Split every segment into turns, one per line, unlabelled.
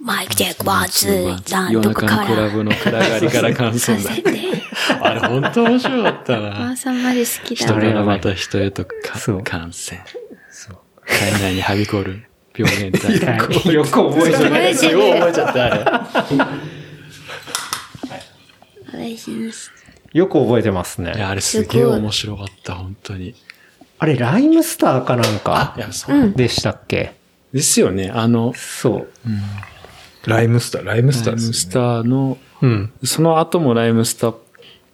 マイクチェックワンツーザン
夜
とかか
中のクラ
ら
ブの暗がりから感想
さ
だ
せ。て。
あれ、本当面白かった
マ
な。
ーさんマジ好き
人
だ。
からまた人へとか
そう
感染。
そう。
体内にはびこる病原 体。
よく覚えて
覚 えてる
覚えちゃった、あれ。
私にし
よく覚えてます
いや、
ね。
あれすげえ面白かった、本当に。い
あれ、ライムスターかなんか
や、そう。
でしたっけ
ですよね、あの、
そう。
ライムスター、ライムスタ
ラ
ー
イ
で
ム
す
ス
よ
タ
ね。
ーの、
うん。
その後もライムスター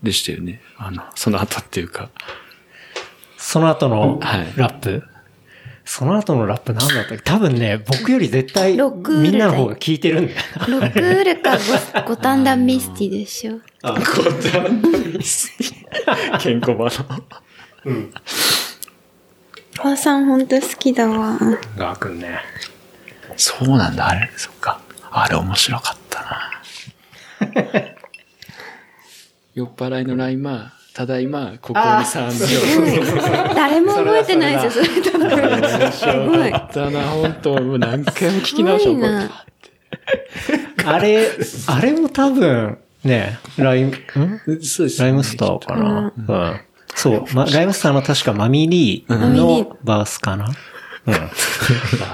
でしたよね。あの、その後っていうか。
その後の
はい
ラップ。その後のラップなんだったっけ多分ね、僕より絶対、
ロックール
みんなの方が聞いてるんだよな。
ロックールかゴゴタンダミスティでしょ。
ケンコバの。
マーさんほんと好きだわ。
ガーくんね。
そうなんだ、あれ。そっか。あれ面白かったな。 酔っ払いのライマー、ただいま、ここに3秒。
誰も覚えてないですよ、それ多 分。すごい。
だな、本当もう何回も聞き直し
す
た
ご
こ
い
れ
な
あれ、あれも多分、ね、ライム、ん
そうですね
ライムスターかな。うん。そう、ま、ライムスターの確かマミリー
マミリ
の
ー
バースかな。うん。
あ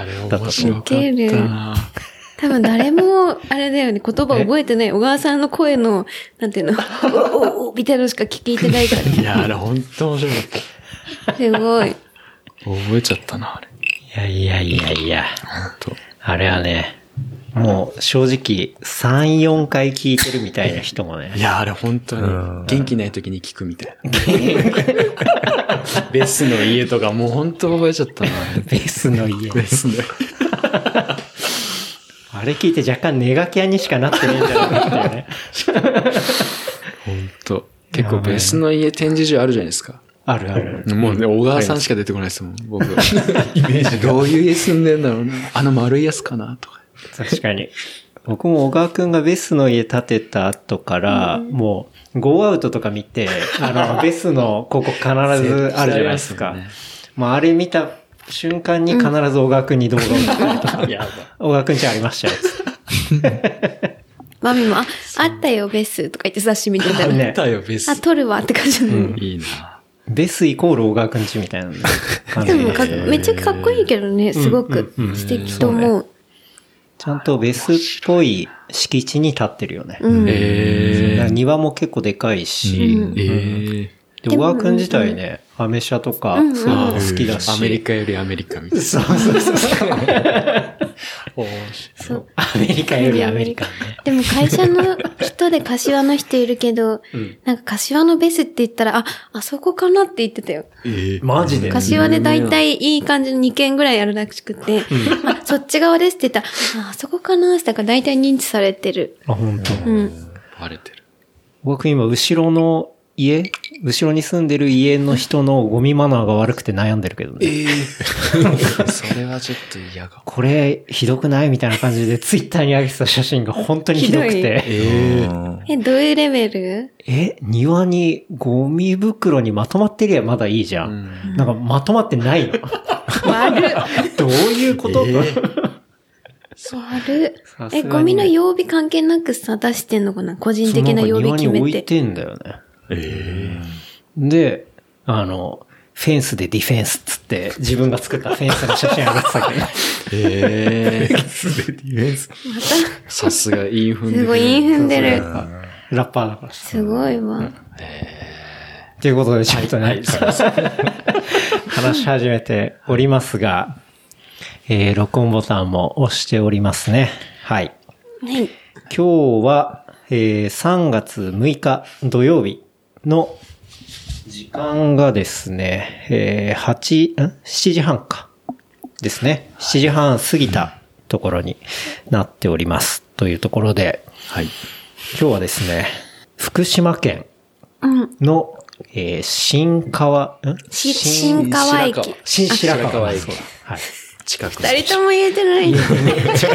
れ面白かっ
ウケ
た
る
な。
多分誰も、あれだよね、言葉覚えてない。小川さんの声の、なん ていうの、おおおみたいなのしか聞いてないか
いや、あれ本当面白かった。
ら。すご い。
覚えちゃったな、あれ。
いやいやいやいや。
本当
あれはね、もう正直3、4回聞いてるみたいな人も
い
ね、
や、あれ本当
う
に、元気ない時に聞くみたいな。ベスの家とかもう本当覚えちゃったな。
ベースの 家。
ベスの
あれ聞いて若干ネガキャンにしかなってねえんじゃないかっていうね。
本当結構ベスの家展示場あるじゃないですか。
あるある。
もうね、小川さんしか出てこないですもん、僕は。 イメージどういう家住んでんだろうな。あの丸いやつかな、とか。
確かに。僕も小川くんがベスの家建てた後から、もう、ゴーアウトとか見て、あの、ベスのここ必ずあるじゃないですか。
絶対ありま
もうあれ見た瞬間に必ず小川くんに動画を見たりと か、小川くんちありましたよ。
マミも、あ、あったよ、ベスとか言って雑誌見てたら。
ね
出たよ、ベス
あ、。取るわって感じだね
いいな。
ベスイコール小川くんちみたいな感
で
じ
もかっめっちゃかっこいいけどね、すごく素敵と思う。
ちゃんとベスっぽい敷地に立ってるよね。
うん。
だから
え
庭も結構でかいし、
ー。ええ。
で、小川くん自体ね、アメ車とか、そういうの好きだし。
アメリカよりアメリカみたい
そうそうそ うそう。
そう。
アメリカよりアメリカね。
でも会社の人で柏の人いるけど、なんか柏のベスって言ったら、あ、あそこかなって言ってたよ。
マジで
柏で大体いい感じの2軒ぐらいあるらしくて、あ、そっち側ですって言ったら、あ、あそこかなって言ったら大体認知されてる。
あ、本当。
うん。
な。バレ てる。
僕今、後ろの家後ろに住んでる家の人のゴミマナーが悪くて悩んでるけどね。
それはちょっと嫌が。
これ、ひどくないみたいな感じで、ツイッターに上げてた写真が本当にひどく
ひどい
て。
ええ。
え、どういうレベル
え、庭にゴミ袋にまとまってりゃまだいいじゃん。なんかまとまって ないの。どういうこと、
悪
さ
え、
すがにね
ゴミの曜日関係なくさ、出してんのかな個人的な曜日
その
決
庭に置
め
い
て。
てんだよね。で、あの、フェンスでディフェンスっつって、自分が作ったフェンスの写真上がって たけど。
ええ。 さすが、インフンです
ごい、イン踏んでる。
ラッパーだから。
すごいわ。
ということで、ちょっとね、話し始めておりますが、えー、録音ボタンも押しておりますね。はい。
はい。
今日は、えー、3月6日土曜日の時間がですね、えー、8、ん ?7 時半か。ですね。7時半過ぎたところになっております。というところで、
はい。
今日はですね、福島県
うん。
の、えー新川、ん
し、新川駅。
新白川駅。
白川駅
はい。
近く。
二人とも言えてない。
ち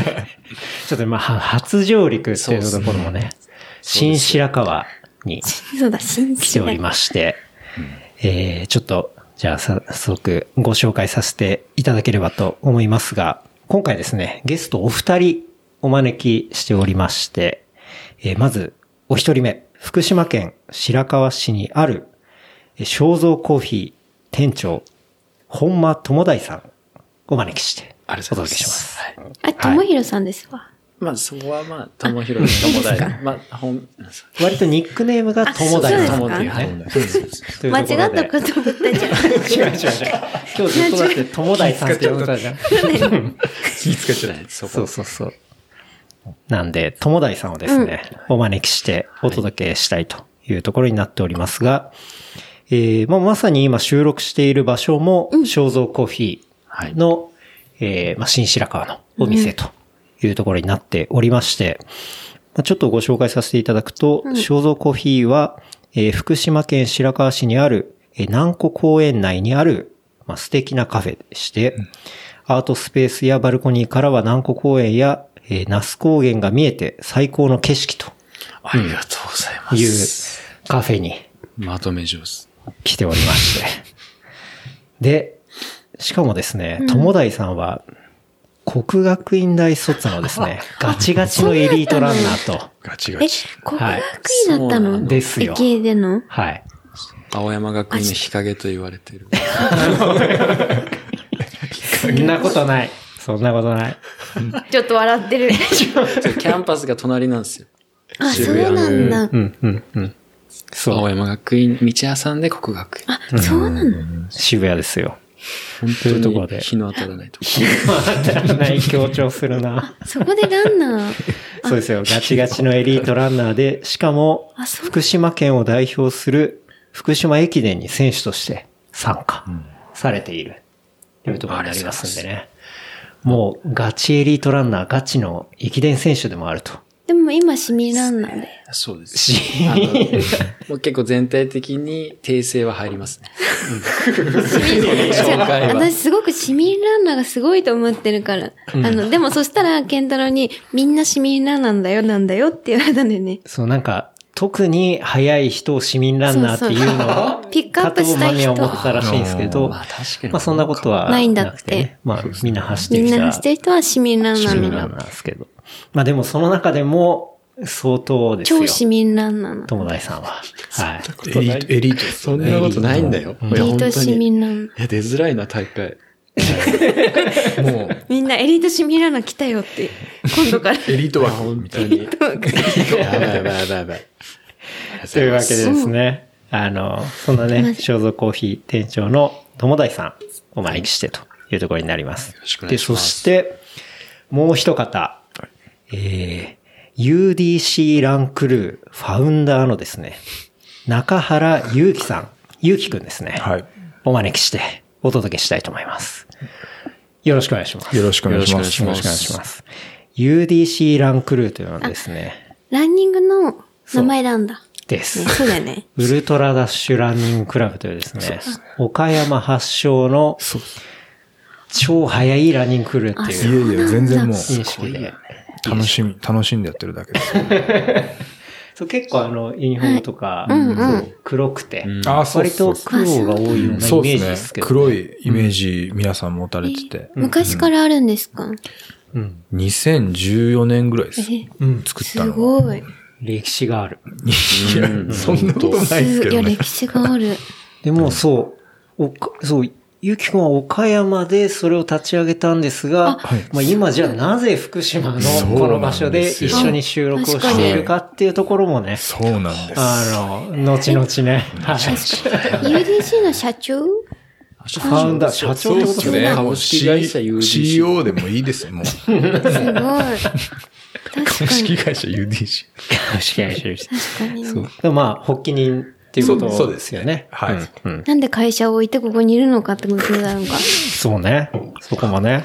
ょっとまあ、は初上陸っていうところもね、新白川に
そうだ、新
来ており
白
まして、えー、ちょっと、じゃあ早速ご紹介させていただければと思いますが、今回ですね、ゲストお二人お招きしておりまして、えーまず、お一人目、福島県白河市にある、えー正蔵コーヒー店長、本間智大さんをお招きして、お
ありがとうご
届
ざ
け
いま
します
す。。は
あ、
い
ともひろさんですわ。
まあ、そこはまあ、ともひろさん もだいまあ、ほん、
割とニックネームが友
そう
大
です
さ
か
ん
ともっていう
はい
ね。
という
間
ところ
違った
で
ことぶったじゃん。
違う違う違う。今日ずっとだって友大さんって呼んでたじゃん。
気使っちゃない。そ
そう
こ。
そうそう。なんで、友大さんをですね、お招きしてお届けしたいというところになっておりますが、えー、まあ、まさに今収録している場所も、正蔵コーヒーの、えーまあ、新白川のお店というところになっておりまして、まあちょっとご紹介させていただくと、正蔵コーヒーは、えー福島県白河市にある、えー南湖公園内にある、まあ、素敵なカフェでして、アートスペースやバルコニーからは南湖公園や、えー那須高原が見えて最高の景色と
ありがとうございま
いう
す。
カフェに
まとめ上手。
来ておりまして。で、しかもですね、友大さんは、国学院大卒のですね、ガチガチのエリートランナーと、
ガチガ
え
チ。、
国学院だった
はいそうな
の
ん
ですよ
駅での
はい。
青山学院の日陰と言われてる。
そんなことない。そんなことない。
ちょっと笑ってる。
そうキャンパスが隣なんですよ。
あ、そうなんだ。
うん、うん、うん。そ
青
う。
山学院、道挟んで国学院。
あ、そうなの
渋谷です よ。
本
というとこ
当
ろで
に日の当たらないとこ。
ない強調するな。
そこでランナー。
そうですよ。ガチガチのエリートランナーで、しかも
あ、そう
福島県を代表する福島駅伝に選手として参加されているというところになりますんでね。もう、ガチエリートランナー、ガチの駅伝選手でもあると。
でも今シミランナーで。
そうです。 あのもう結構全体的に訂正は入りますね。
じゃあ
回は
私すごく市民ランナーがすごいと思ってるから。あの、でもそしたら、健太郎に、みんな市民ランナーなんだよ、なんだよって言われたんだよね。
そう、なんか、特に速い人を市民ランナーっていうのを、
ピックアップしたい人
加藤マニア思ってたらしいんですけど、
まあ確かに。
まあそんなことは
ないんだって
くね。まあみんな走って
み
き
ん
た。
な走ってる人は市民ランナ
市
ーな
民
の。
ランナーですけど。まあでもその中でも相当ですよ。
超市民ランナーなの。
友大さんは。はい。
エリート、エリートです
そんなことないんだよ。い
エ
や
リー
本当
ト
に
市民ランナー。
いや、出づらいな、大会。 もう、
みんなエリート市民ランナー来たよって、今度から。
エリート枠みたいな。
やばいやばいやばいやばい。
というわけでですね、あの、そんなね、正蔵コーヒー店長の友大さん、お招きしてというところになります。
ろしくお願
で、
いし
そ
ます
して、もう一方、えー、UDC ランクルーファウンダーのですね、中原祐樹さん、祐樹くんですね。
はい。
お招きしてお届けしたいと思います。よろしくお願いします。
よろしくお願いします。
よろしくお願いします。UDC ランクルーというのはですね、
ランニングの名前なんだ。
です
ね。そうだよね。
ウルトラダッシュランニングクラブというですね、岡山発祥の
そう
超速いランニングクルーっていう
いやいや、全然もう、
認識で。
楽しみ、楽しんでやってるだけです。
そう結構あの、ユニフォームとか、そう黒くて、
あーそう
割
そう
と苦労が多いようなイ
そう
メージ
で
ですす
ね
け。ど、
黒いイメージ皆さん持たれてて、
昔からあるんですか
2014年ぐらいです。
え、
作った
す
のは。
ごい。
歴史がある。
いや、そんなことないです
す
け
い
ど
や、
ね。
歴史がある。
でもそう、おかそう、ゆきくんは岡山でそれを立ち上げたんですが、まあ今じゃあなぜ福島のこの場所で一緒に収録をしているかっていうところもね、
そうなんです。
あの、後々ね、はいフ
UDC の社長
ァウンダー、社長ってことですね。
ね。
株式会社 UDC
CEO でもいいですよ、もう。
すごい。確かに。
会社 UDC。
確か に。
でもまあ、発起人っていうこと
そうそうで
です
す
よね。
はい。
うん。
なんで会社を置いてここにいるのかってことなのか。
そうね。そこもね。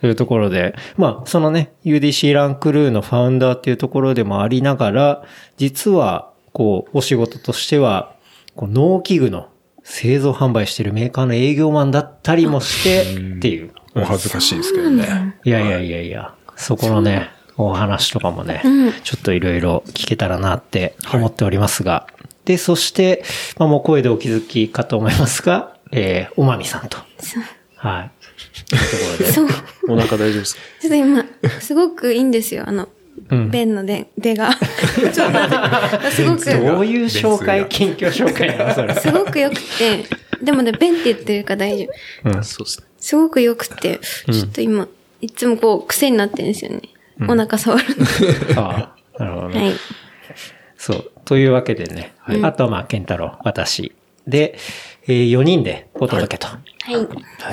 というところで、まあ、そのね、UDC ランクルーのファウンダーっていうところでもありながら、実は、こう、お仕事としては、こう農機具の製造販売してるメーカーの営業マンだったりもして、っていう。
お恥ずかしいですけどね。
いやいやいやいや、そこのね、お話とかもね、ちょっといろいろ聞けたらなって思っておりますが、で、そして、まあもう声でお気づきかと思いますが、えー、おまみさんと。はい。
そう。ち
お腹大丈夫ですか
ょっと今、すごくいいんですよ。あの、
うん
弁の出、出 が。ちょっと待ってすごく。
どういう紹介、近況紹介なのそれ。
すごく良くて、でもね、ベンって言ってるから大丈夫。
そうですね。
すごく良くて、ちょっと今、いつもこう、癖になってるんですよね。お腹触るの。
ああ、なるほどね。
はい。
そう。というわけでね。あとはまあ、ケンタロウ、私。で、え4人でお届けと
は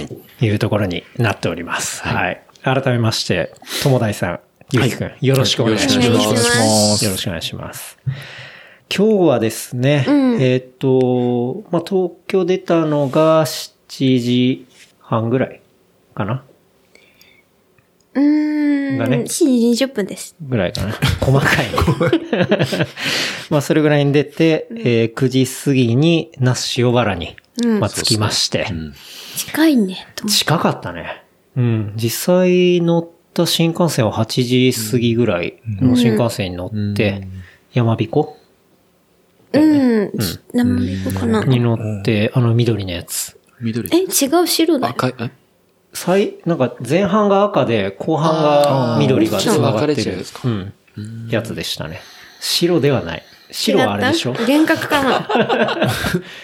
い。
いうところになっております。はい。改めまして、友大さん、ゆうきくん、よろしくお願いします。
よろしくお願いします
よろしくお願いします。今日はですね、
うん
えっ、と、まあ、東京出たのが7時半ぐらいかな
うーん。
だね
7時20分です。
ぐらいかな。細かい。 まあ、それぐらいに出て、えー9時過ぎに、那須塩原に、
うん
まあ、着きまして、
近いね、と思
近かったね。うん。実際乗った新幹線は8時過ぎぐらいの新幹線に乗って、山彦
う。うん。名前行こうかな。
に乗って、あの緑のやつ。
緑。
え、違う白だよ。
赤い、え
最、なんか前半が赤で、後半が緑が繋がって
あー分かれちゃう
る
やつ。
うん。やつでしたね。白ではない。白はあれでしょ
違った幻覚か な。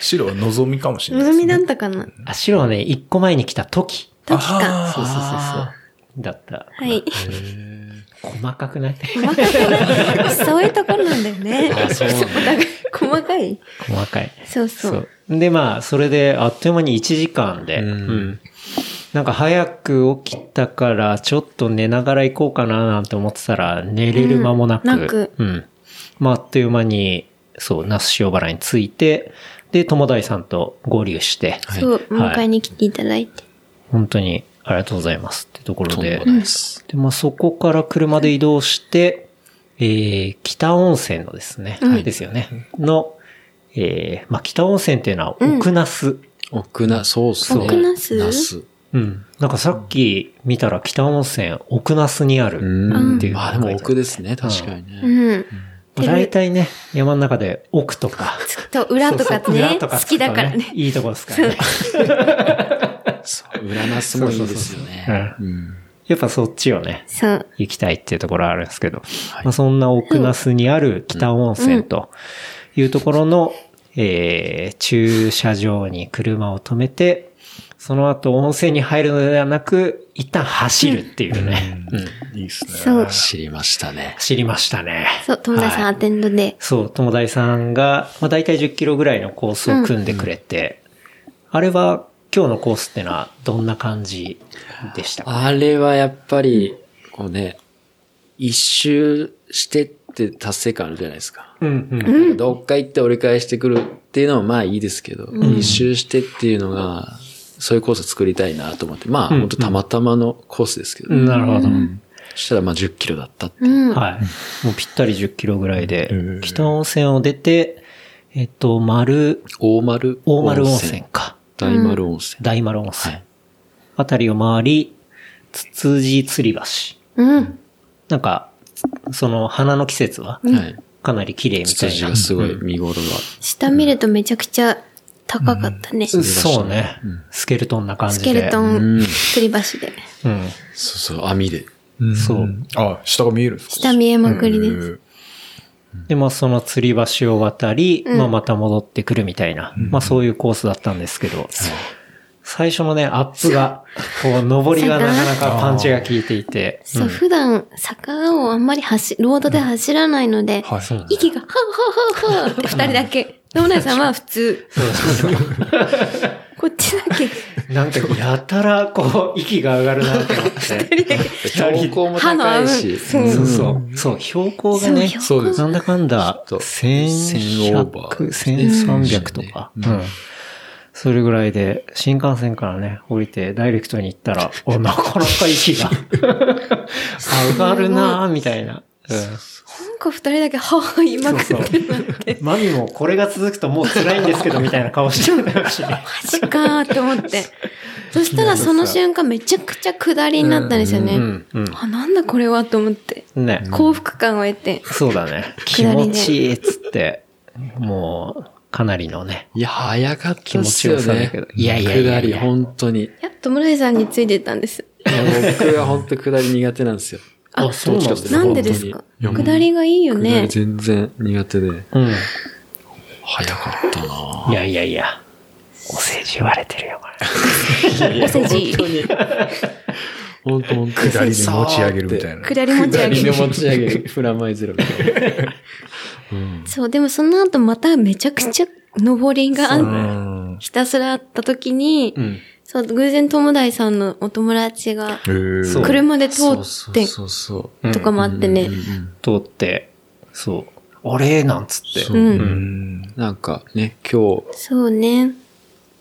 白は望みかもしれない。
望みだったかな。
あ、白はね、一個前に来た時。
時か。
そうそうそうそう。だった。
はい。
細かくない
細かく、そういうところなんだよね。そうお互い、細かい。
細かい。
そうそう。
そう。で、まあ、それで、あっという間に1時間で、うん。なんか早く起きたから、ちょっと寝ながら行こうかななんて思ってたら、寝れる間もなく。
うんなく
うんまあ、あっという間に、そう、那須塩原に着いて、で、友大さんと合流して、
そう、
はい
迎えに来ていただいて。
本当にありがとうございますってところ
とんで
で
も、ないです。
で、まあ、そこから車で移動して、えー、北温泉のですね、ですよね、の、えー、まあ、北温泉っていうのは奥那須。
奥な、そうっすね。
奥那須
那須
うん。なんかさっき見たら北温泉奥那須にある
うん。
っていう。
まあでも奥ですね、確かに
う
ね。
ん。
まあ大体ね、山の中で奥とか、
と、 裏とか
裏
ね、
と
好きだからね。
いいとこですからね。
そう。裏那須もいいですよね。うん。
やっぱそっちをね、
そう。
行きたいっていうところはあるんですけど、まあ、そんな奥那須にある北温泉というところの、えー駐車場に車を止めて、その後温泉に入るのではなく、一旦走るっていうね、うん
いいですね。
そう。
知りましたね。
走りましたね。
そう、友達さん
は
ア
い
テンドで。
そう、友大さんが、まあ、大体10キロぐらいのコースを組んでくれて、あれは今日のコースってのはどんな感じでしたか
あれはやっぱり、こうね、一周してって達成感あるじゃないですか。
うんうん。
どっか行って折り返してくるっていうのはまあいいですけど、一周してっていうのが、そういうコース作りたいなと思って、まあ
ん
本当たまたまのコースですけど、
なるほど。
そしたらまあ10キロだったって。
うん。
はい。もうぴったり10キロぐらいで、北温泉を出て、えっと、丸、
大丸
大丸温泉。か。
大丸温泉。
大丸温泉
はい。
あたりを回り、つつじ吊り橋。
うん。
なんか、その花の季節は、
はい。
かなり綺麗み
ツ
た
ツ
い
ジ
な。
がすごい見頃が。
下見るとめちゃくちゃ高かったね。ス
そうね。スケルトンな感じで。
ケルト
う
ン、
ん。
吊り橋で。
うん。
そうそう、網 で。
そう。
あ、下が見えるんですか
下見えまくりで
へ
す。
ー
で、まあその吊り橋を渡り、まあまた戻ってくるみたいな、まあそういうコースだったんですけど、最初のね、アップが、こう、上りがなかなかパンチが効いていて、
そう、普段、坂をあんまり走、ロードで走らないので、
はい。そう
息が、はぁはぁはぁはぁって二人だけ。友達さんは普通。こっちだけ、
なんかやたらこう、息が上がるなって思って。
標高も高いし。
歯の合う
そうそう。そう、標高がね、
そう
標高
なんだかんだ、
ちょっと
1100、
1000オーバー
1300とか。うん。それぐらいで、新幹線からね、降りて、ダイレ クトに行ったら、お、なかなか息が上がるなぁ、みたいな。
なんか二人だけ、はぁ、言いまくってるなって。
マミもこれが続くともう辛いんですけど、みたいな顔してたらしいね。
マジかーって思って。そしたらその瞬間めちゃくちゃ下りになったんですよね。あ、なんだこれはと思って。
ね。
幸福感を得て。
そうだ ね。気
左で
持ちいいっつって、もう、かなりのね。
いや、早かったっすよ
気持ちよさだ
ね
けど。いやいや いやい
下
や
り、本当に。い
いや、友達さんについてたんです。
や僕は本当下り苦手なんですよ。
あ
そうなんです
なんでですか
本当に
下りがいいよ
下り
ね。
全然苦手で。
うん。
早かったない
やいやいや。お世辞言われてるよ、これ。
お世辞。
本当本当
下りで持ち上げるみたいな。
下り持ち上
下りで
げ。
持ち上げる。プラマイゼロみたいな。
そう、でもその後まためちゃくちゃ上りがあ
う
っ
ん。
ひたすらあった時に、
ん
そう、偶然友達さんのお友達が
えー
車で通
そうそ
っ
う
て
そうそう。
とかもあってね。
通って、そう。あれなんつって。
う
うん
う
うん
ん。
なんかね、今日、
そうね。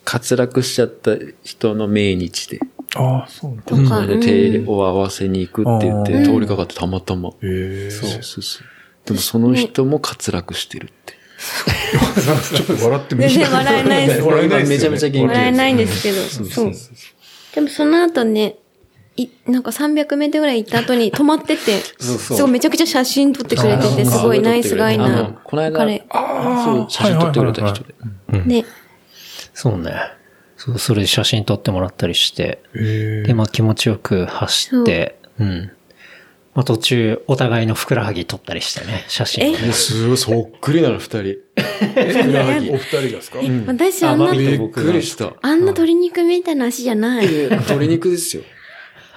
滑落しちゃった人の命日で、
ああ、そうなんだ。
とか。
それで手を合わせに行くって言っ
う
て
ん
通りかかってたまたま。
えー
そうそうそう。でもその人も滑落してるって。
ちょっと笑ってみ
全然笑えない です。
笑えない
め
ですよね
ちゃめちゃ元気
笑えないんですけど。そう。でもその後ね、い、なんか300メートルぐらい行った後に止まってて、
そうそう
すごいめちゃくちゃ写真撮ってくれてて、すごいナイスガイ
あの
な
この間、
彼。
そう、写真撮ってくれた人で。
ね。
そうね。そう、それで写真撮ってもらったりして。
え
で、まあ気持ちよく走って、うん。まあ途中、お互いのふくらはぎ撮ったりしてね、写真をね。
え、すごい、そっくりなの、二人。
ーお二人がですか
私あんな、
びっくりした。
あんな鶏肉みたいな足じゃない。
え鶏肉ですよ。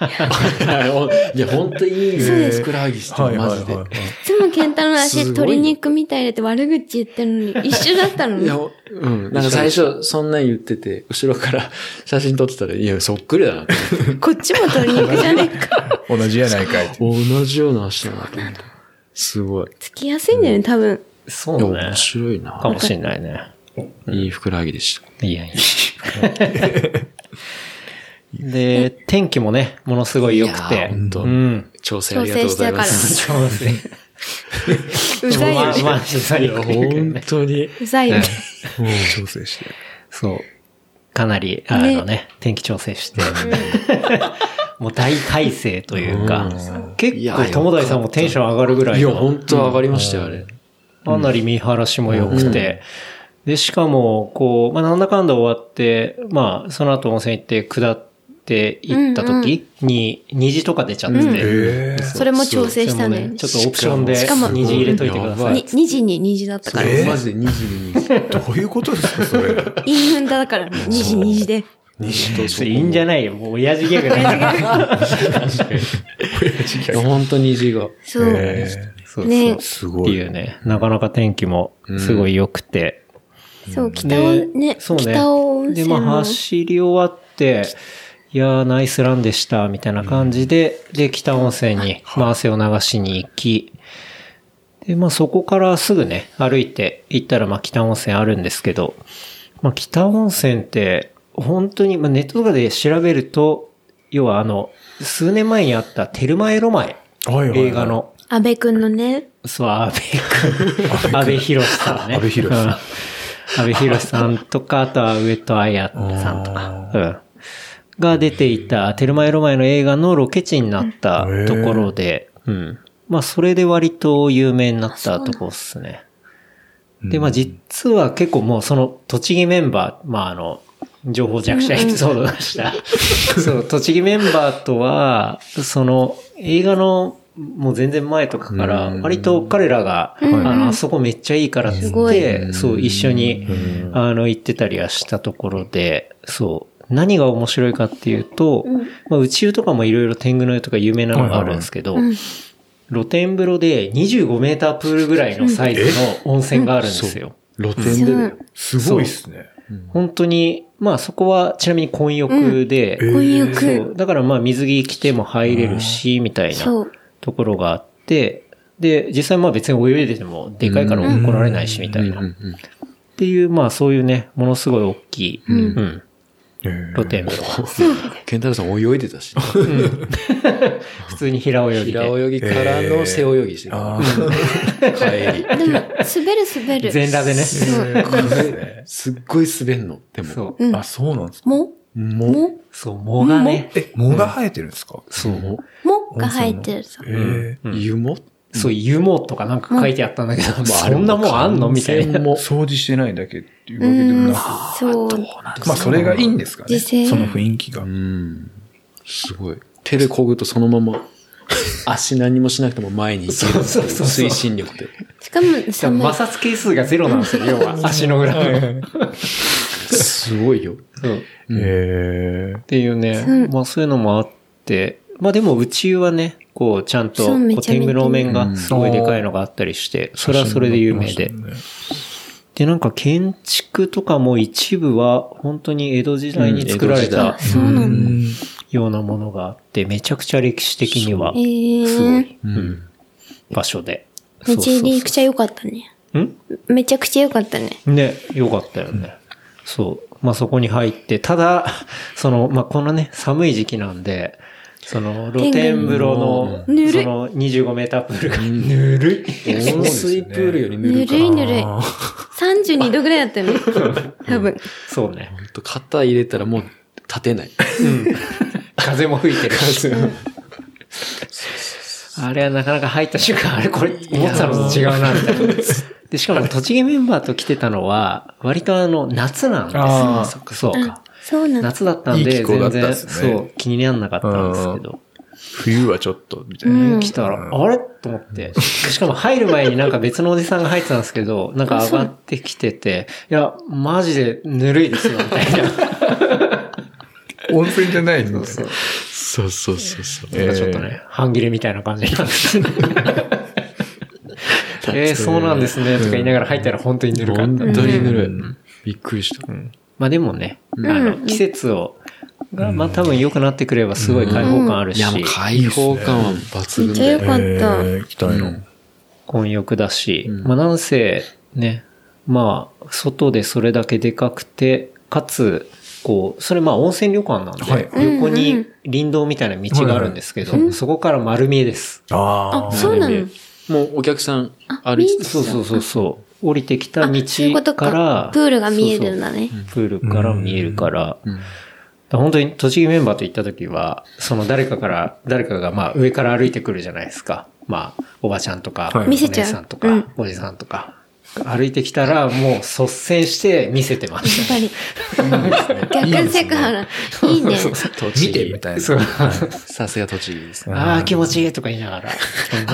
いや、本当にいいね。ふくらはぎしてる、マジで。
いつも健太の足、
すごい
鶏肉みたいだって悪口言ってるのに、一緒だったの
い
ね
や、うん。なんか最初、そんなん言ってて、後ろから写真撮ってたら、いや、そっくりだなって。
こっちも鶏肉じゃねえか。
同じやないかいって。
同じような足だなと思って。すごい。
つきやすいんだよね、多分。
そ
いや、
うね
面。白い
か
な。
もしんないね。
いいふくらはぎでした。
いやいや。 で、天気もね、ものすごい良く
いやー
て。
ほんと
うん。
調整ありがとうございます。
そうですね。
うざいよ
まあ
ね。
まあ、最悪だけどね
本当に。
うざいよね。
調整して。
そう。かなり、あのね、天気調整して。もう大体制というか、結
いや
構友達さんもテンション上がるぐら
い
い
や、
の、
本当上がりましたよ、あれ。
かなり見晴らしも良くて、で、しかも、こう、まあ、なんだかんだ終わって、まあ、その後温泉行って下って行った時に、虹とか出ちゃってて、
えー
それも調整
そ
し
れ
た
も
ね
ね、。ちょっとオプションで
しかも
虹入れといてください。
に2時に虹だったから。
えー
マジで22。
どういうことですか、それ。
インフンだから、2時2時で。
それいいんじゃないよ。もう親父ギャグ だから。
いや、本当虹が。
そう。
え
そう
ね
す
っ
ご
ていうね、なかなか天気もすごい良くて。
そう、北尾
で
ね、
そうね
北尾温
で、
泉
まあ
も。
走り終わって、いやーナイスランでした、みたいな感じで、で、北温泉に、まあ汗を流しに行き、で、まあそこからすぐね、歩いて行ったら、まあ北温泉あるんですけど、まあ北温泉って、本当に、まあネットとかで調べると、要はあの、数年前にあったテルマエロマエ、
はいはいはい
映画の、
安倍くんのね、
そう、安倍君。安倍博さんね。
安倍博さ
うん。
ん
安倍博さんとか、あとは上戸彩さんとか。うん。が出ていた、テルマエロマエの映画のロケ地になった
うん
ところで、うん。まあ、それで割と有名になったとこっすね。で、まあ、実は結構もうその、栃木メンバー、まあ、あの、情報弱者エピソードでした。 そう、栃木メンバーとは、その、映画の、もう全然前とかから、割と彼らが、あの、あそこめっちゃいいからっつ
すご
って、そう、一緒に、あの、行ってたりはしたところで、そう、何が面白いかっていうと、まあ、宇宙とかもいろいろ天狗の湯とか有名なのがあるんですけど、露天風呂で25メータープールぐらいのサイズの温泉があるんですよ。
露天でだよ。
すごいっすね。
本当に、まあそこはちなみに混浴で、
婚
そう
浴。
だからまあ水着着ても入れるし、みたい
そ
な
う。
ところがあって、で、実際まあ別に泳いでてもでかいから怒られないし、みたいな。っていう、まあそういうね、ものすごい大きい、うん露天風呂。
ケンタロウさん泳いでたし、
普通に平泳ぎ
平
で。
泳ぎからの背泳ぎしてた。
ああ、
帰
でも、滑る滑る。
全裸でね。
そう。
り。すっごい滑んの、でも。
そうう。
ん
あ、そうなんですか。
も、
も
も、
そう、藻がね。
え、藻が生えてるんですか
そう。
もが入ってるさ。
え
う、湯も
そう、湯もとかなんか書いてあったんだけど、
あ
そんなもんあんのみたいな。
ー、掃除してないだけっていう
う
わけでも
ん
なく、、
そう。
まあそれがいいんですかね。
自制
その雰囲気が
う。ん。すごい。手で漕ぐとそのまま、足何もしなくても前に行けるっていう。
そうそうそうそう
推進力で。
しかも、
しかも
寒い
摩。擦係数がゼロなんですよ、要 は。足の裏の。
すごいよ。
そうっ
へえ。
ていうね。まあそういうのもあって。まあでも宇宙はね、こうちゃんと、
そうめちゃめ
こう
ちゃ
天狗のお面
う
が
ん
すごいでかいのがあったりして、それはそれで有名で。で、なんか建築とかも一部は本当に江戸時代に作られ
うん江
た
戸
そうな
う
の。
ん。
ようなものがあって、めちゃくちゃ歴史的には
ええ
すごい
うん。
場所で。
めちゃくちゃ良かったね。
ん
めちゃくちゃ良かったね。
ね、よかったよね。そう。まあ、そこに入って、ただ、 その、まあ、このね、寒い時期なんで、その、露天風呂の、そ
ぬるい
の、25メータープールが、ぬるい。
温水プールよりぬ
ぬ
る
る
かな。
いぬるい。32度ぐらいだったよね。多分。
そうね。
ほんと肩入れたらもう立てない。
風も吹いてるあれはなかなか入った瞬間、あれこれ思ってたのと違うな、みたいな。で、しかも、栃木メンバーと来てたのは、割とあの、夏なんです
あ
よ。
ー
そっか、そう
あ、そうなんだ。
夏だったん
いい
で、
気候だ
全
っ
然、
たっすね
そう、気にならなかったんですけど。
冬はちょっと、みたいうな。
ん。
来たら、あれと思って。しかも入る前になんか別のおじさんが入ってたんですけど、なんか上がってきてて、いや、マジでぬるいですよ、みたいな。
温泉じゃないの
そう
そうそうそうそう。
なんかちょっとね、半切れみたいな感じになって。 えー、そうなんですね、とか言いながら入ったら本当にぬるかっ
本
た。
当にぬるい。びっくりした。
まあでもね、あの、季節を、が、まあ多分良くなってくればすごい開放感ある
い
し
や、もう、開放感は抜
め
群だ
っちゃ良
よ
か。った
行きたいの。
混浴だし、
うん
まあなんせね、まあ外でそれだけでかくて、かつ、こう、それまあ温泉旅館なんで、
はい
横
うんう
に
ん
林道みたいな道があるんですけど、そこから丸見えです。
あ
あ、
あ。
そうなの。
もうお客さん歩いてた。
そうそうそうそう。降りてきた
あ、
道
そういうこと
か
か。
ら、
プールが見えるんだね。
そうそうプールから見えるから、
うん
だから本当に栃木メンバーと行った時は、その誰かから、誰かがまあ上から歩いてくるじゃないですか。まあ、おばちゃんとか、
はい
お
見せ
姉
ちゃう
さんとか、
うん
おじさんとか、歩いてきたらもう率先して見せてま
やっ
し
ぱり。逆セクハラ。いいね。
栃木。
たい
た。そう。
さすが栃木ですね。
ああ、気持ちいいとか言いながら。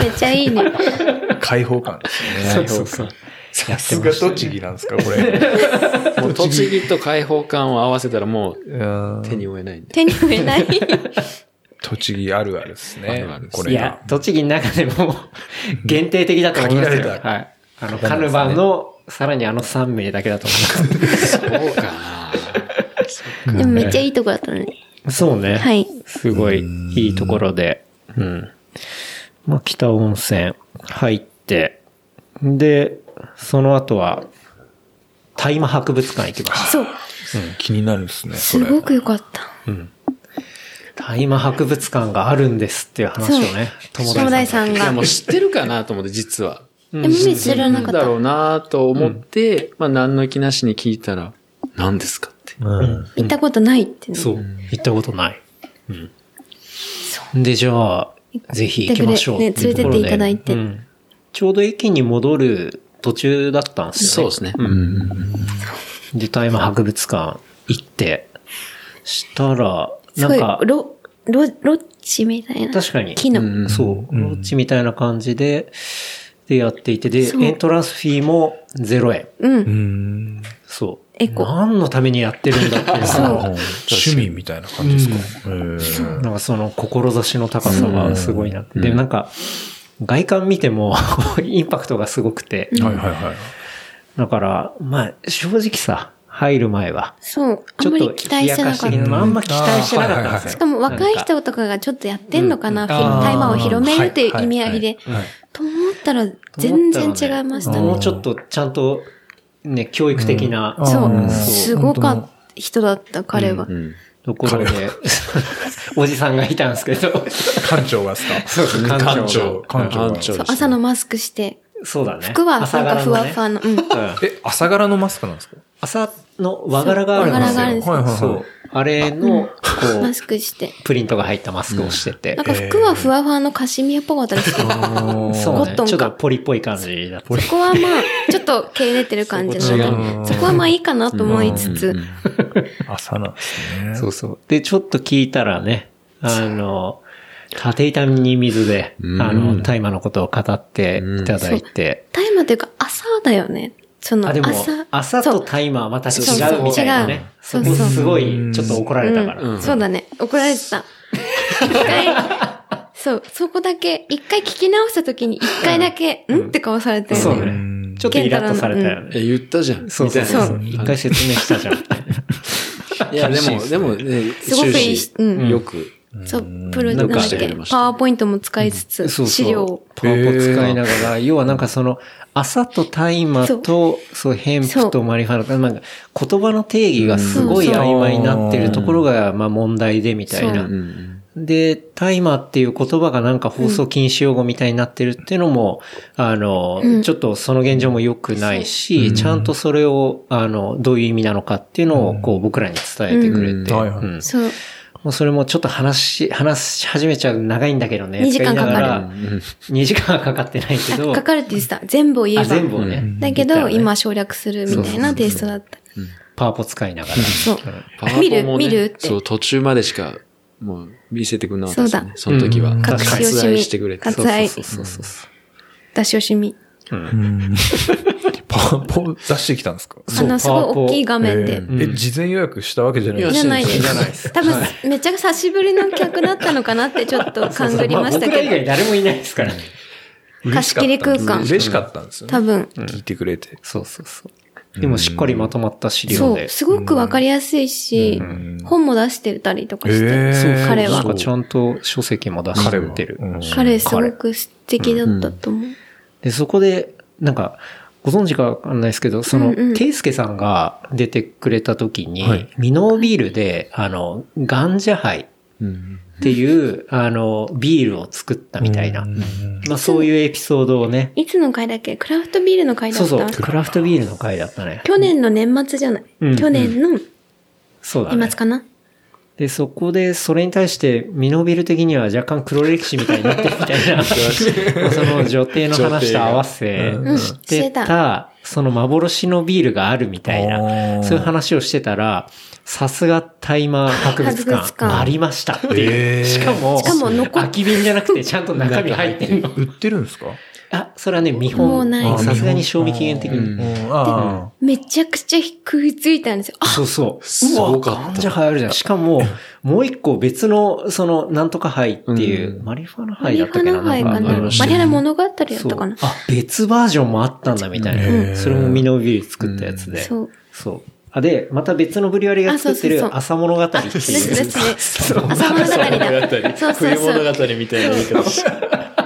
めっちゃいいね。
開放感です
そ
よ
う
ね。
そうそう。
さすが栃木なんですか、これ。
もう栃木と開放感を合わせたらもう
うん
手に負えないんで。
手に負えない。
栃木あるあるです
あ
ね
るあるっ。す
こ
い
れ
や
が。、
栃木の中でも限定的だと思います
限
よ。
られた
はい。あの、カヌバの、さらにあの3名だけだと思いま
そうかな
でもめっちゃいいとこだったのね。
す。そうね。
はい。
すごいいいところで、うん。まあ、北温泉入って、で、その後は、大麻博物館行きました。
そう。
気になるっすね、
すごく良かった。
大麻博物館があるんですっていう話をね、友
友
達
大さん
いや
が。
も
え
う、知ってるかなと思って、実は。
無理知らな
なん
かっ
だろ
た。
うなと思って、まあ何の気なしに聞いたら、何ですかって。
うん。
行ったことないってね。
そう。行ったことない。で、じゃあ、ぜひ行きましょう。
ね連れてっていただいて
うんちょうど駅に戻る途中だったんです
そう
よ
で
ね。
すね。
で、大麻博物館行って、したら、
す
な
ご
ん
い、
か、
ロ、ロ、ロッチみたいな。
確かに
木の。
うん
そう、ロッチみたいな感じで、でやっていて、で、
そう
エントランスフィーも0円。
うん。
うん
そう。
エコ
何のためにやってるんだってい
そ
う
う
さ、
趣味みたいな感じですか。へー
なんかその志の高さがすごいなって。で、なんか、外観見ても インパクトがすごくて。
はいはいはい。
だから、まあ、正直さ、入る前は、
そう。あん
ちょ
ま
っ
り
と
期待してなかっ
冷やかし的
た。
なあんま期待してなかったんです
し
よ
し。かも若い人とかがちょっとやってんのかな、
うん
フィンタイマーを広めるっていう意味合いで
はいはいはい。
と思ったら全然違いました
も
ね。
うちょっとちゃんと、ね、教育的な、
そうう。
ん
すごかっ人だった、彼は。
うん。
ところで、 おじさんがいたんですけど、
館長がですか
そう館長が
館長が
館
そ
長
う朝のマスクして、
そうだね。
服はなん
朝
か
柄
ふ
の
わ
ね
ふわの、うん。
うん
え、朝柄のマスクなんですか
朝の和柄がある
和柄がある
ん
んです
で
す
よ。
よ
はいはいはい
そう。あれの、こ
マ
う、
スクして。
プリントが入ったマスクをしてて
なん。か服はふわふわのカシミヤっぽかったですけど、そ
そうね。
コッ
ち
ト
ょ
ン
っ
か
とポリっぽい感じだった。ポリ
こはまあ、ちょっと毛出てる感じ
そこ違
う
の
ん
で、そこはまあいいかなと思いつつ、
朝なんですね。
そうそう。で、ちょっと聞いたらね、あの、縦板に水で、
うん
あの、大麻のことを語っていただいて、
大麻というか朝だよね。その
あ、でも
朝、、
朝
そ
と
う
大麻はまた違うみたいなね。
そ
そうこ
そう違う
すごい、ちょっと怒られたから。
うんそうだね。怒られてた。一 回、そう、そこだけ、一回聞き直した時に一回だけ、んって顔されて、
そうね
う
ね。
ん
ちょっとイラッとされたよね。
え、言ったじゃん。
そうそう
みたいな
そう。一回説明したじゃん。
いや、でも、でもね、
すごくいい
終始
うん
よく。
そう、プロな
な
んん
か
だっ
して
く
け
れま、した
パワーポイントも使いつつ、
そう
資料
そう
を。。
パワポ使いながら、要はなんかその、朝と大麻と、そう、ヘンプとマリファナと、なんか言葉の定義がすごい曖昧になってるところが、まあ問題でみたいな
う。ん
で、大麻っていう言葉がなんか放送禁止用語みたいになってるっていうのも、あの、
うん
ちょっとその現状も良くないし、
そう
ちゃんとそれを、あの、どういう意味なのかっていうのを、こう僕らに伝えてくれて、
うんはいはい
うん
そう、
もうそれもちょっと話し、話し始めちゃう長いんだけどね。
2時間
と言いな
う
ら
んうん。
2時間はかかってないけど。
あかかるって言ってた。全部を言
あ
えば。
全部をね。
だけど、今省略するみたいなテイストだった。
パワポ使いながら。
そう。
パワポも
見
ね
る見るって
そう、途中までしか、もう、見せてくれなかったですね。そ
だ
の時は
う。ん
隠
確かに
し惜
割愛して
し
くれ
み。
て。
割愛。
そうそうそうそう。
出し惜しみ。
パワーポ出してきたんですか
あの、すごい大きい画面
え
で。
ーえ、事前予約したわけじゃな
い
いで
や
す
じゃないで。
いらないです
多分、めっちゃ久しぶりの客だったのかなってちょっと勘ぐりました
まあ僕ら以
け
外誰もいないですからね。
貸し切り空間
嬉しかったんですよ
ど、
ね。
多分。
聞いてくれて。
そうそうそう。でもしっかりまとまった資料
そ
で。
う、すごくわかりやすいし、本も出してたりとかして、
へー
彼
なん
そ
か
う
は。
ちゃんと書籍も出してる。
彼はうん
彼すごく素敵だったと思う。
で、そこで、なんか、ご存知かわかんないですけど、その、
うんうん
ケイスケさんが出てくれた時に、
はい
ミノービールで、あの、ガンジャハイっていう、あの、ビールを作ったみたいな、まあそういうエピソードをね、
いつの回だっけクラフトビールの回だ
そう
っ
そう、
た
クラフトビールの回だったね。
去年の年末じゃない。
うん
去年の
そうだね
年末。かな
で、そこで、それに対して、ミノビル的には若干黒歴史みたいになってるみたいな、その女帝の話と合わせ
ん
してた、その幻のビールがあるみたいな、そういう話をしてたら、さすがタイマー博物
博物
館
館
ありましたっていう。
えー
しかも、
しかも残っ
空き瓶じゃなくてちゃんと中身入ってるの。
売ってるんですか
あ、それはね、見
もう
本
ない。
さすがに賞味期限的に。
うんあ
めちゃくちゃ食いついたんですよ。あ
そうそう。
すごかった
うわガ ンジャハイあるじゃん。しかも、もう一個別の、その、なんとかハイっていう、マリファナハ
マ
イ
リ
だ
フ
ったっ
ァ
け
ナ
な
杯かな
なんか
マリファナ物語やったかな
そうあ、別バージョンもあったんだみたいな。
うん
それもミノビール作ったやつで。
そう。
そう。あで、また別のブリュワリが作
あ
って
そうそう
る
そう
朝物語って
あ、
いう。
ですですね。朝物語だ。そうそうそう。
みたいな言い方して。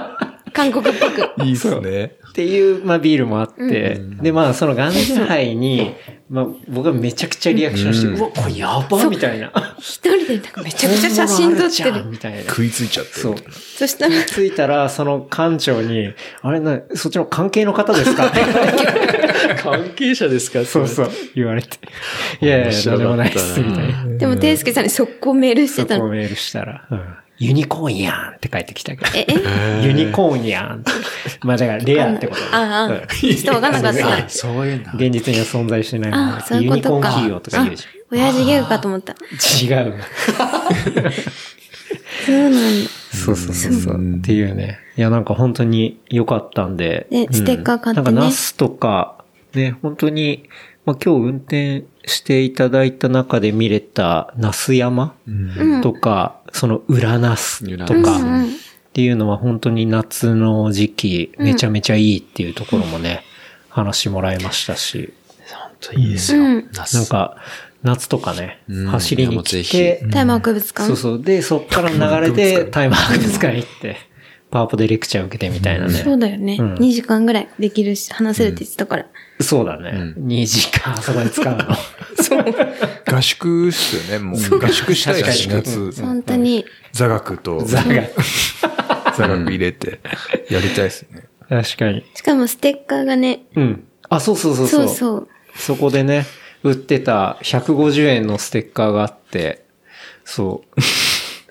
韓国っぽく。
あ。いいっすね。
っていう、まあ、ビールもあって、で、まあ、そのガンジャハイに、まあ、僕はめちゃくちゃリアクションして、うわ、これやばみたいな。
一人でなんかめちゃくちゃ写真撮って
本物あじゃん
る。
みたいな。
食いついちゃってる。
そう。
そしたら、
ついたら、その館長に、あれな、そっちの関係の方ですかって
関係者ですか
そうそう、言われて。いやいや、どうでもないっす、みたいな。
でも、ていすけさんに速攻メールして
そ
た
こを
の。
メールしたら、うんユニコーンやんって返ってきたけど。
え、え
ユニコーンやんって。まあだから、レアってことだね
ああ、ちょっとわかんなかった。
そういうの。
現実には存在してない
ああ、そうい
ユ
うこ
ニコー
と
ン
か。
企業とか言うじ
あ親父ギャグかと思った。
ゃん。違う。
そうなんだ。
そうそうそうそう。っていうね。いや、なんか本当に良かったんで。
ね
うん
ステッカー買ってね
なんかナスとか、ね、本当に、まあ今日運転していただいた中で見れたナス山
うん
とか、その裏ナスと
裏
か
ナス
うんうん
っていうのは本当に夏の時期、めちゃめちゃいいっていうところもね、話もらえましたし、
本当いいですよ。
うん
な
なん、か夏とかね、
うん
走りに来
いやもうぜ
て、
タイマー博物館
そうそう。で、そっから流れでタイマー博物館行って、パワポでレクチャー受けてみたいなね。
そうだよね。
うん
2時間ぐらいできるし、話せるって言ってたから。
そうだね。2時間そこで使う の。
合宿っすよね、もう。合宿したいし、
確か
4月。
本当に、
座学と、座
座が。
学入れて、やりたいっすね。
確かに。
しかもステッカーがね、
うん。あ、そうそうそう
そ
そうう。
そう。
そこでね、売ってた150円のステッカーがあって、 そう。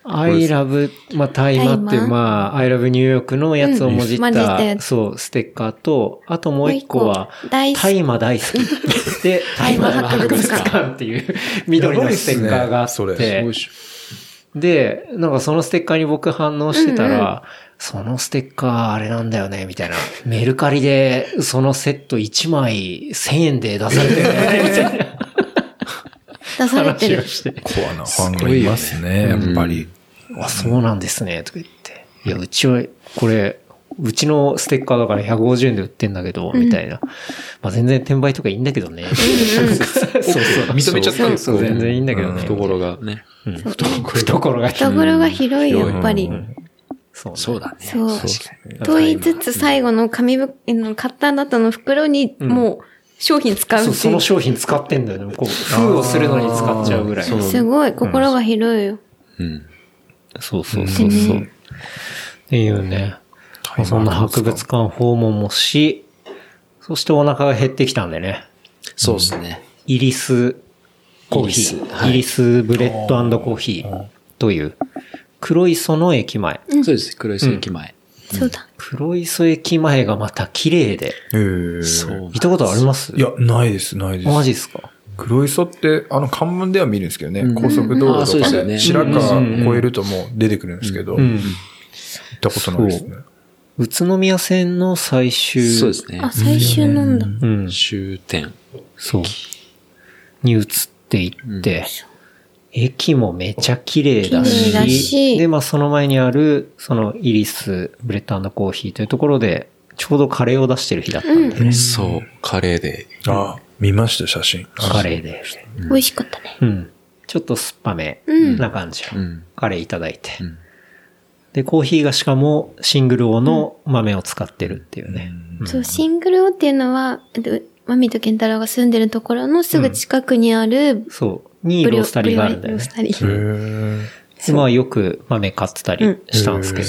I love, まあ、タイマっていう、
大麻
まあ、I love New York のやつをもじっ
うん混じったや
た、
つ
そう、ステッカーと、あともう一個は
もう一個、大好き
タイマ大好き。で、タイマ博物館っていう緑のステッカーがあ
やばいっすねそ
っ
れ
て、で、なんかそのステッカーに僕反応してたら、そのステッカーあれなんだよね、みたいな。メルカリでそのセット1枚1000円で出されてるよね、みたい な
出されて
話
る
を。して。
コアなファンがいますね、やっぱり。
あ、そうなんですね、とか言って。いや、うちは、これ、うちのステッカーだから150円で売ってんだけど、みたいな。まあ全然転売とかいいんだけどね。そうそう。
認めちゃったんです
そう全然いいんだけどね。
懐がね。
懐が広い。
懐が広い、やっぱり。
そうね
そうだね。
そう
確
と言いつつ、最後の紙袋、あの買った後の袋に、もう、商品使うっていう
そう、その商品使ってんだよね。こう、封をするのに使っちゃうぐらい。そう
すごい、心が広いよ。
かにうん。
そうそうそう。っていうね。まあそんな博物館訪問もし、そしてお腹が減ってきたんでね。
そうですね。
イリスコーヒ
イリス
ー。
はい
イリスブレッドコーヒーという、黒磯の駅前。
そうです。黒磯駅前。
そうだ。
黒磯駅前がまた綺麗で。
えー
そう
行ったことあります
いや、ないです、ないです。
マジっすか
黒磯って、あの、関門では見るんですけどね、高速道
あーそ
路
うで
と
す
か
よね
で、白川越えるともう出てくるんですけど、
うん
行。ったことないですね。
宇都宮線の最終。
そうですね。
あ、最終なんだ。
うん。
終点。
そう。に移っていって、駅もめちゃ綺麗だし、
綺麗だし
で、まあその前にある、そのイリスブレッドコーヒーというところで、ちょうどカレーを出してる日だったんで、
そう。カレーで。
あー見ました、写真。あ
カレーで。
美味しかったね。
うん。ちょっと酸っぱめな感じの、
ん
カレーいただいて、
ん
で、コーヒーがしかもシングル王の豆を使ってるっていうね。
そう、シングルオっていうのは、えっとマミとケンタロウが住んでるところのすぐ近くにある、
そう。にロースタリーがあるんだよ
ブリオ。
ね
ロースタリー
へ
でまあよく豆買ってたりしたんですけど、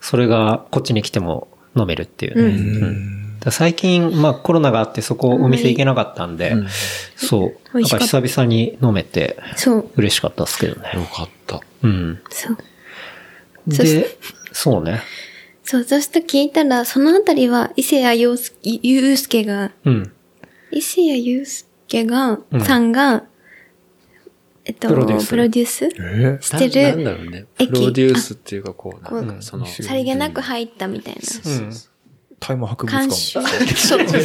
それがこっちに来ても飲めるっていうね。うんだから最近、まあコロナがあってそこお店行けなかったんで、そう、
美
なん
味しか
か
った
久々に飲めて
そう、
嬉しかったですけど
よ
ね。
かった。
うん。
そう。そし
で、そうね。
そう、そうすると聞いたら、そのあたりは、伊勢谷友介ゆうすけが、
うん。
伊勢谷友介が、
うん
さんが、えっと、
プ
プ
ロ
ロ
デ
デュ
ュー
ー
ス
ス
え
して
な
る、
なんだろうね。プ
駅
ロデュースっていうかこう、
こう
なんかその、
さりげなく入ったみたいな。
うん。
タイム博物
監
館。
修。そうそ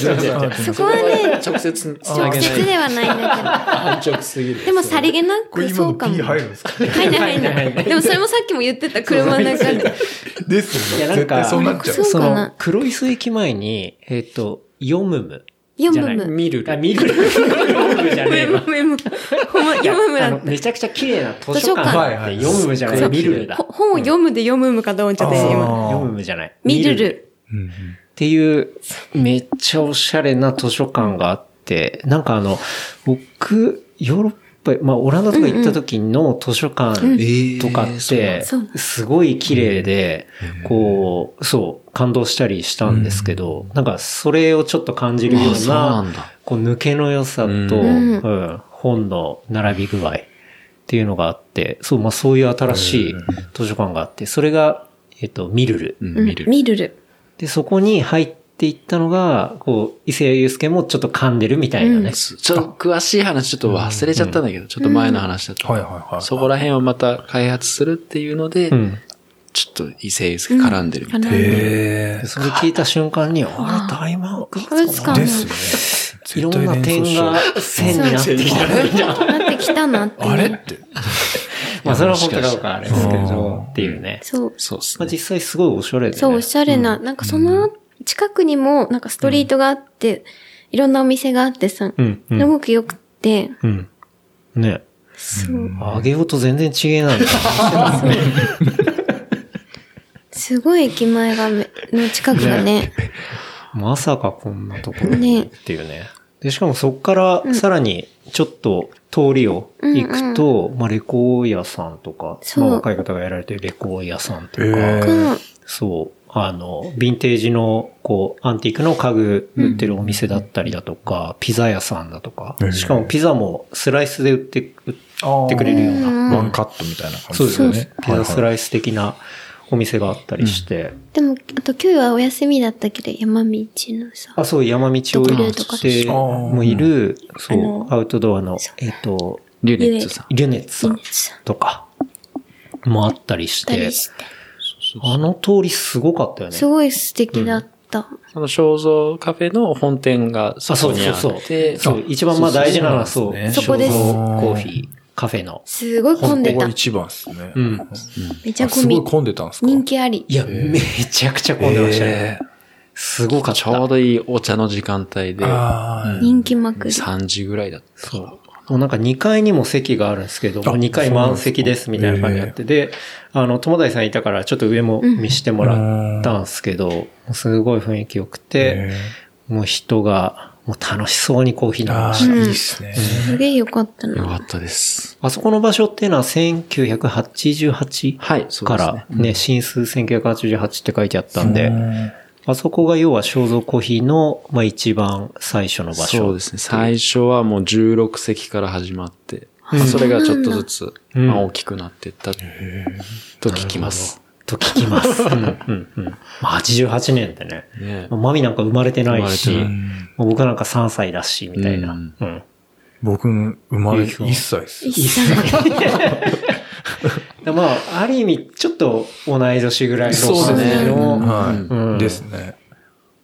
こはね、
直接
直接ではないんだ
安直すぎ
け
る
ど。でもさりげな
これ
く
今
そ
の
うかも
P。入るんですか
入んない入んない。でもそれもさっきも言ってた車の中で。
です
い
よ
やな
ね。
ん
絶
か
対そうなっちゃう
そ。う
そ
かな
の、黒磯駅前に、えっ、と、ヨムム。
ヨ
じ
ム
ゃない
ム。
見る
あ、見る。ヨムムじゃねえ
ヨ
わ
ムムヨムム。ほんま、 ヨムム
あ
だ
の
っ
めちゃくちゃ綺麗な図
図
書
書
館
館
だって、ヨムムじゃない、ミルル
た。
だ
ほ。本を読むでヨムムかと思っちゃったよ、今。
あー
ヨムムじゃない。
見る。る。
っていう、めっちゃおしゃれな図書館があって、なんかあの、僕、ヨーロッパ、まあ、オランダとか行った時の図書館とか
えー
っ
そうなん
て
だ
そう、
すごい綺麗で、こう、そう、感動したりしたんですけど、なんかそれをちょっと感じるよ
あ
う
そうなん
な
だ、
こう、抜けの良さと、
うん
うん本の並び具合っていうのがあって、そう、まあそういう新しい図書館があって、それが、えっと、ミルル。
うん
うん
見る。
見るる。
で、そこに入っていったのが、こう、伊勢祐介もちょっと噛んでるみたいなね。
ちょっと詳しい話ちょっと忘れちゃったんだけど、ちょっと前の話だと。
はいはいはい。
そこら辺をまた開発するっていうので、
うん。
ちょっと異性が絡んでるみたいな。
へ
でそれ聞いた瞬間に、あれ、大魔王
博物
ー
館
ですね
も。
いろんな点 が線になってきた。
なってきたなってね。
あれって。
まあ、それは本当かどうかあれですけど、っていうね。
そう。
そうっす
まあ、
ね。
実際すごいおしゃれで、ね。
そう、おしゃれな、なんかその近くにも、なんかストリートがあって、いろんなお店があってさ、
うん、う
す
ん。
ごく良くて、
うん。ね。
そう、
あげようと全然違えない。
すすごい駅前がめ、の近くがね。
まさかこんなところ
ね
っていうね。で、しかもそこからさらにちょっと通りを行くと、まあレコー屋さんとか、
そう
まあ若い方がやられてるレコー屋さんとか、
へー
うん。
そう、あの、ヴィンテージの、こう、アンティークの家具売ってるお店だったりだとか、ピザ屋さんだとか
へ、ー
しかもピザもスライスで売って、売っ
あ
てくれるような、
ワンカットみたいな感
そうで
じ
す
で
よ
す
ね
ね。。
ピザス
イ
ライス的なお店があったりして、
でも、あと今日はお休みだったけど、山道のさ。
あ、そう、山道を行ってもいる、そ
あ
う、アウトドアの
そ、
えっと、
リュネッツさん。
リュネッツさ
いい
ん
ねさ
とかもあったりし
行った
て
り、して。
あの通りすごかったよね
す。ごい素敵だった。
その肖像カフェの本店がそこにあって、
そう、一番まあ大事なのはそう、
そこです
肖像コーヒー、カフェの。
すごい混んで
ここ
た
が。一番ですね。
うん
あ
めちゃ
す
混
ご
み
い。混んでたんですか
人気あり。
いや、めちゃくちゃ混んでましたね。すごかった。
ちょうどいいお茶の時間帯で、
ああ、
人気まくり。
3時ぐらいだった。
そう。もうなんか2階にも席があるんですけど、もう2階満席ですみたいな感じになって、で、あの、友達さんいたからちょっと上も見してもらったんですけど、もうすごい雰囲気良くて、
へ
もう人が、もう楽しそうにコーヒー
ー
飲んで
あ
まし
ー、
た。
いいっすね。
すげえよかった
よか
な。
ったです。
あそこの場所っていうのは1988
はい、そう
か
です
ら
ね。
ね、新数1988って書いてあったんで
う、ん
あそこが要は肖像コーヒーの、まあ一番最初の場所。
そうですね。最初はもう16席から始まって、まあそれがちょっとずつ、
ん
まあ大きくなっていったと聞きます。
と聞きます。うんうんうん。まあ88年ってね。
ね
まあマミなんか生まれてない
生
し、
まれて
もう僕なんか3歳だし、みたいな。う
うんん。
僕、生まれ
いいですよ
1歳です。
一切。
でまあ、ある意味、ちょっと同い年ぐらいの
そうですね
のう
は
ん
い。ですね。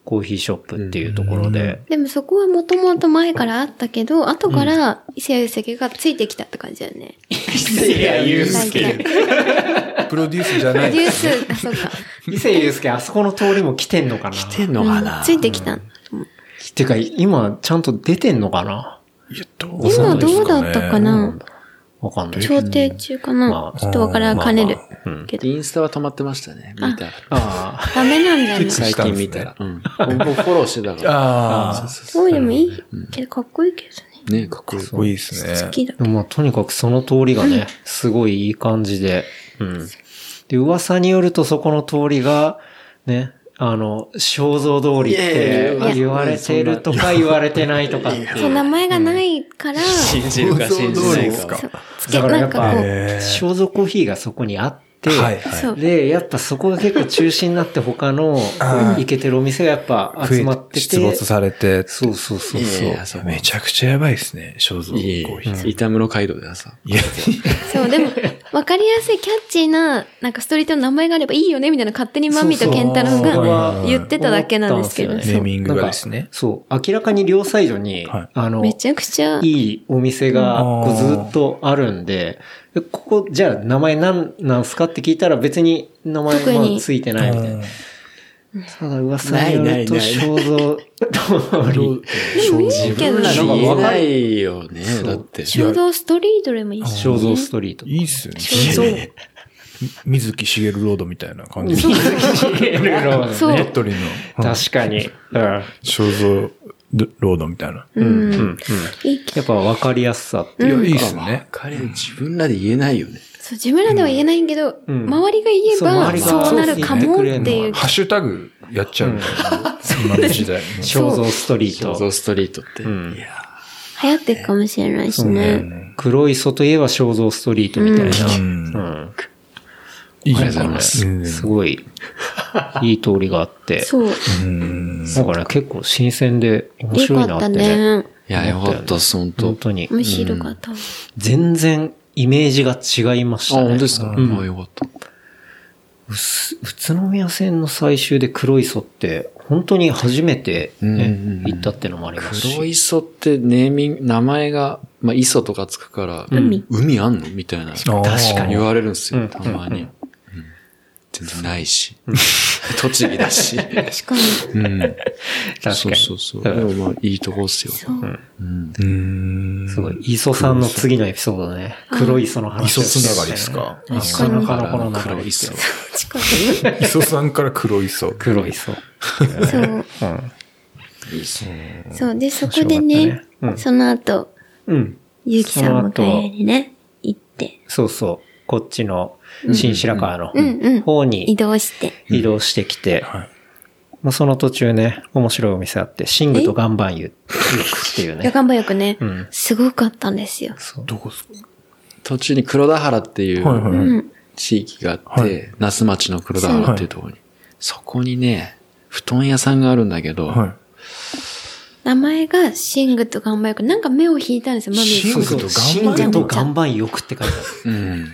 コーヒーショップっていうところで。
でもそこはもともと前からあったけど、後から伊勢祐介がついてきたって感じだよね。
いや、ゆう
なんか
プロデュースじゃな
プロ
い
デュース、あ、そうか。
伊勢祐介、あそこの通りも来てんのかな
来てんのか
う
なん
ついてきた。
てか、今、ちゃんと出てんのかない
やどう
今どうだったか
う
なん
わかんない。
調停中か
ま
な
あ
ちょっとわからん、
まあ
兼ねる
ま。
けど。
インスタは溜まってましたね。見たら。
ああ。
ダメなんじゃない
最近見たら。うん。 僕フォローしてたから。
ああ、
そうでもいいけど、かっこいいけどね。
ねかっこいい。
すごいですね
好。きだ
で。もまあ、とにかくその通りがね、すごいいい感じで。うん。で、噂によるとそこの通りが、ね、あの、肖像通り
い
っ
や
て
いや
言われてるとか言われてないとかっていう
そう、名前がないから、そう
信じるか信じない
想像通りです
か。
か
つけ、
だから
な
や
ん
っ
か
ぱ
こ、う、
へー
肖像コーヒーがそこにあって、
はい
そ
は
う。
で、やっぱそこが結構中心になって他の、いけてるお店がやっぱ
い。
集まってて。
出没されて。
そうそうそうそ
い
う。
やそう
めちゃくちゃやばいですね、肖像コ
い
ーヒー。
い。板室街道でさ。
いや、
そう、でも、わかりやすいキャッチーな、なんかストリートの名前があればいいよね、みたいな勝手にマミとケンタロウ
そう
が
そう
言ってただけなんですけど、
思ったん
ネ
す
ー
よ
ミングがですね。
そう。明らかに両サイドに、
はい
あの、
めちゃくちゃ、
いいお店が
うん
こうずっとあるんで、でここ、じゃあ名前なんなんすかって聞いたら別に名前
特に
もついてないみたいな。ただ噂によ
ないな
る
い
と
ない
肖像 通り。
でもいいけどね、
自分ら
言
の
え
が
ないよね。だって。
ちょうどストリートでもいいし、
肖像ストリート。
いいっすよね。
肖像
ね水木しげるロードみたいな感じ。
そう
鳥取の。うん
確かに。うん。
肖像ロードみたいな。
うん。うん。
いいけど
やっぱ分かりやすさって
い
いう。
や、いいっすね
わ。かる。自分らで言えないよね。
そう、自分らでは言えないけど、
ん
周りが言えば、
そう
そう
周りが
なるかもっていう。
ハッシュタグやっちゃうみたいな。今の時代。
肖像ストリー
肖像
ト。
ストリートって。いや
流行っていくかもしれないしね。
黒い磯といえば肖像ストリートみたいな。うん。
いい
ありがとうございます
うん
すごい、いい通りがあって。
そう。
だから結構新鮮で面
よ
白
か
いな
っ
って
た
ね。
ね。
いや、よかったっす、本当
本当に。
面白かった。
全然イメージが違いまし
あ、
た
本当
ね
で。すかあ、よかった。
宇都宮線の最終で黒磯って、本当に初めてね、
うんうんうん
行ったってのもあります
黒
し。
磯ってネーミング、名前が、まあ、磯とかつくから、海あんのみたいな。
確
かに
言われるんですよ、
うん
たまに。全然ないし。栃木だし。
確かに。
うん。
確かに。
そうそうそう。でもまあ、いいとこっすよ。
そう。
うん。
うん。
すごい。磯さんの次のエピソードだね。黒磯の話
磯
を
つ
し
な
てた
がり
ね
ですか。
なかなかのこの中
黒
で
いっ
す
す
よ
よ。
近く
磯さんから黒磯。
黒磯。
に。そう。
いいっすね。
そう。で、そこでね、
面白かったねうん
その後、
うん。
ゆうきさんも帰りにね、行って、
そうそう。こっちの新白川の
うんうん
方
移
に
動して。
移動してきて、
はい。
まあその途中ね、面白いお店あって、シングと岩盤湯っていう
夜
ね。
間ばよくね、
ん
すごかったんですよ。
どこですか
途中に黒田原ってい
はいはいうはい。
うん。
地域があって、
はい
那須町の黒田原っていうところに。そこにね、布団屋さんがあるんだけど、
はい。
名前がシングと頑張よく、なんか目を引いたんですよ、マミー
シン
さん
グ
そうそう
シ
シ
ン
ン
グ
グ
と岩盤浴
と岩盤浴って書いて
うん。
ある。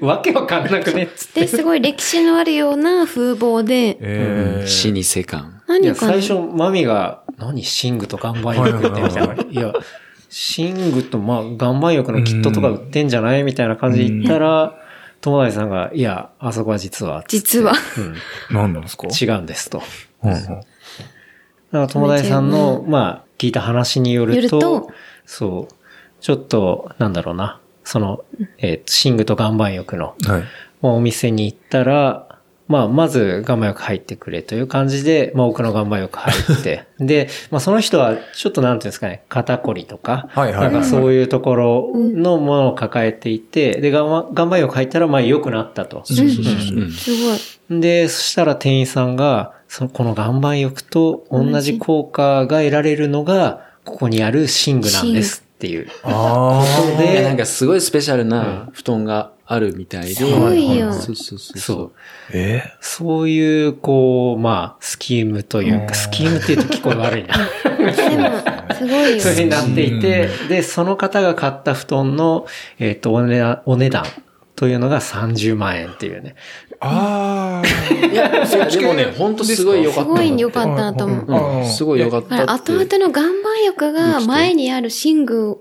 わけわかんなくねっつって。
で、すごい歴史のあるような風貌で、
え
死に世間。
い
何
や、
かな
最初、マミが、何シングと岩盤浴ってみたい
は
な。
い
いや、シングと、まあ、岩盤浴のキットとか売ってんじゃないみたいな感じで言ったら、友達さんが、いや、あそこは実は、
実は、
うん、
ー。何なんですか
違うんですと。
うんうん
だから友達さんの、まあ、聞いた話によ
よ
る
る
と、
と
そう、ちょっと、なんだろうな、その、えーシングと岩盤浴の、
はい。
まあ、お店に行ったら、まあ、まず、岩盤浴入ってくれという感じで、まあ、奥の岩盤浴入 って、で、まあ、その人は、ちょっとなんていうんですかね、肩こりとか、
はいはい
なんかそういうところのものを抱えていて、で、岩盤岩盤浴入ったら、まあ、良くなったと。
そうそうそう。うん。
すごい。
で、そしたら店員さんが、その、この岩盤浴と同じ効果が得られるのが、ここにある寝具なんですっていう。
あ
こと
い
あ。
や
で、
なんかすごいスペシャルな布団があるみたいで。す
ごいよ
そうそうそう。
そう。
え
そういう、こう、まあ、スキームというか、スキームって言うと聞こえ悪いな。
でも、すごいよ。
そういうふうになっていて、で、その方が買った布団の、えっ、とお、ね、お値段というのが30万円っていうね。
あ
いや、いやでもね、ほんとすごい良か
す
った
ご
の。
い良かったなと思う。
うんすごい良かっ
だか
た
ら
っ
後
て。
々の岩盤浴が前にある寝具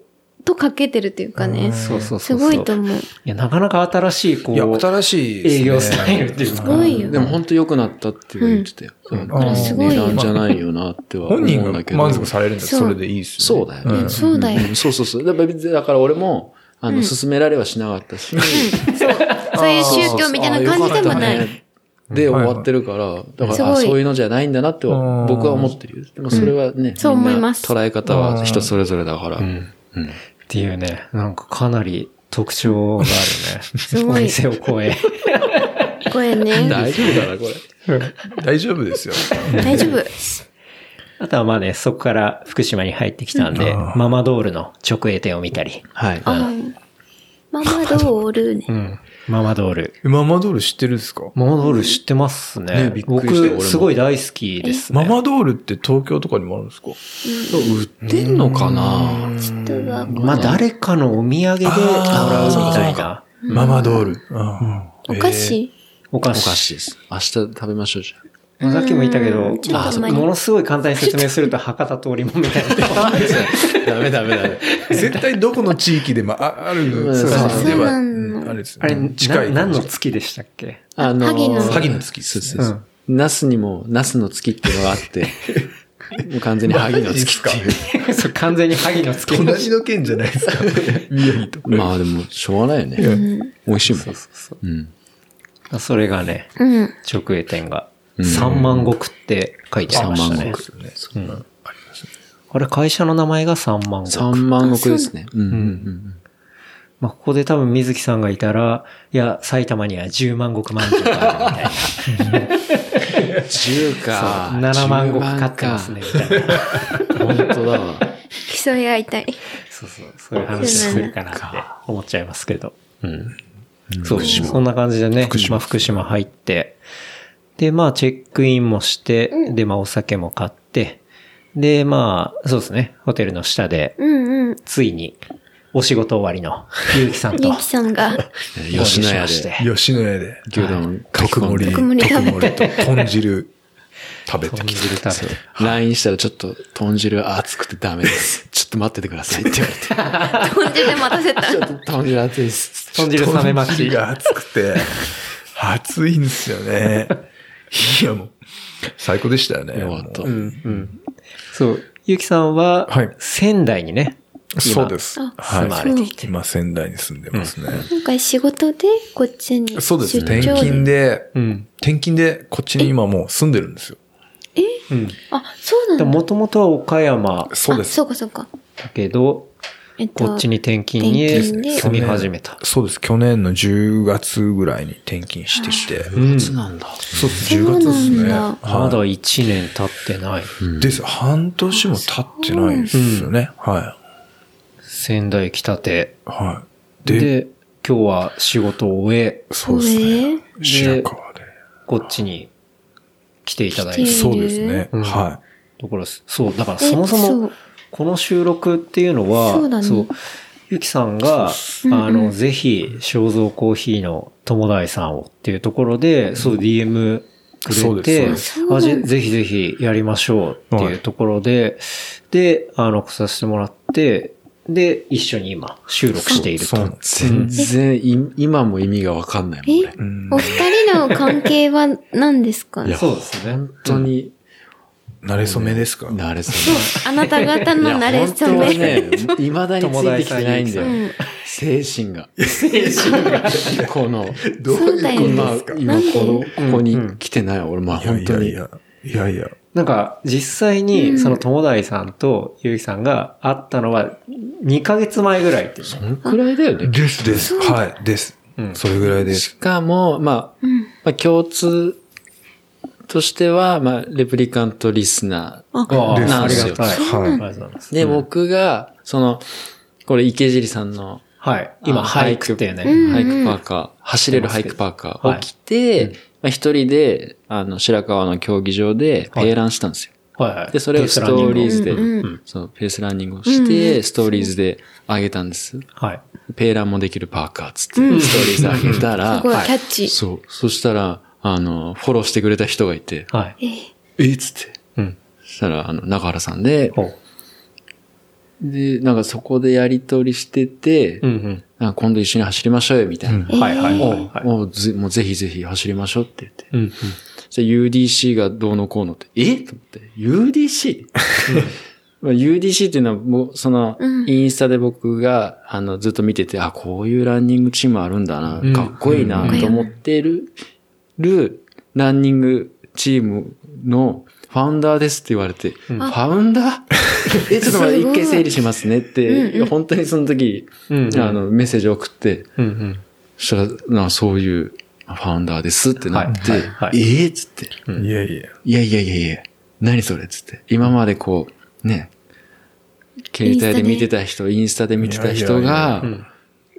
とかけてるというかね、
そうそうそ
す
うそう。
ごいと思う。
いや、なかなか新しい、こ
あ。
う、
いや、新しいですね。
営業スタイルっていう
す
か。
ごいよ。
でも本当良くなったって言ってたよ。
んあー
その値段じゃないよなっては思う
本
んだけど。
人が満足されるんだったら
そう
それでいいです
そ
よ
う
ね。
だよ
う
ね
ん。そうだよ。
うんそうそうそう。だからだから俺も、あの、勧められはしなかったし。
そういう宗教みたいな感じでもな
あーよかった
い。
ねで、終わってるから、だから、あ
すごい
そういうのじゃないんだなっては僕は思ってるよ。でもそれはね、
そう思います
みんな捉え方は人それぞれだから。
っていうね、なんかかなり特徴があ るね。
すごい
お店を超え。
これね。
大丈夫だな、これ。
大丈夫ですよ。
大丈夫。
あとはまあね、そこから福島に入ってきたんで、
うん
ママドールの直営店を見たり。
はい。
あママドールね。
うん。ママドール。
ママドール知ってるんですか
ママドール知ってますね。
ねびっくりした俺も
僕、すごい大好きですね。
ママドールって東京とかにもあるんですか
売ってんのかな
人が
まあ、誰かのお土産でもらうみたいな。
ママドール。あ
お菓子
お菓
お菓
子。
子です。明日食べましょうじゃん。
まあさっきも言ったけど
うんちょっと、前に
ものすごい簡単に説明すると博多通りもみ たいな。
ダメダメダメ。
ー絶対どこの地域でもあある
うん
そう
そう
そうでは
そうなの
うんあれですよ
あれ、
ね。近い
な何の月でしたっけ
あのー、
萩の
萩の月
そうそうそう。ナスにも、ナスの月っていうのがあ って、もう完全に萩の月っていう。
そう、完全に萩の 月。
隣の県じゃないですか。宮城とか。
まあでも、しょうがないよね。美味しいもん。うん。
それがね、
うん。
直営店が、三万石って書いてありましたね。
そうです
うんあれ、会社の名前が三万石。
三万石ですね。うんうんうん。
まあ、ここで多分水木さんがいたら、いや、埼玉には十万石まんじゅうがあるみたい
10か。
な。7万石
10
買ってますね、みた いな。
か。本当だわ。
競い合いたい。
そうそう、そういう話するかなって思っちゃいますけど。うん。そう、そんな感じでね、まあ福島入って、で、まあ、チェックインもして、で、まあ、お酒も買って、で、まあ、そうですね、ホテルの下で、
うんうん。
ついに、お仕事終わりの、ゆうきさんと
ゆ、 きさんが、
吉野家
合流しま
で
し。
吉野家で。
牛丼、
特盛り。
特盛り食べ
特盛りと豚汁食べてきて。
食べて
LINE したらちょっと豚汁熱くてダメです。 ちょっと待っててくださいって言われて。
豚汁で待たせた。
ちょっと豚汁熱いです。
豚汁冷めまし
豚汁が熱くて、暑いんですよね。いや、もう、最高でしたよね。
よかった
も
う、
うん
うん。そう、ゆきさんは
はい、
仙台にね、
そうです。
あ
はい。
住まれていて
今、仙台に住んでますね。
今回仕事でこっちに出張
そうです。転勤で、
うん。
転勤で、こっちに今もう住んでるんですよ。
うん。
あ、そう
で
なんだ。
もともとは岡山
そうで
あ
す
そ。うかそうか。
だけど、
えっと、
こっちに転勤に
転勤で
住み始めた。
そうです。去年の10月ぐらいに転勤してきて。
うん。なんだ。
そうです。10月です
そうな
ね。
んだ
ま
は
だ1年経ってない。
い。です。半年も経ってないですよね。はい。
仙台来たて。
はい。で、
で、今日は仕事を終え、
そうです
え
ね
ー。
白川で。
こっちに来ていただい
来
て
て。
そうですね。
うん
は
ところです。そう、だから
え
そもそ
そ
も
う、
この収録っていうのは、
そうだね
ゆきさんが、
うんうん
あの、ぜひ、肖像コーヒーの友大さんをっていうところで、そう、DM く
そう
れて
で、
すそう
あ
です
ぜぜひぜひやりましょうっていうところで、で、あの、来させてもらって、で、一緒に今、収録してい
い。
る
そう
と
なん。ですよ。
全然い、今も意味がわかんないもんね
え。
うん
お二人の関係は何ですか
い
ね
や
そうですね。
本当に、
慣れ初めですか
慣れそうな。
あなた方の慣れそ
いや本
め。
当はね、未だについてきてないんだ
う
よ。
ん
精神が。精神が。この、
ど
そうだよ
今
ね、
今
なんで
この、ここに来てない。俺、まあ
いや
本
い
当
や
に
い。や。いやいや。
なんか、実際
うん
に、その友大さんとゆきさんが会ったのは、2ヶ月前ぐらいっていうね
このくらいだよね。
ですです。はい。です。
うん
それぐらいです。
しかも、まあ、
うん。
まあ、共通としては、まあ、レプリカントリスナ
あ、
ーなん
あ
で
り
す
が
よ。
たい。
そうなんだ
ありがとうございます
で、僕が、その、これ池尻さんの
はい。今、
あ
俳句っていうね。
うん
ハイクパーカー、走れるハイクパーカーを着て、
はいうん
まあ、一人で、あの、白川の競技場で、ペーランしたんですよ。
はいはい。
で、それをストーリーズで、
うんうん
そのペースランニングをして、ストーリーズで上げたんです。
はい。
ペーランもできるパーカーっつって、ストーリーズ上げたら、
すごい
は
キャッチー
そう。そしたら、あの、フォローしてくれた人がいて、
はい。
え
えっつって。
うん。
そしたら、あの、中原さんで、
ほう。
で、なんかそこでやりとりしてて、
うん
なんか今度一緒に走りましょうよ、みたいな。
うん
うん。はいはいはいはい。
もうぜもうぜひぜひ走りましょうって言って。
うんうん。
じゃ UDC がどうのこうのって、えと思って、UDC? まあ UDC っていうのは、もう、その
う、ん
インスタで僕が、あの、ずっと見てて、あ、こういうランニングチームあるんだな、
うん
かっこいいな、と思ってる、る、ランニングチームの、ファウンダーですって言われて、ファウンダ ーえ、ちょっと待って、
すごい
一回整理しますねって、本当にその時、
うんうん
あの、メッセージ送って、
うんうん。
そしたら、なんかそういう、ファウンダーですってなって、
はいはいはい
ええっつって、
いやいや。
いやいやいやいや、何それっつって。今までこう、ね、携帯で見てた人、インスタで見てた人が、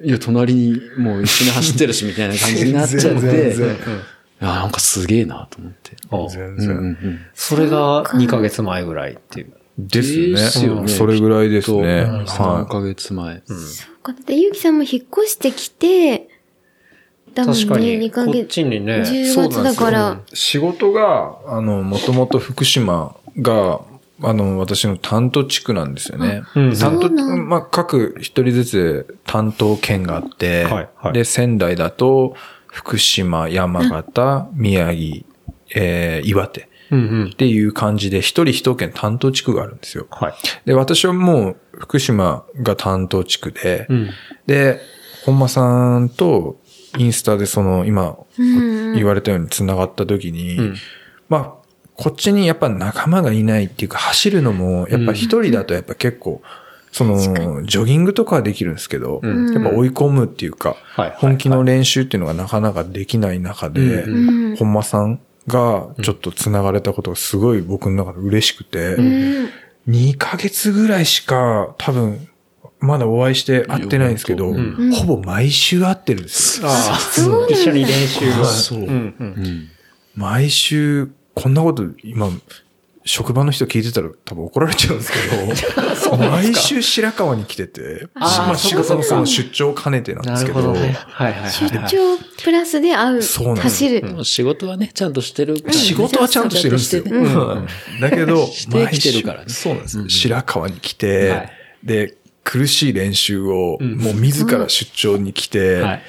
いや隣にもう一緒に走ってるし、みたいな感じになっち ゃっ
全
て、
然
あなんかすげえなと思って。
ほう
全
うん
然。
うんうん
それが2ヶ月前ぐらいっていう。
です
です
よ
よ
ね。
ね
それぐらいですね。
うん3
は
ヶ月前。
そうか。だって、ゆうきさんも引っ越してきて、だもんね、
確かに、
2
こ
ヶ
っ
月。
ちにね。
い。
10
そうなん
月
で
だ
すよ
から。
仕事が、あの、もともと福島が、あの、私の担当地区なんですよね。
うん
担
そ
当、
うなん
まあ、各一人ずつ担当県があって、
はいはい
で、仙台だと、福島、山形、宮城、えー、岩手っ
うんうん。
ていう感じで、一人一県担当地区があるんですよ。
はい。
で、私はもう、福島が担当地区で、
うん。
で、本間さんとインスタでその今
うん
言われたように繋がった時に、
うん
まあ、こっちにやっぱ仲間がいないっていうか走るのも、やっぱ一人だとやっぱ結構、その、ジョギングとかはできるんですけど、
うん
やっぱ追い込むっていうか、
はいはい
本気の練習っていうのがなかなかできない中で、
う
うん。
本間さんがちょっと繋がれたことがすごい僕の中で嬉しくて、
うん。
2ヶ月ぐらいしか、多分、まだお会いして会ってないんですけど、
うん
ほぼ毎週会ってるんですよ。
あ
そうなん
あ、
だ
一緒に練習を。
そう
うんう
う
ん。
ん
毎週、こんなこと、今、職場の人聞いてたら多分怒られちゃうんですけど、毎週白川に来てて、
あー
まあ仕事の
そ
そ
か
うの出張を兼ねてなんで
な
す
る
け
ほ
ど、
どね。はいはい
出
はいはい。
張プラスで会う。
そうなんです
走る。
もう仕事はね、ちゃんとしてるからね。
仕事はちゃんとしてるんですよ。
ちゃんとしてね
うんだけど、
してきてるからね
毎週そうなんです。
うんうん
白川に来て、
はい
で、苦しい練習を、
うん
もう自ら出張に来て、
はい。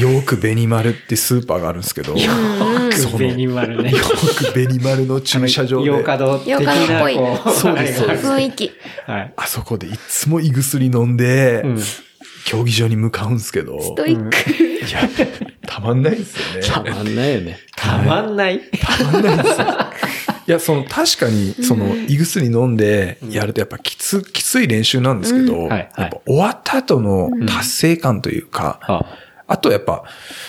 よくベニマルってスーパーがあるんですけど、よ
くベニマルね。
くベニマルの駐車場
洋
で、
華堂的な
洋華堂っ
こう、そうです
雰囲気。
はい。
あそこでいつも胃薬飲んで、
うん。
競技場に向かうんですけど、
ストイック。
いや、たまんないですよね。
あんないよね。
たまんない。
いや、その、確かに、その、胃薬飲んでやるとやっぱきつ、きつい練習なんですけど、
んはい
やっぱ終わった後の達成感というか、
あ
あとやっぱ、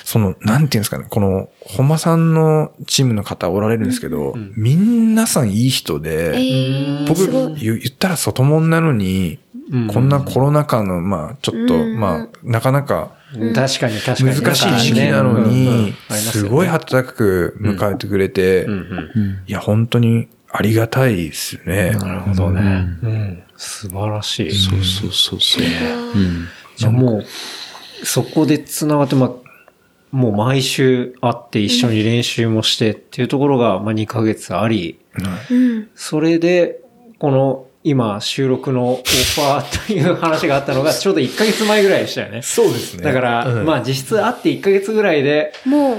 その、なんていうんですかね、この、本間さんのチームの方おられるんですけど、
ん
みんなさんいい人
え
で、
ー、
僕
すごい。
言言ったら外もんなのに、こんなコロナ禍の、まあ、ちょっと、
うん
まあ、なかなか
確かに確か
難
に。
しい時期なの
うんうんうん
に、
ありますよね
ごい温かく迎えてくれて、
うんうん
うん。
いや、本当にありがたいですよね。
なるほどね。
うん
うん。素晴らしい。
そうそうそうそう。うん。
じゃあもう、そこで繋がって、まあ、もう毎週会って一緒に練習もしてっていうところが、まあ2ヶ月あり、
うん。
それで、この今収録のオファーという話があったのがちょうど1ヶ月前ぐらいでしたよね。
そうですね
だから、まあ実質会って1ヶ月ぐらいで、
も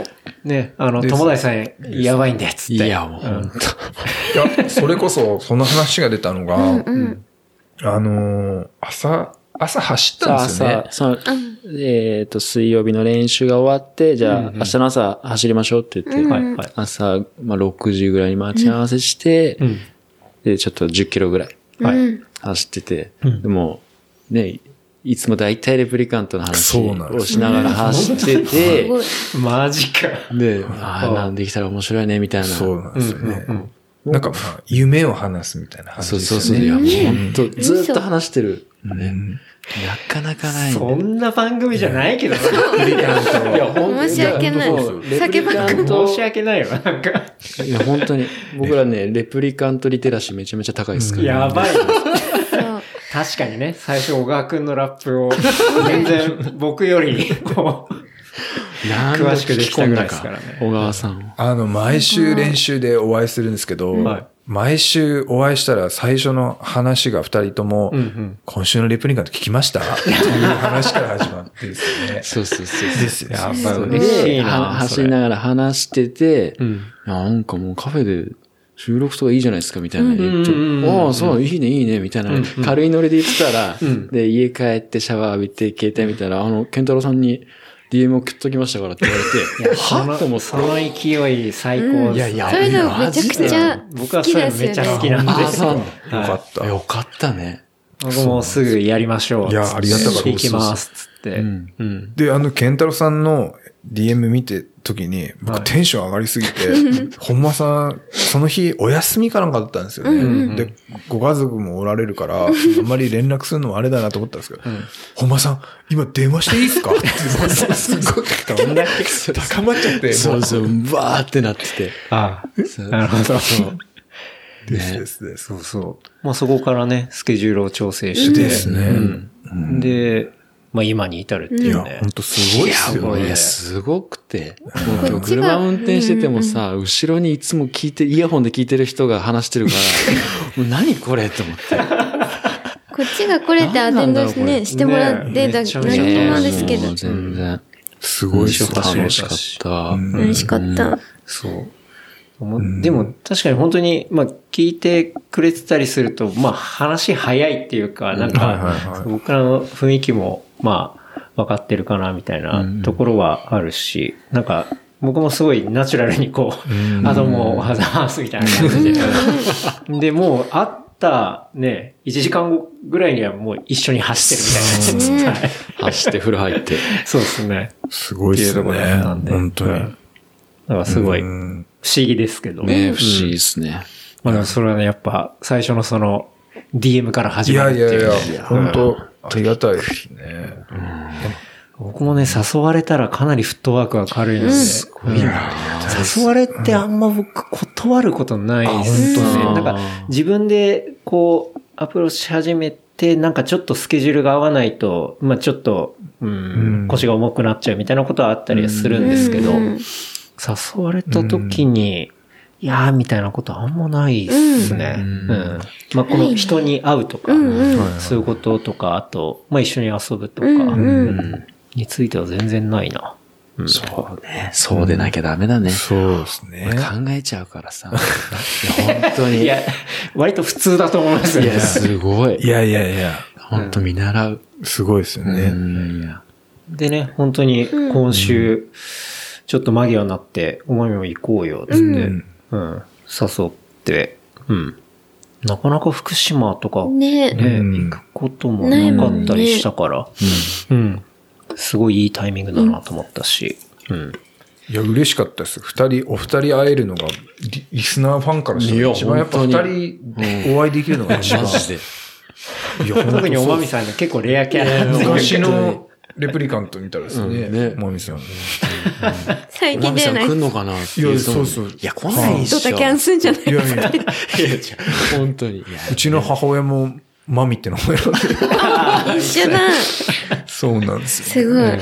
う、
ね、あの、友達さんやばいんで、つって。
いや、もう、ほんと。
いや、それこそ、その話が出たのが、
うん。
あのー朝、朝走っ
さあ
たんですよ
朝
ね、。
その、えっと、水曜日の練習が終わって、じゃあ、明日の朝走りましょうって言って、
はい、はい。
朝、まあ、6時ぐらいに待ち合わせして、
うん。
で、ちょっと10キロぐらい
はい
うん。
走ってて、
うん
でも、ね、いつも大体レプリカントの話
そうなんです
をしながら走って
す
て、
ごい。
マジか。
で、ああ、なんできたら面白いね、みたいな。
そうなんですよね。
うんうん
なんか、まあ、夢を話すみたいな話
そ
で
う
す
そ
よ
う
ね。
そう。いや、もう本当
嘘
ずっと話してる。ね
ん
なかなかない
そ
ね。
んな番組じゃないけどな。
いや、ほんと
申し訳ない
やほんとそうレプリカント
申し訳ないわ、なんか。
いや、本当に。僕らね、レプリカントリテラシーめちゃめちゃ高いですから、ね。
やばい。
そう。
確かにね、最初小川くんのラップを、全然僕より、こう、
なん
詳しくできたぐらいですからね
小川さんを。。
あの、毎週練習でお会いするんですけど、
はい
毎週お会いしたら最初の話が二人とも、
んうん
今週のレプリカント聞きましたっていう話から始まってですね
そうそうそう。
ですよね。やっぱ
嬉しい
で、
な
は
そ
走
れ
りながら話してて、
う
い
ん。
やなんかもうカフェで収録とかいいじゃないですか、みたいな。
んうんうんうん
ちょああ、そう、いいね、いいね、みたいな。軽いノリで言ってたら、で、家帰ってシャワー浴びて、携帯見たら、あの、ケンタロウさんに DM 送っときましたからって言われて、はっと思って
そ。の勢い最高です。
いや
それでもめちゃくちゃ
僕は
好き
それ
です
め
よ
ちゃ好き
ね。
なん
あ
で
あ、
す。
そうなん
よかった
だ。。よかったね。
僕もすぐやりましょう。
いやありがたかった
行きます、つって。
ん
うん。
で、あの、ケンタロウさんの DM 見て時に、僕テンション上がりすぎて、本間さん、その日お休みかなんかだったんですよね。で、ご家族もおられるから、あんまり連絡するのもあれだなと思ったんですけど、本間さん、今電話していいですかって、すごい 高まっちゃって、
そ
もう
うそう、わーってなって て。
ああ、
そう
なるほど。
ですですです。
そうそう。まあそこからね、スケジュールを調整し
で
て。
すね。
うんで、まあ今に至るって
い
い
や、
うね
ほん。とすごいっすよ
い
ね
や。
すごくて。もう
こっちが
車運転しててもさ、後ろにいつも聞いて、イヤホンで聞いてる人が話してるから、もう何これと思って。
こっちが来れてアテンドし,、
なんなんだろうこれ
ね、してもらってただけ
ねめちゃめちゃ
なんですけど
もう。全然。
すごいっすよね
楽しかった。
ん
嬉しかった。
そう。もでも確かに本当に、まあ聞いてくれてたりすると、まあ話早いっていうか、なん
はいはいは
か
い、
僕らの雰囲気も、まあ分かってるかなみたいなところはあるし、なんか僕もすごいナチュラルにこう、あ、どうも、おはざいますみたいな感じで。で、もう会ったね、1時間後ぐらいにはもう一緒に走ってるみたいな。 はい
走って風呂入って。
そうですね。
すごいっすよ
っていうところ
ね。
だったんで
本当に。
だからすごい不
う
思
ん
議ですけど。
ね不思議ですね。
まあでもそれはね、やっぱ最初のその DM から
い
始ま
や
るっ
い
ていう、
や
ね。
いや、本
うん
当ありがたいですね。
僕もね、誘われたらかなりフットワークが軽いので。うん誘われってあんま僕断ることないです
あ
ね。
本当
なんか自分でこうアプローチし始めて、なんかちょっとスケジュールが合わないと、まあちょっと、うん
ん
腰が重くなっちゃうみたいなことはあったりはするんですけど、
うんうん
誘われた時に、いやーみたいなことあんまないですね。うん。まあ、この人に会うとか、
うんうん
そういうこととか、あと、まあ一緒に遊ぶとか、
うんうん
うんについては全然ないな。うん。
そうね。そうでなきゃダメだね。
そうですね
俺。考えちゃうからさ。いや、本当に。
いや、割と普通だと思いますよ
い
ね
や、。すご
い
い。
やいやいや、
本当見習う。
すごいですよ
う
ね。
ん。いや
でね、本当に今週、ちょっと間際になって、お前も行こうよ、つって、うん、誘って、うん。なかなか福島とか、ね、
ねえ。
う
行
ん
くこともなかったりしたから、うん。すごいいいタイミングだなと思ったし、うん。
いや、嬉しかったです。二人、お二人会えるのが、リリスナーファンからした
い
ら
や
一番やっぱ
本
二
当
人お会いできるのが一番。
マジで。
いや、本当
特におまみさんが結構レアキャラなんで
昔のレプリカント見たらです
うんね
ね、おまみさん。
最
おま
近
み
出
さん
ない
来。んのかなって言と思
いやそうそう
いや、来ないでしょ。
ドタキャンすんじゃない
いやいや、
いや違う本当に。いや
うちの母親も、マミって名前なんで。
一緒だ。
そうなんですよ。
すごい。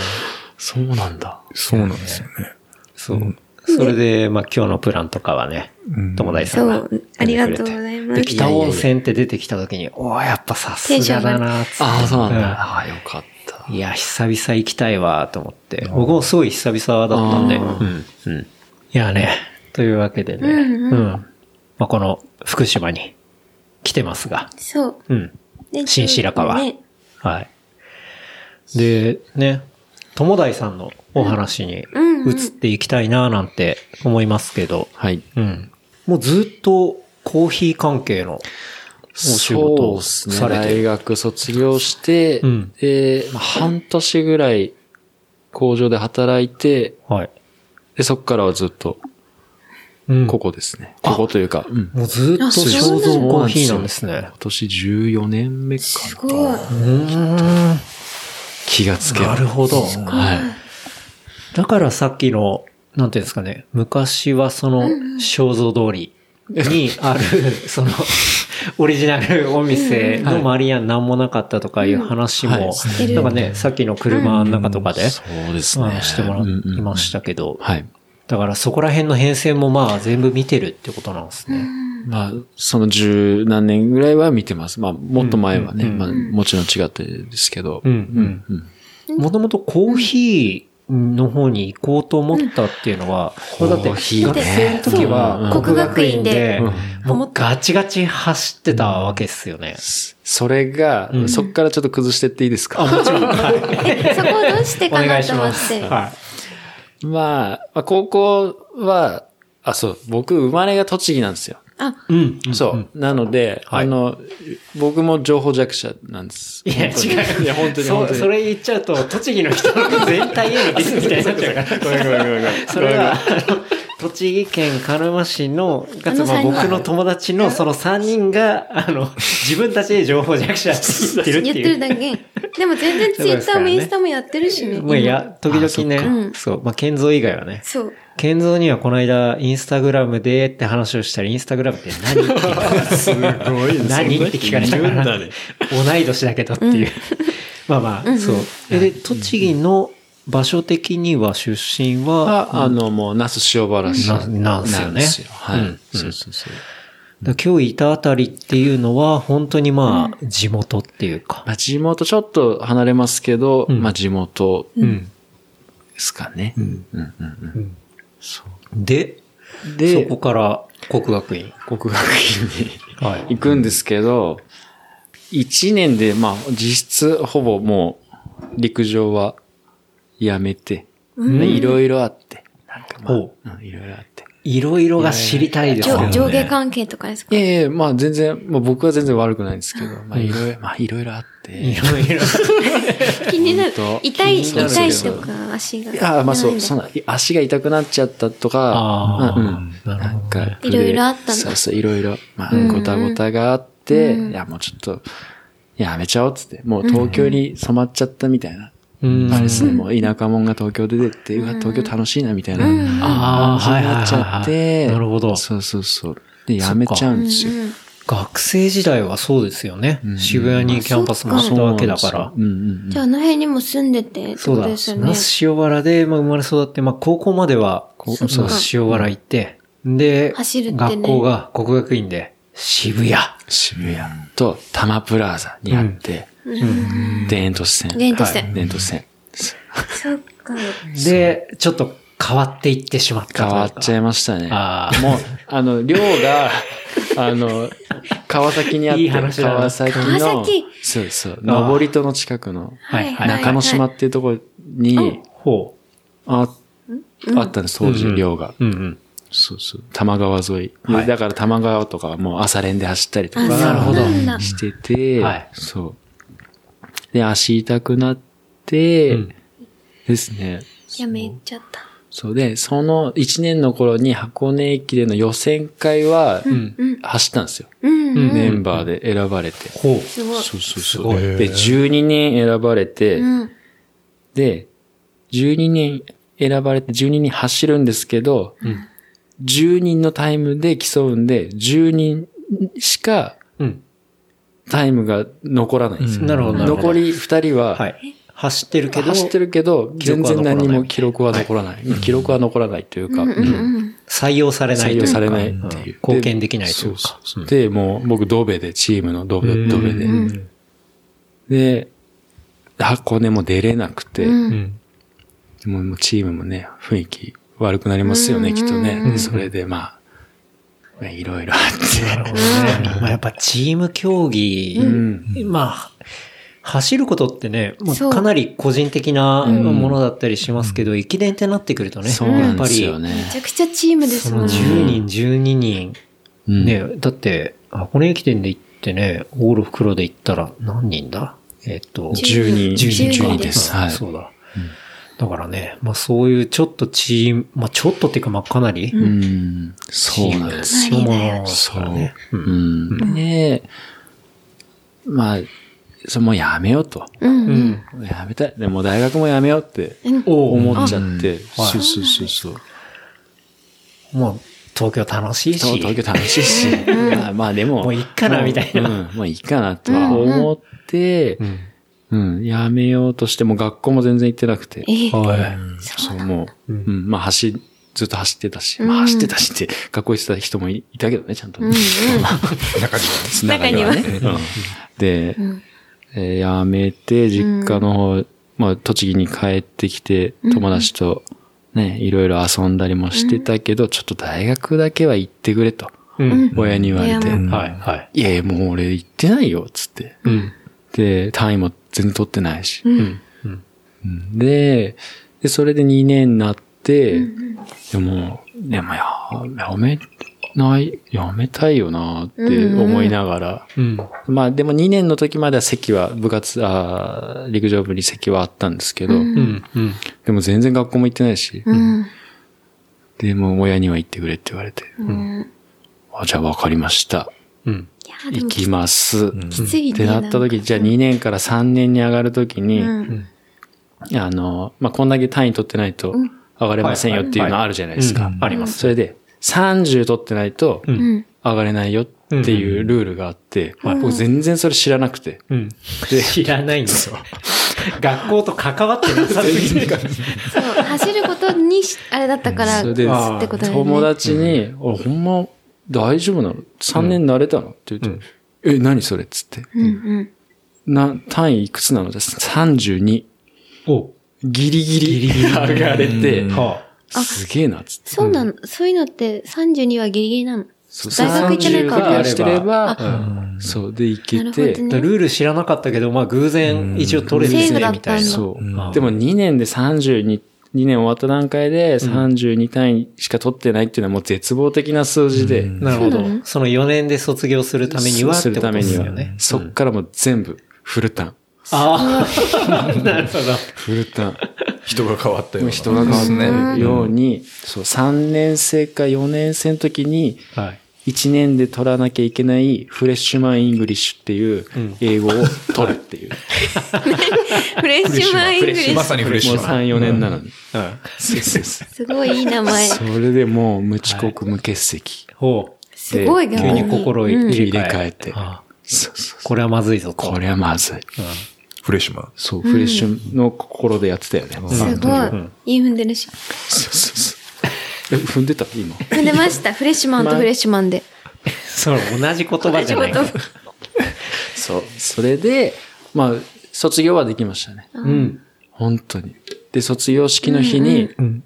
そうなんだ。
そうなんですよね。
そう。それで、まあ今日のプランとかはね、友達さんが
そ。う。ありがとうございま
で、
す。
北温泉って出てきた時に、おーやっぱさすがだな、つって。
ああ、そうなん
うん
だ。ああ、よかった。
いや、久々行きたいわ、と思って。僕もすごい久々だったんで。
あ
うん。うん。いやね、というわけでね。うん、まあ、この、福島に来てますが。
そう。
うん。
で
新白川
ね
はい。で、ね、友大さんのお話に
うんうん
移っていきたいな、なんて思いますけど。
はい。
うん。もうずっと、コーヒー関係のお仕事
そう
を
ですね。
されてる。
大学卒業して、
うん
で、まあ、半年ぐらい工場で働いて、
はい。
で、そこからはずっと、
うん
ここですね。ここというか、うん
もうずっと
あそう
肖像コーヒー
そうなんん
なで
です
ね。
今年14年目か
す
な。
ごい。
うん。
気がつけば
なるほど。
はい。
だからさっきの、なんていうんですかね、昔はその肖像通りにあ る、その、オリジナルお店の周りには何もなかったとかいう話
うんは
も
い知
って、る
なんかね、さっきの車の中とかで、
そうです
ま
ね。
あしてもら
うんうん
いましたけど、
はい。
だからそこら辺の変遷もまあ全部見てるってことなんですね。
まあ、その十何年ぐらいは見てます。まあ、もっと前はね、
うんうん
まあ、もちろん違ってですけど。
うん
うん
うん。もともとコーヒーの方に行こうと思ったっていうのは、まあだって
コーヒーね
学生の時は
そう
国学院で
うん、
もうガチガチ走ってたわけっすよね。
それが、
うん
そっからちょっと崩してっていいですか
えそこをどうして
お
か
願
ない
し
と思
ま
っ
す。
て。
は
まあ、まあ、高校は、あ、そう、僕、生まれが栃木なんですよ。
あ、
い。うん。
そう。なので、
は
あ
い
の、僕も情報弱者なんです。
いや、違う。
いや、本当に
そ
本
う
当に。
それ言っちゃうと、栃木の人の全体へのディスみたいになっちゃうから。
ごめんごめんごめんごめん
それは、あの栃木県鹿沼市の、かつ、
あの
まあ
三人
僕の友達のその3人が、あの、自分たちで情報弱者って言ってる
言
っ
ってて
いう
る。だけ。でも全然ツイッターもインスタもやってるしね。
もうや、時々
あそっ
ね、そう、まあ、健三以外はね
今。、そう。
健三にはこの間、インスタグラムでって話をしたら、インスタグラムって何って聞いたから
すごい
何って聞かれたから、同い年だけどっていう。まあまあ、そう。えで、栃木の場所的には出身は、
あの、もう、那須塩原市。
ななんですよね
なはい。
うん
そうそうそう。
だから今日いたあたりっていうのは、本当にまあ、地元っていうか。
まあ、地元ちょっと離れますけど、
ん
まあ、地元
うん。
ですかね。うんうんうん
で、
で
そこから国学院。
国学院
は
に行くんですけど、1年で、まあ、実質、ほぼもう、陸上はやめて、でいろいろあって、なんかま
ほ
あ、うんいろいろあって。
いろいろが知りたいですよね。
上上下関係とかですか
ええまあ全然、まあ僕は全然悪くないんですけど、まあいろいろ、まあいろいろあって。
いろいろ。
気になる
ほんと。
痛い、
気になるけ
痛
ど
いとか足が。
ああ、まあそ
痛
う、そ
いん
ん
だ
な、足が痛くなっちゃったとか
あ、ー
うんうん
なるほど
んか
いろいろあったんだ
そうそう、いろいろ、まあ、
うんうん
ごたごたがあって、いや、もうちょっと、やめちゃおうっつって、もう東京に染まっちゃったみたいな。
うん
あれですね、もう田舎者が東京で出てって、うわ、東京楽しいなみたいな。
ああ、はい
なっちゃっ
はいはい
て、
はい。なるほど。
そうそうそう。で、やめちゃうんですよ。
学生時代はそうですよね。渋谷にキャンパスもしたわけだから。
うんうん。
じゃあ、あの辺にも住んでてってこ
そう
と
だ。那
ですよね。
須塩原で、まあ、生まれ育って、まあ、高校までは、こう
そっか
那須塩原行って、で、
走るってね
学校が国学院で、渋谷。
渋谷と多摩プラザにあって、で、煙突線。
連として
はい。煙突線。
そっか。
で、ちょっと変わっていってしまった
変
というか。
わっちゃいましたね。
ああ
もう、あの、量 が、あの、川崎にあって、
いい話だな
川崎の、
川崎
そうそう、登戸の近くの、
はいはい
中之島っていうところに、
ほ
ああったんです、当時、量が。
う。うんうん。
そうそう。多摩川沿い。
はい
だから多摩川とかはもう朝練で走ったりとか
あそう
なるほど
なんだ
してて、
はい
そう。で、足痛くなって、
うん
ですね。
やめちゃった。
そうで、その1年の頃に箱根駅伝の予選会は
うん。
走ったんですよ。
うん。
うん
メンバーで選ばれて。
ほう。
すごい。
そうそう
す
そ
ご
う。
い
で、12人選ばれて、
うん。
で、12人選ばれて12人走るんですけど、
ん
10人のタイムで競うんで、10人しか
うん。
タイムが残らないんですよ。
なるほど、なるほど。
残り2人は、
はい。走ってるけど、
走ってるけど、
記録
全
は
然何も記
記
録は残らない。記録は残らないというか、
採用されないと
採用
いうか
されないっていう。
貢献できないというか
そうそうそうで、もう僕、ドベで、チームのドベドベで。で、箱根も出れなくて、
うん。
でももうチームもね、雰囲気悪くなりますよね、きっとね。でそれでまあ、ねいろいろあって。
まあやっぱチーム競技、
うん。
まあ、走ることってね、も
そう
うかなり個人的なものだったりしますけど、駅伝ってなってくるとね、
そうな
やっ
ん
ぱ
です
り
よ、ね。
めちゃくちゃチームです
そ
もん
の
ね。
10人、12人、
うん
ね、だって、箱根駅伝で行ってね、オール袋で行ったら何人だえっと、
12
10人か
12です
あ
はい
そうだ。だからね、まあそういうちょっとチーム、まあちょっとっていうか、まあかなり、
うん。そうなんです
そのものだ
そ
から
う
ね。。
うん。で、まあ、それもうやめようと。
うん。
うん。
やめたい。でもう大学もやめようって
おう
思っちゃって。
はい
そうそうそうそう。
まあ、東京楽しい
そう
し、
東京楽しいし。まあまあでも。
もういっかな
もう
みたいな
うんもういいかなとは思って、うん、やめようとしても学校も全然行ってなくて。
ええ。
はい。
そう、もう、うん、まあ走、ずっと走ってたし、まあ走ってたしって、学校行ってた人もいいたけどね、ちゃんとね。
中に
中にはね。
うんで、えーやめて、実家の方、まあ、栃木に帰ってきて、友達とね、いろいろ遊んだりもしてたけど、ちょっと大学だけは行ってくれと、
うん。
親に言われて
いや。も
はい、はい。
いやいや、もう俺行ってないよ、つって。
うん。
で、単位も全然取ってないし。
うん。うん。
うんで、で、それで2年になって、でも、でもや、やめない、やめたいよなって思いながら、
うん。
まあでも2年の時までは席は、部活、あー陸上部に席はあったんですけど、
うん。うん。
でも全然学校も行ってないし、
うん。
でも親には行ってくれって言われて、
うん。
あじゃあわかりました。
うん。
いや、で
行
も
きます。
きつい
ってなった時、じゃあ2年から3年に上がる時に、
うん。
あの、まあ、こんだけ単位取ってないと上がれませんよっていうのあるじゃないですか。。
はいはいうんあります
それで、30取ってないと
ん
上がれないよっていうルールがあって、僕全然それ知らなくて。
うん。知らないんですよ。学校と関わってなさすぎて。
そう、走ることにし、あれだったから、っ
そ
て
れで、
あー
ことだよね。
友達に、俺ほんま大丈夫なの ?3 年慣れたのって言って、え、何それっつって。
うん
な、単位いくつなのじゃあ32。
お
ギリギリ上がれて、
は
すげえなっつって。
そうなの、そういうのって32はギリギリなの。
そう
大学行ってないから
30がしてれば、
あ
そう、で、いけ
なるほど
て、
ね
ルール知らなかったけど、まあ偶然一応取れて
セーフ
ね
だ、
み
ったた
い
ん
な。
だ。
そう。でも2年で32、2年終わった段階で32単位しか取ってないっていうのはもう絶望的な数字で。
なるほど。その4年で卒業するためにはっ
す
て
る
こ
た
と
め
で
に
す
は
よね。。
そっからもう全部、フルターン。
ああ、なるほど。
フルターン。
人が変わったような。
人が変わったように、そう、3年生か4年生の時に、
はい。
1年で取らなきゃいけないフレッシュマンイングリッシュっていう英語を取るっていう。
フレッシュマンイングリッシ
ま
ュ。
さにフレッシュ
もう3、4年なのに。そうそうそう
すごいいい名前。
それでもう無遅刻無欠席。
ほう。
すごい逆
急
に。
に心を
入
入
れ
れ
替
替
え
え
て。
あ
そうそう
これはまずいぞと。
これはまずい。
フレッシュマン。
そう、フレッシュの心でやってたよね。そう
すごい。いい踏んでるし。
そうそう。え、踏んでた今。
踏んでました。フレッシュマンとフレッシュマンで。
その同じ言葉じゃないか。
そう。それで、まあ、卒業はできましたね。
うん。
本当に。で、卒業式の日に、
うん。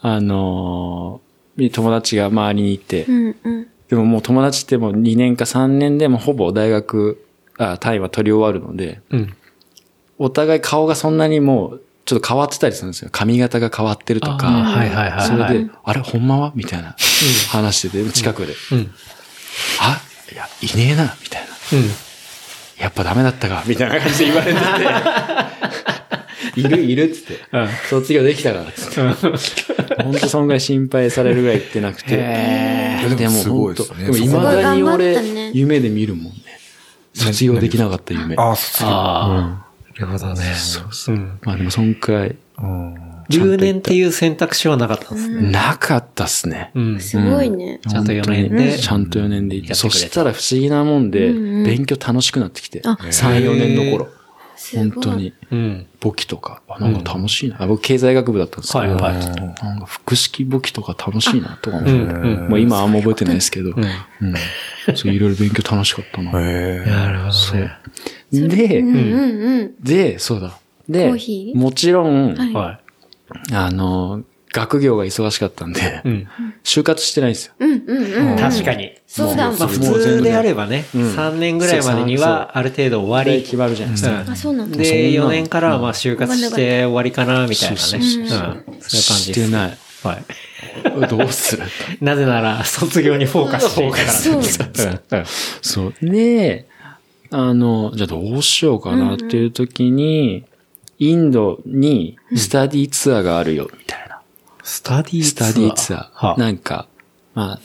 あのー友達が周りにいて、
うんうん。
でももう友達ってもう2年か3年でもうほぼ大学、あ、単位は取り終わるので、
うん。
お互い顔がそんなにもう、ちょっと変わってたりするんですよ。髪型が変わってると
あー
か、
はいはいはいはい。
それで、あれ、ほんまはみたいな話してて、近くで。
うん。うん。
あ、いや、いねえな、みたいな。やっぱダメだったか、みたいな感じで言われて て。いるいるっつって。
うん
卒業できたからっつって。ほんとそんぐらい心配されるぐらい言ってなくて。
ー
でも
すごいです
本当
ね
でも
そこ
未だ
頑張っ
に
た
俺
ね、
夢で見るもんね。卒業できなかった夢。
ああ、卒業。
あ
なるほどね。
そう
あ。
そうう。
ん。
まあでもそんくらい、
うん。
10年っていう選択肢はなかったんですね。
なかったっすね。
うん。
すごいね。
ちゃんと4
本
年
当に
で。
ちゃんと4年で行っ
や
て。
ってくれ
そ
た
したら不思議なもんで、
うんうん
勉強楽しくなってきて。
あ
3、4年の頃。
すごい
本当。に。
うん。
簿記とか、あなんか楽しいな。あ僕経済学部だったんですけど、
はいはい
なんか複式簿記とか楽しいなとか思
う
っ
ん
て、
うん。
まあ今はあんま覚えてないですけど、うんん。そういろいろ勉強楽しかったな。
へえ。
なるほどね。
で
う、んうんうん。
で、そうだ。
コ
で
ーヒ、ー
もちろん、
はい
は
あの、学業が忙しかったんで
い。う、ん。
就活してないんですよ。
うんうんうん。
確かに。
そうだわ
もう
まあ普通であればね、3年ぐらいまでにはある程度終わ
大
り。
決まるじゃないですか。
あ、そうなんだ。
で、
そんな
4年からはまあ就活して終わりかな、みたいなね。。
そううんそう
そう
そう
いう感じです。
してない。
はい。
どうする
なぜなら、卒業にフォーカスしていたか ら。
そう
うんうん
そう。で、あの、じゃあどうしようかなっていう時に、インドにスタディツアーがあるよ、みたいな。
スタディ
スタディツア
は
ー。なんか、ま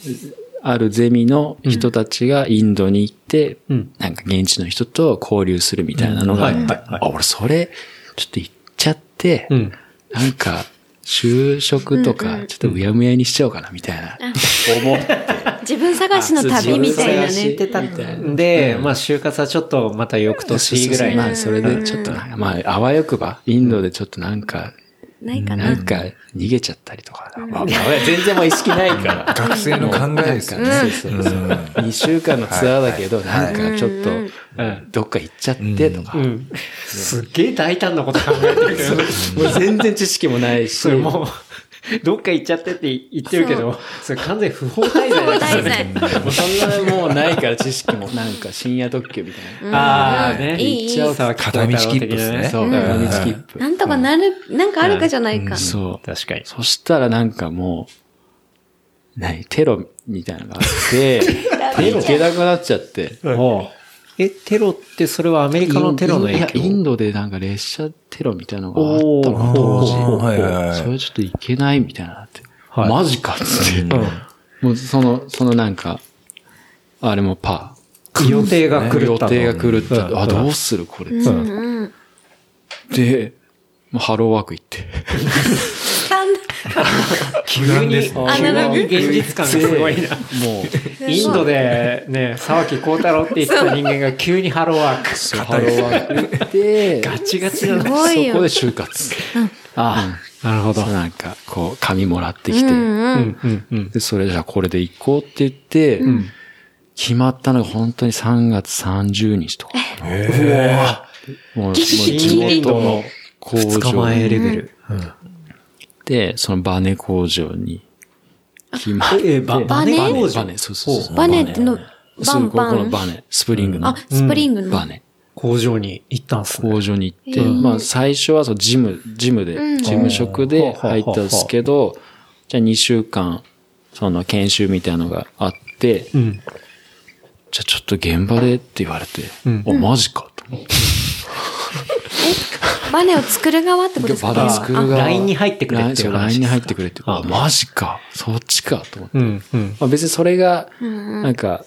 あ、あるゼミの人たちがインドに行って、
うん
なんか現地の人と交流するみたいなのがあって、
うんはいはいはい
あ、俺それ、ちょっと行っちゃって、
うん。
なんか、就職とか、ちょっとうやむやにしちゃおうかな、みたいな。思って
自分探しの旅みたいなね。
で、まあ就活はちょっとまた翌年ぐらい
まあ、
に。
それでちょっとなんか、まあ、あわよくば、インドでちょっとなんか、
ないか
な
な。
んか、逃げちゃったりとか、まあ、まあ全然もう意識ないから。
学生の考えですよね。
そうそうそう。2週間のツアーだけど、なんかちょっと、
うん。
どっか行っちゃってとか
う。ん。すっげえ大胆なこと考えてるけど。
もう全然知識もないし。
それもう、どっか行っちゃってって言ってるけど、それ完全に不法滞在だ
東
から
大
ね。
生。
もうそんなもうないから知識も、なんか深夜特急みたいな。
ああ、ね。
いいいい
行っちゃう
片道切符ですね
そう、片道切符。
なんとかなる、なんかあるかじゃないか。
そう。
確かに。
そしたらなんかもう、何テロみたいなのがあ って、行けなくなっちゃって。
おうえ、テロってそれはアメリカのテロの影響
インいやインドでなんか列車テロみたいなのがあったの、
お
当
ー
時。
おー
はいはいはい
それちょっと行けないみたいなのあって。
はい
マジかっつって。もうその、そのなんか、あれもパ
予定が
ー。
狂
予
ったの。
定が狂った。
うん
あ、どうするこれ。
うんうん。
で、まあハローワーク行って。
勘
急に、
アナログ
急に現実感がすごいな。
もう、
インドでね、沢木幸太郎って言ってた人間が急にハローワーク。
そうハローワーク行って、
ガチガチだ
す
な。
ごい
そこで
よ。
就活。
ああ、なるほど
そう。なんか、こう、紙もらってき
う
て、
うん
うん。
んうんうん。
で、それじゃあこれで行こうって言って、決まったのが本当に3月30日とか。もう、もう地元の工
捕
場
まえ
に
レベル。
で、そのバネ工場に決まっ
え
て。
えバ
バネ
バ
工
ネ、
場
バネそうそうそう。
バネっての、バ
そう
ン
ここ
バ
の
ン。
バネ、スプリングの
あ、スプリングの。
バネ。
工場に行ったんすね。
工場に行って、
うん
まあ最初はそのジム、ジムで、
うん
事務職で入ったんですけど、じゃあ2週間、その研修みたいなのがあって、
うん。
じゃあちょっと現場でって言われて、
うん
お、マジかと思って。
バネを作る側ってことですか
バネ作る
あ
側。
ラインに入ってくれっていう
LINE そう
話
LINE に入ってくれって。
あ
あ、マジか。そっちか。と思って。
うんうん。
まあ別にそれが、
ん
なんか、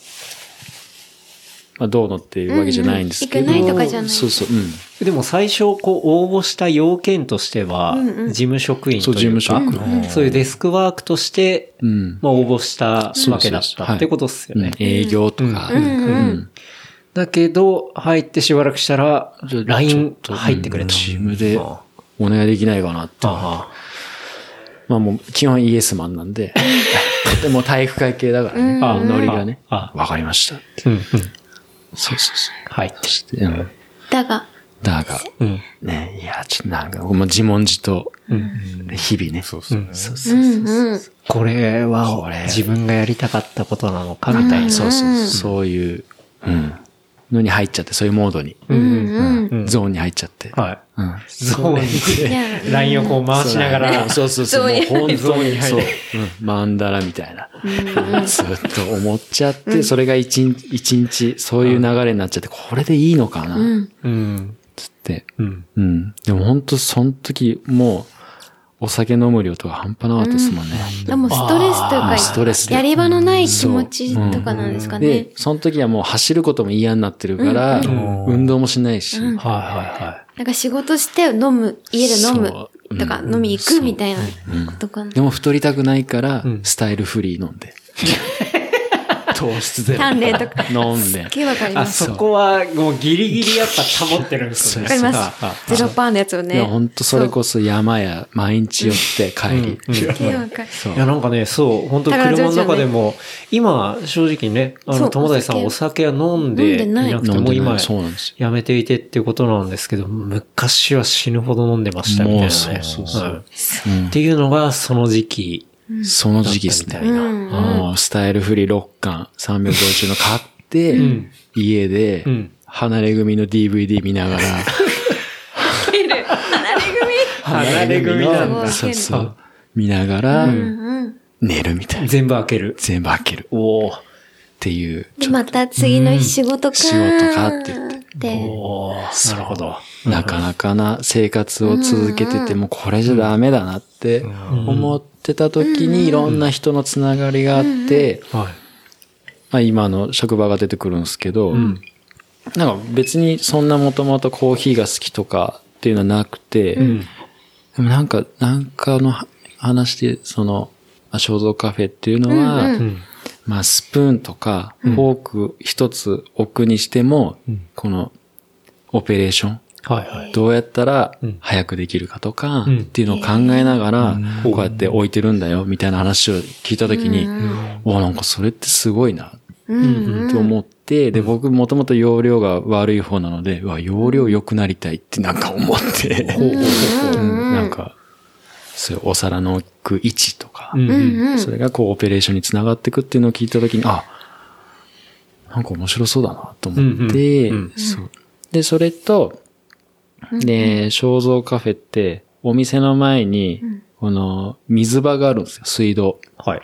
まあどうのっていうわけじゃないんですけど。
うんうん行かないとかじゃない
そうそう。うん。
でも最初、こう、応募した要件としては、
うんうん
事務職員というか、
そう事務
そういうデスクワークとして、
うん。
まあ、応募したわけだ
そうそう
っ
そ
た
うはい
ってことですよ
う
ね
ん。営業とか。
うんうん。
だけど、入ってしばらくしたら、LINE
ちょっと
入ってくれ
うん
と。
チームで
あ
お願いできないかなって。
あ
まあもう基本イエスマンなん で。でも体育会系だからね。
あ
ノリがね。
あ
わかりました。
うんうん。
そうそうそう。
入って。
して、うん
だが、
なんか、
うん。
ね、いや、ちょっとなんか、もう自問自答、日々ね。そうそうそう
う
そう。
んうん。
これ
こ
は
れ
自分がやりたかったことなのかみたいな。
そうそうそう。そういう、うん。のに入っちゃって、そういうモードに、
うんうん。
うん
ゾーンに入っちゃって。
はい。
うん。
ゾーン
い
で、
や、
ラインをこう回しながら、
そうそうそう。もう本
ゾ
当
ーン
に
に、
そ
入
う
る。
うん。マンダラみたいな。ずっと思っちゃって、それが一日、一日、そういう流れになっちゃって、これでいいのか
う
なっ
ん。
うん。
つって。
うん。
うん。でも本当その時、もう、お酒飲む量とか半端なかったですもんね。
でもストレスという
あ
か、
ーストレスで
やり場のない気持ちとかなんですかね
で。、その時はもう走ることも嫌になってるから、
ん
運動もしないし、
はいはいはい。
なんか仕事して飲む、家で飲む
そううん
とか飲み行くみたいなことかな
で。も太りたくないから、
ん
スタイルフリー飲んで。糖質ゼロ。
鍛錬とか
飲んで
すっ。げえわかり
あ
ます。
そこはもうギリギリやっぱ保ってるんですよ
わ
ね。
かりま
ああ
す。ゼロパーのやつを
い
ね。
や、本当それこそ山や毎日寄って帰り。
すっげえわかる。
そう
いや、なんかね、そう、本当に
宝
車
城
の
じゃね
中でも、今、正直ね、あ
そ
の、
う
友達さん
お
お酒は飲ん
飲ん
で
で
い
ない
なくて、もう
飲んでな
今
い、そうなんですよ
やめていてっていうことなんですけど、昔は死ぬほど飲んでましたみたいな
も
ね。
うそうそうそう
はいっていうのが、その時期
その
だった
時期
み
です
た
ね
い。な。
うん
もうスタイルフリー6巻350の買って、
ん
家で、
うん
離れ組の DVD 見ながら、
離れ組
離れ組
離
な
れ
ん
の
だ。
そうそ
あ
う。見ながら、
うんうん。
寝るみたいな。
全部開ける。
全部開ける。おっていう、
でまた次の日仕事か。
仕事かって言って
で
おーなるほど。
なかなかな生活を続けてて、もうこれじゃダメだなって思ってた時に、いろんな人のつながりがあって、
はい。
まあ、今の職場が出てくるんですけど、なんか別にそんなもともとコーヒーが好きとかっていうのはなくて、でもなんか、なんかの話で、その、まあ、肖像カフェっていうのは、まあスプーンとかフォーク一つ置くにしても、このオペレーション、
はいはい。
どうやったら早くできるかとか、
ん
っていうのを考えながら、こうやって置いてるんだよ、みたいな話を聞いたときに、おなんかそれってすごいな、と思って、で、僕もともと容量が悪い方なので、うわ、容量良くなりたいってなんか思って、うんなんか、そういうお皿の置く位置とか、
うんうん
それがこうオペレーションにつながっていくっていうのを聞いたときに、あ、なんか面白そうだなと思って、
うんうん
そうで、それと、で、肖像カフェって、お店の前に、この水場があるんですよ、水道、
はい。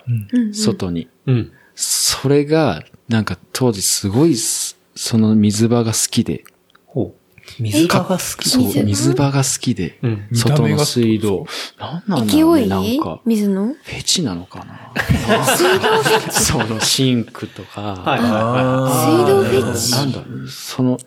外に。
うん。
それが、なんか当時すごいす、その水場が好きで、
ほう。水が好き。
そう、水場が好きで
うん、
外
見た目
の
が
水道。なんなんだ
勢
ろうね、
い
なんか。
水の
フェチなのかなそのシンクとか、
はいはいは
水道フェチ。
なんだろう、その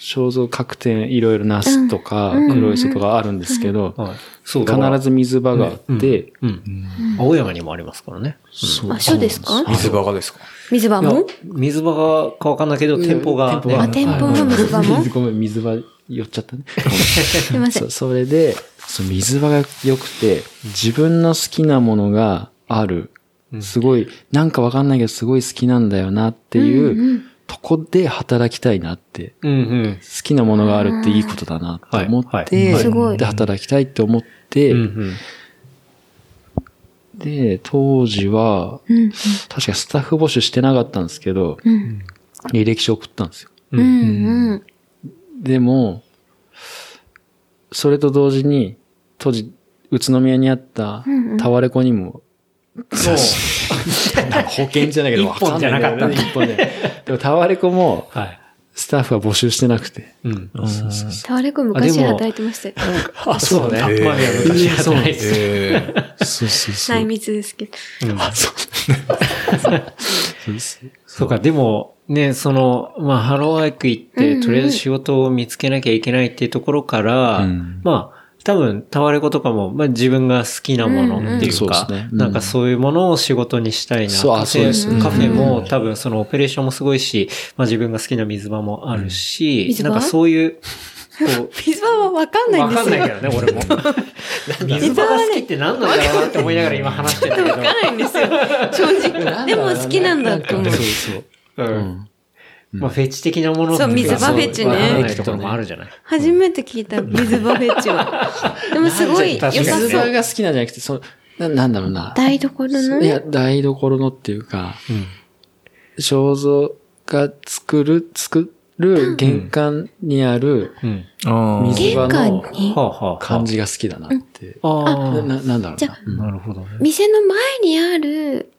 肖像各店いろいろナスとか黒磯とかあるんですけど
い、はい。そうだ
必
から
ず水場があって、
うん。青山にもありますからね。
そう
あ、そうですか
水バカですか
水場
いや
も
水場がかわかんないけど、店舗がね。
あ店舗も水場も
水 ごめん、水場寄っちゃったね。
すいません
そ。それで、その水場が良くて、自分の好きなものがある。すごい、なんかわかんないけど、すごい好きなんだよなっていう、とこで働きたいなって。
うんうん。
好きなものがあるっていいことだなって思っ
うんはい
て、
はい
すごい
で、働きたいって思っ
う
て、
んうん。
で、当時は、
うん。
確かスタッフ募集してなかったんですけど、
うん。
履歴書送ったんですよ。
うん。うん。
でも、それと同時に、当時、宇都宮にあったタワレコにも、
そう。
なんか保険じゃないけど、
一本じゃなかった
わ
ね
んないんだよね一本で。でもタワレコも、
はい。
スタッフは募集してなくて。
うん。
タワレコ昔働いてましたよ。
あ、そうね。マミ
へー
は昔
そうなん
働いて
ええ
そうそうそ
内
う。
密ですけど。
あ、そう。そうです
そうか、でも、ね、その、まあ、ハローワーク行って、とりあえず仕事を見つけなきゃいけないっていうところから、
うん
まあ、多分、タワレコとかも、まあ、自分が好きなものってい
うん
う
うんそ
か
うですね、うん
なんかそういうものを仕事にしたいな。
そうあ
カフ
そうです
ェ
ね
カフェも、多分、そのオペレーションもすごいし、まあ、自分が好きな水場もあるし、
水場
なんかそういう、こう、
水場はわかんないん
わ
ですよ。
かんないけどね、俺も。水場が好きって何なんだろうなって思いながら今話してたけど。
わかんないんですよ。正直。でも好きなんだって思う。
そうそう。
うんん。まあ、フェチ的なもの
そう水場フェチね
フェチとかもあるじゃない。
初めて聞いた、水バフェチは。でもすごい良さ
確かに
そ
水場
う。
が好きなんじゃなくて、そのななんだろうな。
台所の
いや、台所のっていうか、肖像が作る、作る玄関にある
うん。
あー
水場
玄関
の
に
はあ、はあ、はあ。
感。じが好きだなって。
あ
な
あ。
ななんだろう
じゃ
な
あ。
うん
なるほどね。
店の前にある、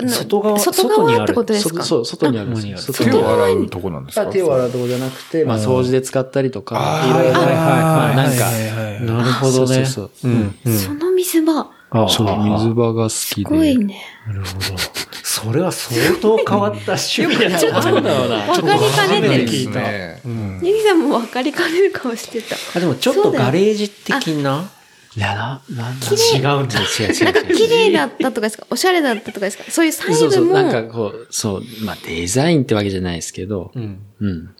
な
外側
外
外にあ
側
る
ってことです
そ
か
そう、外にあるんです
外にあ
よ。外に
る
手を洗うとこなんですか
手を洗うとこじゃなくて、まあ掃除で使ったりとか、い
あー
ろいろ。
はいはいはい
なんか
はいはい
なるほどね。
そうそう
うん。うん
その水場。
ああ
そう、水場が好
す
き
ごい
で。
ね。
なるほど。それは相当変わった趣味だな。なんだろうな
わかりかね
い
て
い
る
で。
聞
す
いた
ね。
うん
ネギさんもわかりかねる顔してた。
あ、でもちょっとガレージ的ない
や、な、なんだ
違うんだ。
違う違う違う。
綺麗だったとかですかおしゃれだったとかですかそういう細
そうそ
部
う、
も
なんかこう、そう、まあデザインってわけじゃないですけど、
うん。
うん。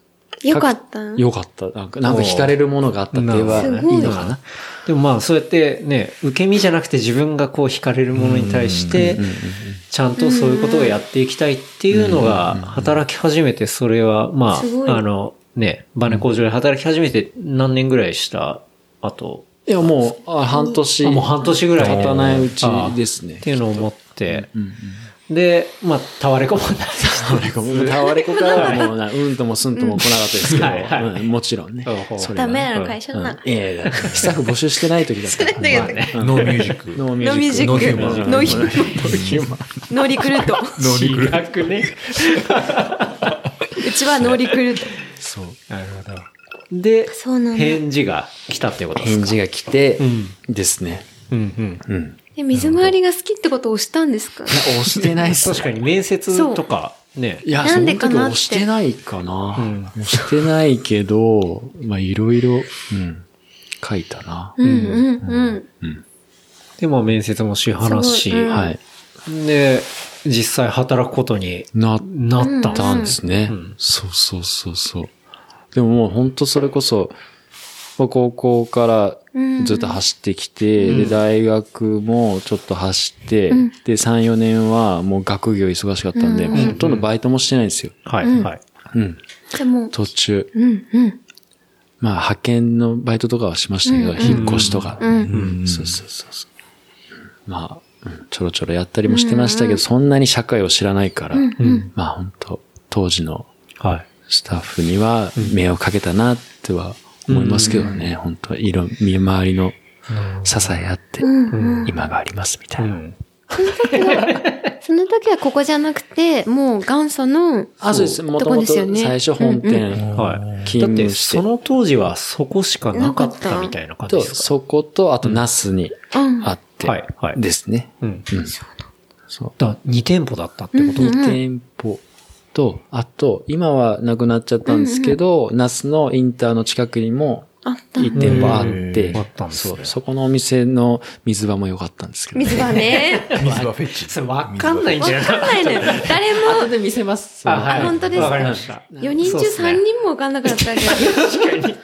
良かった。
よかった。なんか、なんか惹かれるものがあったって言えばい
お
い
ー
のかな。
でもまあそうやってね、受け身じゃなくて自分がこう惹かれるものに対して
うんうん、
ちゃんとそういうことをやっていきたいっていうのが、働き始めてそれは、ます
ごい
あ、あのね、バネ工場で働き始めて何年ぐらいした後、
いや、もう、あ半年。
あもう半年ぐらい
経たないうちです
っ
ね。
ていうのを思って、
うんうん
で、まあ、タワレコもなってきて
タワレコからはもうな、うんともすんとも来なかったですけ
はいは
ど、うんもちろんね
ほうほ。う
それ
ダ
は
メ
ね
なの会社
うん
な。
いやいや、スタッフ募集してない時だったから。
してない時だ
まあね
ノーミュージック。
ノーミ
ノーミュー
ュー
ジ
ジ
ッ
ッ
ク
ク。
ノーヒ
ノーヒューマン。
ノーリクルート。
ノーリクル。
違くね。
うちはノーリクルート。
そう。
なるほど。で、
そうなんだ。
返事が来たっていうことです
返
か
事が来て
ん、
ですね。
うんうん。
うん。
で水回りが好きってことを押したんですか
押してないっすね
確かに面接とかね。
いや、
な
そ
ん
の
で
時
かなって
押してないかな。
うん
押してないけど、まあいろいろ、うん、書いたな。
うんうんうん。
で、まあ面接もし話し、
すごいうん
はい。
で、実際働くことに
なっ
なったん
たん
で。
ですすね。
うん
そうそうそうそう。でももう本当それこそ、まあ高校からずっと走ってきて、
うん
で、大学もちょっと走って、
ん
で、3、4年はもう学業忙しかったんで、
う
ほとんどバイトもしてないんですよ。
はい、
うん
はい。
うん。
じゃあもう。
途中。
うんうん。
まあ、派遣のバイトとかはしましたけど、
うん
引っ越しとか。
うん。
うんそうそうそうそう。まあ、うんちょろちょろやったりもしてましたけど、そんなに社会を知らないから、
うん。
まあ本当当時の
はい。
スタッフには迷惑かけたなっては思いますけどね、本当いろ、見回りの支えあって、今がありますみた
う
いな。
ん。
その時はここじゃなくて、もう元祖の、
あ、そうです。も
と
と
こ
も
で
と
すよね
最初本店
はい。
勤
だっ
務
て、
して
その当時はそこしかなかっ
なかった
たみたいな感じ
と、
です
そこと、あとナスに
うん。
あって
はいはい
ですね。
かうん。
そう。
だ2店舗だったってこと
2店舗と、あと、今はなくなっちゃったんですけど、那須のインターの近くにも
あった。
1店舗あっ
へ
て
ーあったん、ですね
そう、そこのお店の水場も良かったんですけどね。
水場ね。
水場フェチ。
それわかんないんじゃ
わ
ない
かんないのよ。誰も、
で見せます
あはい
あ本当ですか
わかりました。
4人
そう
中
ですね
3人もわかんなかったけど。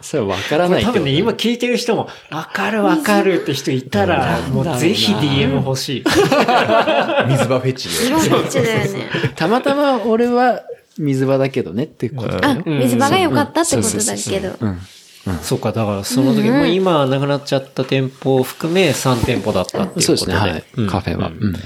それは分からない
多
け
分
ど
ね、
ね。
今聞いてる人も、わかるわかるって人いたら、もうぜひ DM 欲しい。
水場フェチ
す
で。
ごいこっちだよね。
たまたま俺は水場だけどねってことだ
あ
よ、。
水場が良かったってことだ
そうそ
けど。
うん。
そうか、だからその時、もう今はなくなっちゃった店舗を含め3店舗だったっていうことで。
そうですね、はい。カフェは。
う
うんん。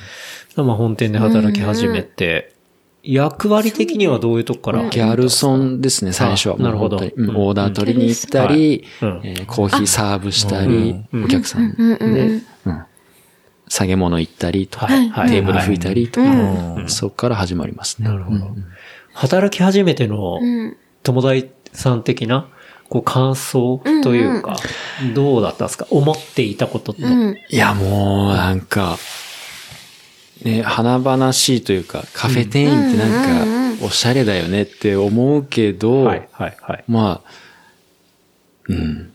まあ本店で働き始めて、役割的にはどういうとこから
ギャルソンですね、最初は。
あなるほど
もう本当にうんオーダー取りに行ったり、
うんはいうん
えーコーヒーサーブしたり、お客さんで、うん下げ物行ったりとか、
はいはい
テーブル拭いたりとか、
う
そこから始まりますね。
なるほど。働き始めての
うん。
友達さん的な、こう感想というか、どうだったんですか思っていたことと。
うん。
いや、もう、なんか、ね、華々しいというか、カフェ店員ってなんか、おしゃれだよねって思うけど、
はい、はい、はい。
まあ、うん。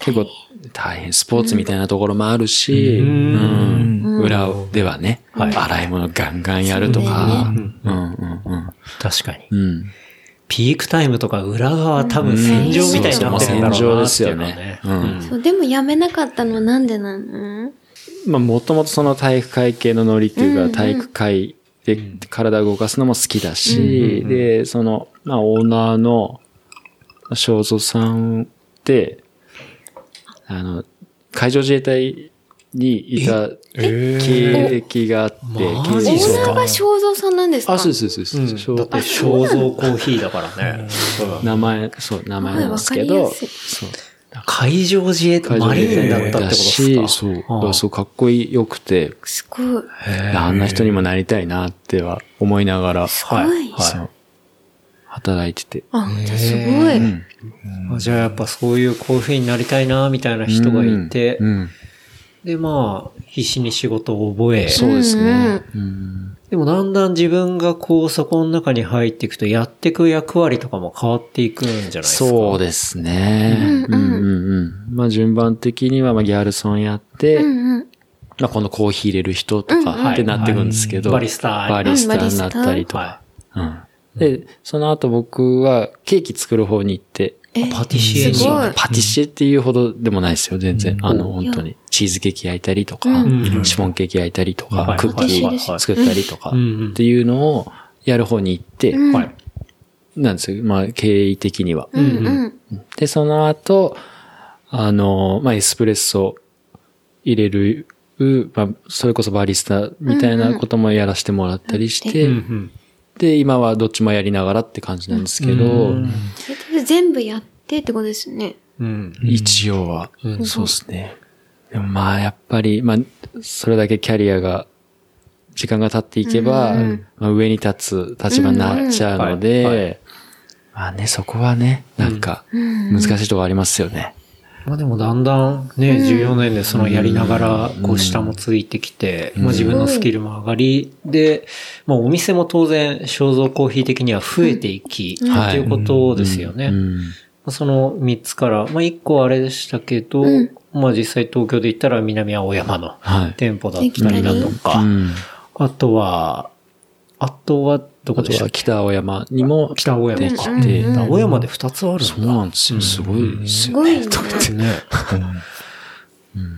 結構大変、スポーツみたいなところもあるし、
う
うんん裏ではね、
はい
洗い物ガンガンやると
そ
か、
う
う
だよ
んうんうん。
確かに。
うん。
ピークタイムとか裏側多分戦場みたいになってるんだろうなっていうのはね。
そうそうもう戦場ですよねうん
そう、でも辞めなかったのはなんでなの
まあ、もともとその体育会系のノリっていう
うんう
か、
ん
体育会で、体を動かすのも好きだし、で、その、まあ、オーナーの、正蔵さんって、あの、海上自衛隊にいた
え
経歴があって、
マ
オ
ジ
経歴
そう
ー
か
ナーが正蔵さんなんですか
あ、そうです、そうですそうです。
だって、肖像コーヒーだからね。うん
名前、そう、名前なんですけ
はい
ど、
わかりや
そう。
海上自衛隊、
海上
マリ
自
ーン
衛
だったってこと
隊
で
だ
す
し、
か
そう、
ああ
そう、かっこよくて、
すごい。
あんな人にもなりたいなっては思いながら、
はい。
はい
そう働いてて。
あ、じゃあすごい。
あじゃあやっぱそういうこういう風になりたいな、みたいな人がいて、
うんうん
でまあ、必死に仕事を覚え、
そうですね。
でもだんだん自分がこう、そこの中に入っていくと、やっていく役割とかも変わっていくんじゃないですか。
そうですね。うんうんうん。まあ順番的には、まあギャルソンやって、
うんうん。
まあこのコーヒー入れる人と
うんうん
かってなってくんですけど、
はいバリスタ
バリスタになったりとか。
は
うんで、その後僕はケーキ作る方に行って、
い。パティシエに。
すごい
パティシエっていうほどでもないですよ、全然。あの、本当に。チーズケーキ焼いたりとか、
ん
シフォンケーキ焼いたりと
は
か
い、
クッキー作ったりとか、
うんうん
っていうのをやる方に行って、
はい。
なんですよ。まあ、経緯的には。
うんうん。
で、その後、あの、まあ、エスプレッソ入れる、まあ、それこそバリスタみたいなこともやらせてもらったりして、
うんうん
で、今はどっちもやりながらって感じなんですけど、
うん
結局全部やってってことですよね。
うん。
一応は、そうですね。でもまあやっぱり、まあ、それだけキャリアが、時間が経っていけば、まあ、上に立つ立場になっちゃうので、
うんうんはいは
まあね、そこはね、なんか、難しいとこありますよね。
まあでもだんだんね、14年でそのやりながら、こう下もついてきて、まあ自分のスキルも上がり、で、まあお店も当然、肖像コーヒー的には増えていき、と
はい
いうことですよね。
う
ま
ん
あその3つから、まあ1個あれでしたけど、まあ実際東京で言ったら南青山の
はい。
店舗だったりだとか
う、ん
あとは、あとはどこ
あ
で
と
したっ
は
け
北青山にも、
北青山か。
で、
青山で2つあるんだ。
そうなんですよ。すごいです
す
よ。
ごいね。
ね。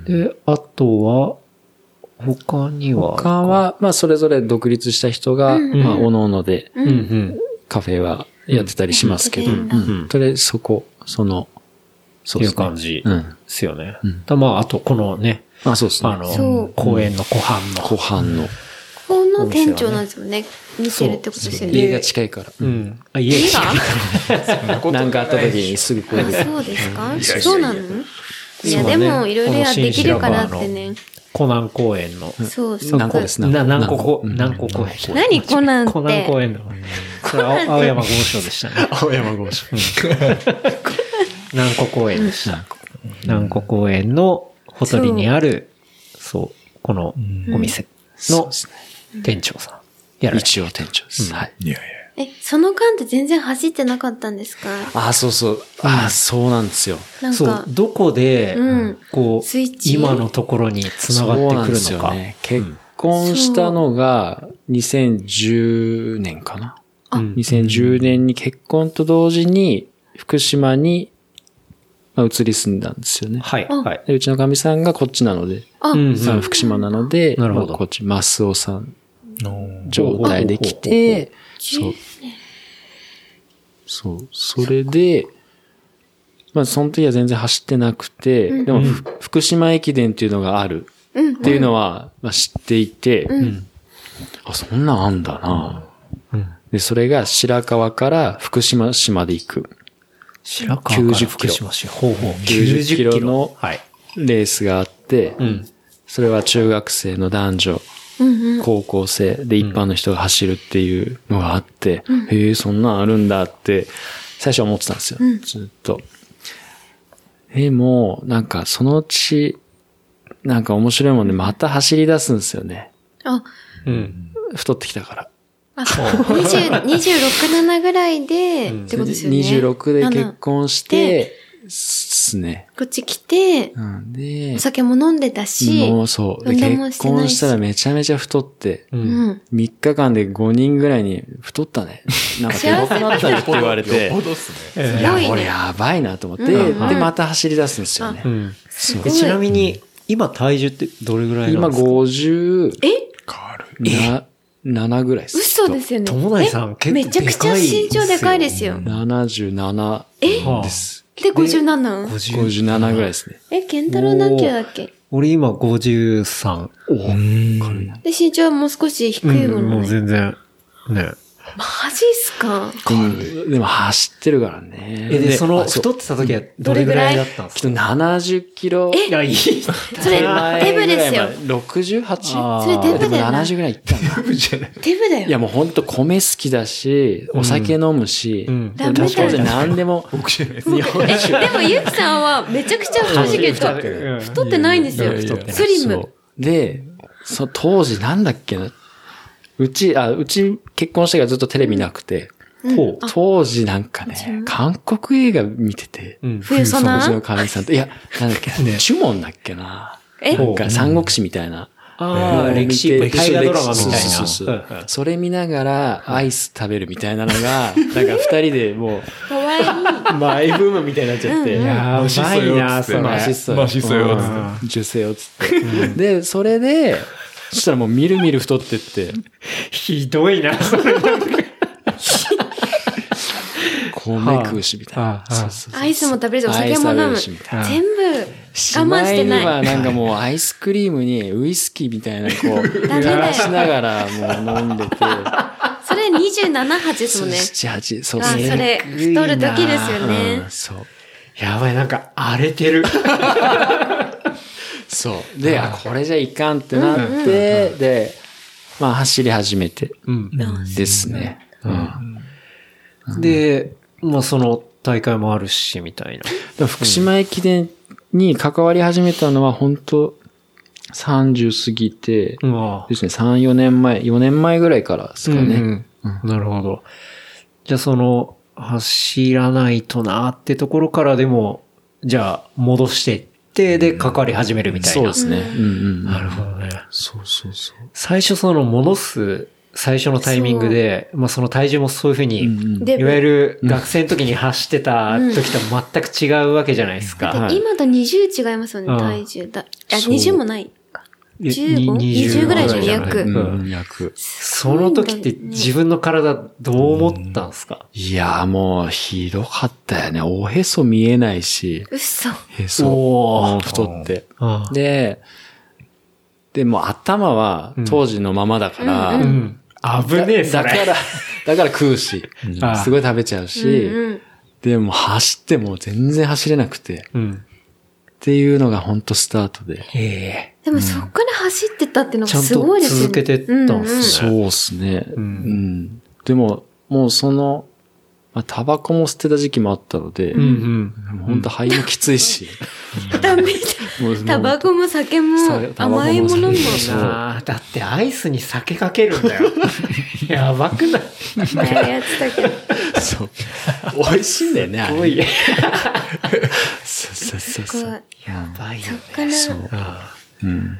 で、あとは、他には。
他は、まあそれぞれ独立した人が、まあ、おのので、
うんうん。
カフェはやってたりしますけど、
う
うんん
うん
とりあえずそこ、その、
っ
そ
て
で
い
す
う
ね
感じ
う
で
ん。
すよね
うん。
だまあ、あと、このね、
あ、そうですね。
あ
そ
の
う、
公園の湖畔の。
ご飯の。
この店長なんですよね。見てるってことですよ
家
ね。
が近いから。
うん。あ、家
家が
なんかあった時にすぐ来れる。
そうですかそうなのいや、でも、いろいろやってきるからってね。
湖南公園の。
そうそう。
何個ですね。
な、何個こ、
うん
何個公園。
何コナンって
湖南公園の。それ青青山豪商で したね。
青山豪商。
南湖公園でした。南湖公園のほとりにある、そう、このお店
そう
の
ですね
店長さん。やられて
一応店長です。はい。
いやい
え、その間って全然走ってなかったんですか
あ、そうそう。あ、そうなんですよ。
なん
そ
か
う、、どこで、
うん
こう
スイッ、チ
今のところに繋がって
そうなん
く
で
る
す
の
よ
か。
ね。結婚したのが2010年かな。
うん
2010年に結婚と同時に福島にまあ移り住んだんですよね。
はい、
あ
はい。
でうちのかみさんがこっちなので、
あ、
うんうん
あの福島なので、
なるほど
まあこっち、マスオさん
や。
状態で来て、そう。そう。それで、まあ、その時は全然走ってなくて、でも、ふ福島駅伝っていうのがある
うん
っていうのは、まあ、知っていて、
ん
あ、そんなんあんだな、
うん
で、それが白川から福島市まで行く
白川から
90
福島市。ほうほう。
90キロの
はい。
レースがあって、
うん。
それは中学生の男女、
うんうん。
高校生で一般の人が走るっていうのがあって、へえ、そんなんあるんだって、最初は思ってたんですよ。ずっと。でも、なんかそのうち、なんか面白いもんで、また走り出すんですよね。
あ、
うん。
太ってきたから。
あ、20 26、7ぐらいで、ってことですよね。
26で結婚して、ですね。
こっち来て、
うんで
お、酒も飲んでたし、
もうそう。で
運動もして
結
ないし
婚したらめちゃめちゃ太って、
うん。
3日間で5人ぐらいに太ったね。なんか手ごくなったねって言われて。
ほどっすね。
す
いや、
ごい
これ
ね。
やばいなと思って、
うんうん
で、また走り出すんですよね
う。ん。
すご
え
い。
ちなみに、今体重ってどれぐらいな
今
んですか
50、
え
変わる。
な、 7ぐらいです。
嘘ですよね。
友成さん
え
結構
めちゃくちゃ身長でかいですよ。
77です。
で、57?
50
57ぐらいですね。
え、ケンタロウ何キロだっけ
俺今53。
で、身長はもう少し低いも
うんも
の
う
ね。
全然。ね。
マジっすか
うんでも走ってるからね。
え、で、その
あう
太ってた時はどれぐらいだったんです
き
か
っと70キロ。
いや、いい。
それ、デブですよ。
68?
それデブだ
でも
よな。
70
デ
ぐらいいったな。
ブだ
いや
よ。
もうほんと米好きだし、お酒飲むし、
ん
でも当然何でも、日本
え、でもゆきさんはめちゃくちゃ太ってる
ってる
うん
太ってないんですよ
いやいやい。や
スリ
そ
ム。
うで、そ当時なんだっけな。うち、あ、うち結婚してからずっとテレビなくて、
ほ
当時なんかね、韓国映画見てて、
う。うん。
冬ソ
うちの
ナ
かみさんと、いや、なんだっけ、 チュモンだっけな。
え
なんか三国志みたいな。
ああ、
うん
歴史、
見て
歴史ドラマみたいな。
そうそうそう
うんうん
それ見ながら、アイス食べるみたいなの が、なんか二人でも
かわいい。
う、まあ、エブームみたいになっちゃって、
や
マシ
ば
ソ
い
ヨ
な、
つっ
そ
て
マシ
れ。
ソヨ。
マシソヨ
うん受精をつって。で、それで、そしたらもうみるみる太ってって、
ひどいな、それ。
米食うしみたい
は
な
あ。はあ
そうそうそう
アイスも食べるし、お酒も飲
ア
む。
イス食べるしみたい
な
全部我慢して
しま
ないい。
にはなんかもうアイスクリームにウイスキーみたいなこう、
ダメだよ
しながらもう飲んでて、
それ27、8ですもんね。
七八そう
あ、そ
すね
れ、太る時ですよね
うん。そう。
やばい、なんか荒れてる。
そう。で、あ、これじゃいかんってなって、で、まあ走り始めて
うん。
ですね。うん
で、まあその大会もあるし、みたいな。
だから福島駅伝に関わり始めたのは本当30過ぎて、
うわ
ですね、3、4年前、4年前ぐらいからですかね。
うんうんなるほど。じゃあその、走らないとなってところからでも、じゃあ戻していって、で、かかり始めるみたいな。
そうですね。うんうん。
なるほどね。
そうそうそう。
最初その戻す最初のタイミングで、まあその体重もそういうふうに、
うん
で
いわゆる学生の時に走ってた時とは全く違うわけじゃないですか。
は
だって
い
今と20違いますよ
う
ね、
ん
体重だ。あ、
そう
20もないか。
い
15
に
20ぐらいじゃん
ない
約
うん
うん
うん約。
その時って自分の体どう思ったんですか、
いやーもう、ひどかったよね。おへそ見えないし、
嘘。
へそ。
おー
もう太って。
ああ
で、でも頭は当時のままだから、
うん
うん。危ねえ、そ
だ
れ。
から、だから食うし、
ああ
すごい食べちゃうし、
うんうん
でも走っても全然走れなくて、
うん。
っていうのが本当スタートで。
ええ。
でもそっから走ってたってのが
ちゃん
すご
と
いですよね。
続けてったん
うんうん
す
そ
ね。
うですね。
う
うんん、でも、もうその、まあ、タバコも捨てた時期もあったので、
うん
もう本当肺もきつい し、
ダ メだ。
もうもう
タバコも酒も
そうタバコも
甘いものも。
そう
うん。なあ、だってアイスに酒かけるんだよ。 やばくない
前やってたけど。
そう。美味しいんだよね、あ
す
れ
ごい。や
そうそうそ
す
うそ
ご
う。
い。
ばいよ
そっ
ね。
から、
そう。うん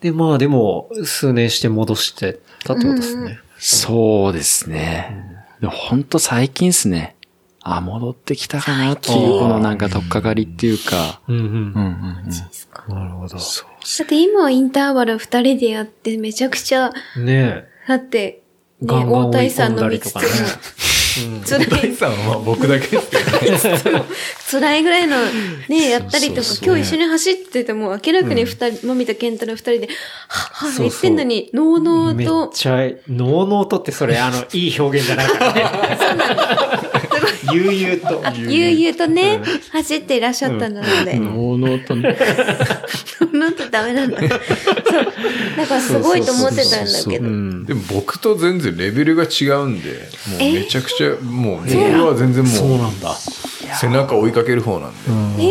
で、まあでも、数年して戻してたってことですね。
そうですね。でも本当最近ですね。あ、戻ってきたかなってい
最
う、
近
このなんかとっかかりっていうか。
うん
うんうん
うん。なるほど。
だって今はインターバル二人でやってめちゃくちゃ、
ね
だって、ね、
ガンガン
大谷さんの道とか
追い込んだり
辛い、
さんは僕だけですけどね。
辛いぐらいのね、やったりとか、今日一緒に走ってても明らかに二人、まみと健太の二人で、はっはっ
そうそ
言
う
ってんのに、のうの
え。
う
めっ
と、
ちゃ、ノーノーとってそれ、あ の、いい表現じゃないからね。悠々と。
あ悠々とね、走っていらっしゃったので、の
うん。能とね。
う のうとダメなんだ。そう。だからすごいと思ってたんだけど。
でも僕と全然レベルが違うんで、もう
え
めちゃくちゃ、もう僕は全然
そう
も
な
うん
だ。
背中追いかける方なんで、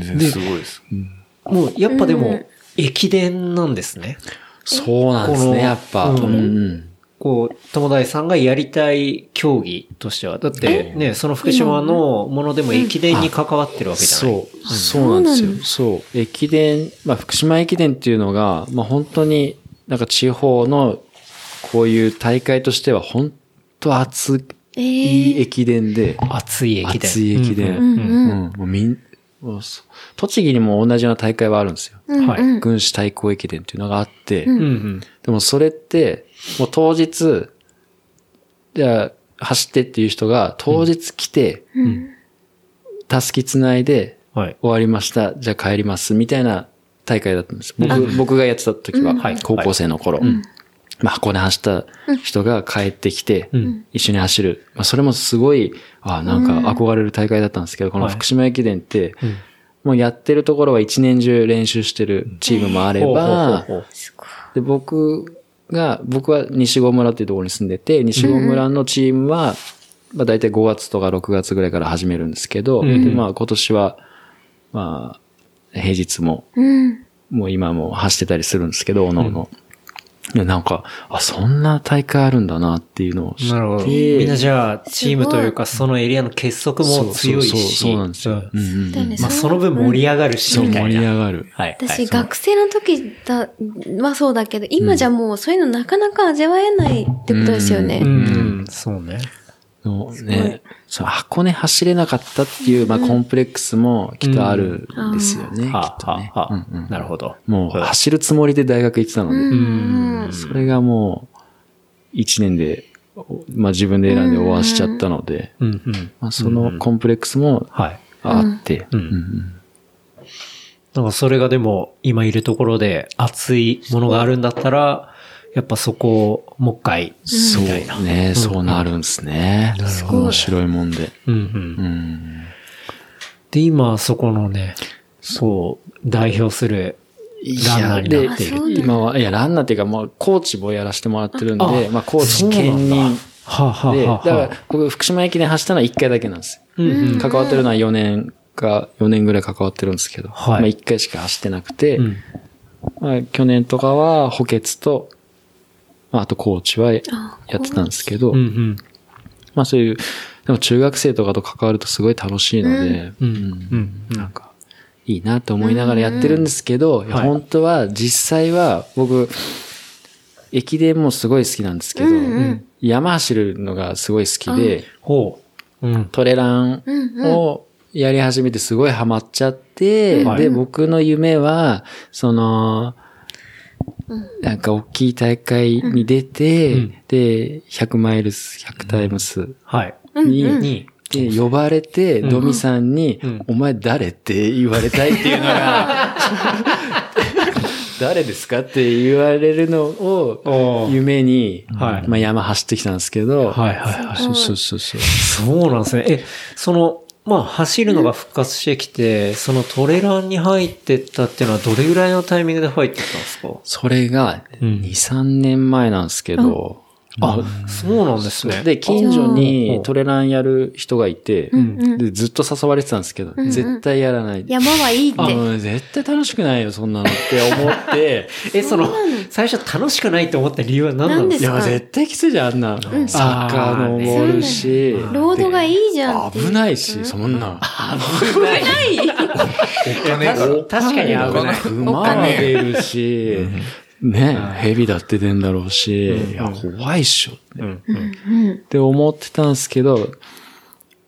え
全然すごいです。
もう、やっぱで
う
も
ん、
駅伝なんですね。
そうなんです
この
ね、やっぱ。
う
うんんうん。
こう、友大さんがやりたい競技としては、だってね、その福島のものでも駅伝に関わってるわけじゃない。
そう、そうなんですよ。そう。駅伝、まあ、福島駅伝っていうのが、まあ、本当になんか地方のこういう大会としては本当熱
え
い
ー、
駅伝で、
熱い駅伝。
熱い駅伝。
うんうん
うんもうみんもうそ栃木にも同じような大会はあるんですよ。
うん
はい
うん
軍師対抗駅伝っていうのがあって、
うん
うんうん。
でもそれって、もう当日、じゃあ走ってっていう人が当日来て、
うん
たすきつないで
はい。
終わりました、じゃあ帰ります、みたいな大会だったんです。僕、僕がやってた時は、
はい
高校生の頃。まあ、箱根走った人が帰ってきて、
うん
一緒に走る。まあ、それもすごい、あなんか憧れる大会だったんですけど、この
はい
福島駅伝って、
うん
もうやってるところは一年中練習してるチームもあれ
ほうほうほう
ば
ほ、う
で、僕が、僕は西郷村っていうところに住んでて、西郷村のチームは、まあ大体5月とか6月ぐらいから始めるんですけど、
んうん
でまあ今年は、まあ、平日も、
うん
もう今も走ってたりするんですけど、おのおの。でなんか、あ、そんな大会あるんだなっていうのを知って
なるほど。みんなじゃあ、チームというか、そのエリアの結束も強い
そうそう
し。
そうなんですよ。うんうんうん
だよね
まあ、その分盛り上がるし、
そう
みた
盛
い
り
な。
上がる。
はい。は
私、
い
学生の時だはそうだけど、今じゃもうそういうのなかなか味わえないってことですよね。
うんうん、そうね。
のね、そう箱根走れなかったっていう、まあ、コンプレックスもきっとあるんですよね、きっ
はあ、
と
は
ね。
あ、は
うんうん
あ。なるほど。
もう走るつもりで大学行ってたので、
うん。
それがもう、1年で、まあ、自分で選んで終わしちゃったので、
うん、うん。
まあ、そのコンプレックスも
はい。
あって、
うん
うんうん
なんかそれがでも今いるところで熱いものがあるんだったら、やっぱそこをもう一回。
そうね、そうなるんですね。面白いもんで。
うんう。
うんん
で、今そこのね、そう、代表するランナーになってい
いやでそ
る。
うなんだ
今は、いや、ランナーっていうか、もう、コーチもやらせてもらってるんで、
あ
まあ、コーチ
そうなんだ
兼任
はあ、はあ
で、だ
はあ
か
は
ら
あ、
僕、福島駅伝走ったのは1回だけなんです。
うんうん。
関わってるのは4年か、4年ぐらい関わってるんですけど、
はい
まあ、1回しか走ってなくて、
うん
まあ、去年とかは補欠と、まあ、あとコーチはや
あ
ってたんですけど、
うんうん。
まあ、そういう、でも中学生とかと関わるとすごい楽しいので、う
うん
ん
うんうん
なんか、いいなと思いながらやってるんですけど、いや
はい
本当は実際は僕、駅伝もすごい好きなんですけど、
うん
山走るのがすごい好きで、
ほう。うん。
トレランをやり始めてすごいハマっちゃって、
はい
で、僕の夢は、その、なんか大きい大会に出て、
うん
で、100マイルス、100タイムス、
はい。
に、
に、
で呼ばれて、
ん
ドミさんに、
うん
お前誰って言われたいっていうの が、誰ですかって言われるの
お
を
ー
夢に、
はい
まあ山走ってきたんですけど、
はいはいはい。
そうそうそうそう。
そうなんですね。え、その、まあ、走るのが復活してきて、そのトレランに入ってったっていうのはどれぐらいのタイミングで入ってったんですか
それが、
うん
2、3年前なんですけど、
あ、そうなんですね。
で、近所
う
に
ん
トレランやる人がいて、
ん
でずっと誘われてたんですけど、
ん
絶対やらない。
山はいいっ
あも
て。
う絶対楽しくないよ、そんなのって 思って、
え、その、最初楽しくないと思った理由は何なんです
い
か
や、絶対きついじゃん、あんなの。サッカーの登るし。
ロードがいいじゃんって。
危ないし、そんな。
危ない。
お金
確かに危ない。
馬が出るし、ね、蛇だって出んだろうし、いや、怖いっしょって
ん
って思ってたんですけど、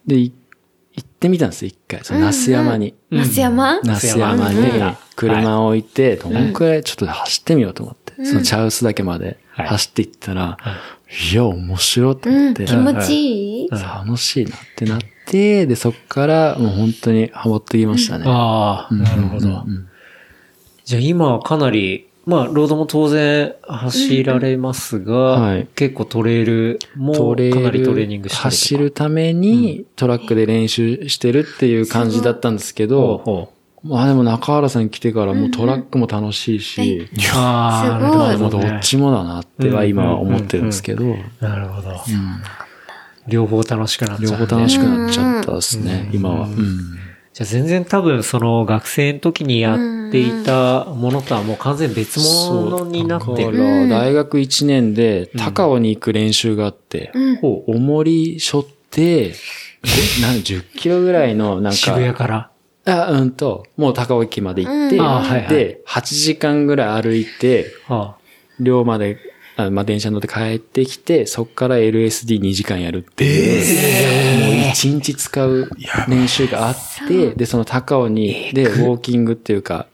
で、い行ってみたんですよ、一回。その那須山に。
那須山
那須山
那須
に
山ね
車を置いて、どのくらいちょっと走ってみようと思って、その茶臼だけまで
はい
走っていったら、いや、面白いと思って。
気持ちいい
楽しいなってなって、で、そっからもう本当にハマってきましたね。
ああ、なるほど。じゃあ今はかなり、まあ、ロードも当然走られますが、
んはい
結構トレイルも
トレイル
かなりトレーニングして
走るためにトラックで練習してるっていう感じだったんですけ
ほう
ど、
ほう
まあでも中原さん来てからもうトラックも楽しいし、
あ
すごい
まあ
ー
でもど
なるほね
っちもだなっては今は思ってるんですけど、
なるほど。両方楽しくなっちゃう、
両方楽しくなっちゃったですね、今は。うん
じゃあ全然多分その学生の時にやっていたものとはもう完全別物になって
だか
る。
ら大学1年で高尾に行く練習があって、
ほう
重り背負って、なん10キロぐらいの、なん
渋
か、
谷から。
あ、うんと、もう高尾駅まで行って、
うん
あはいはい
で、8時間ぐらい歩いて、
あ
寮まで、あのまあ、電車乗って帰ってきて、そっから LSD2 時間やるっていう、もう1日使う練習があって、で、その高尾に、で、ウォーキングっていうか、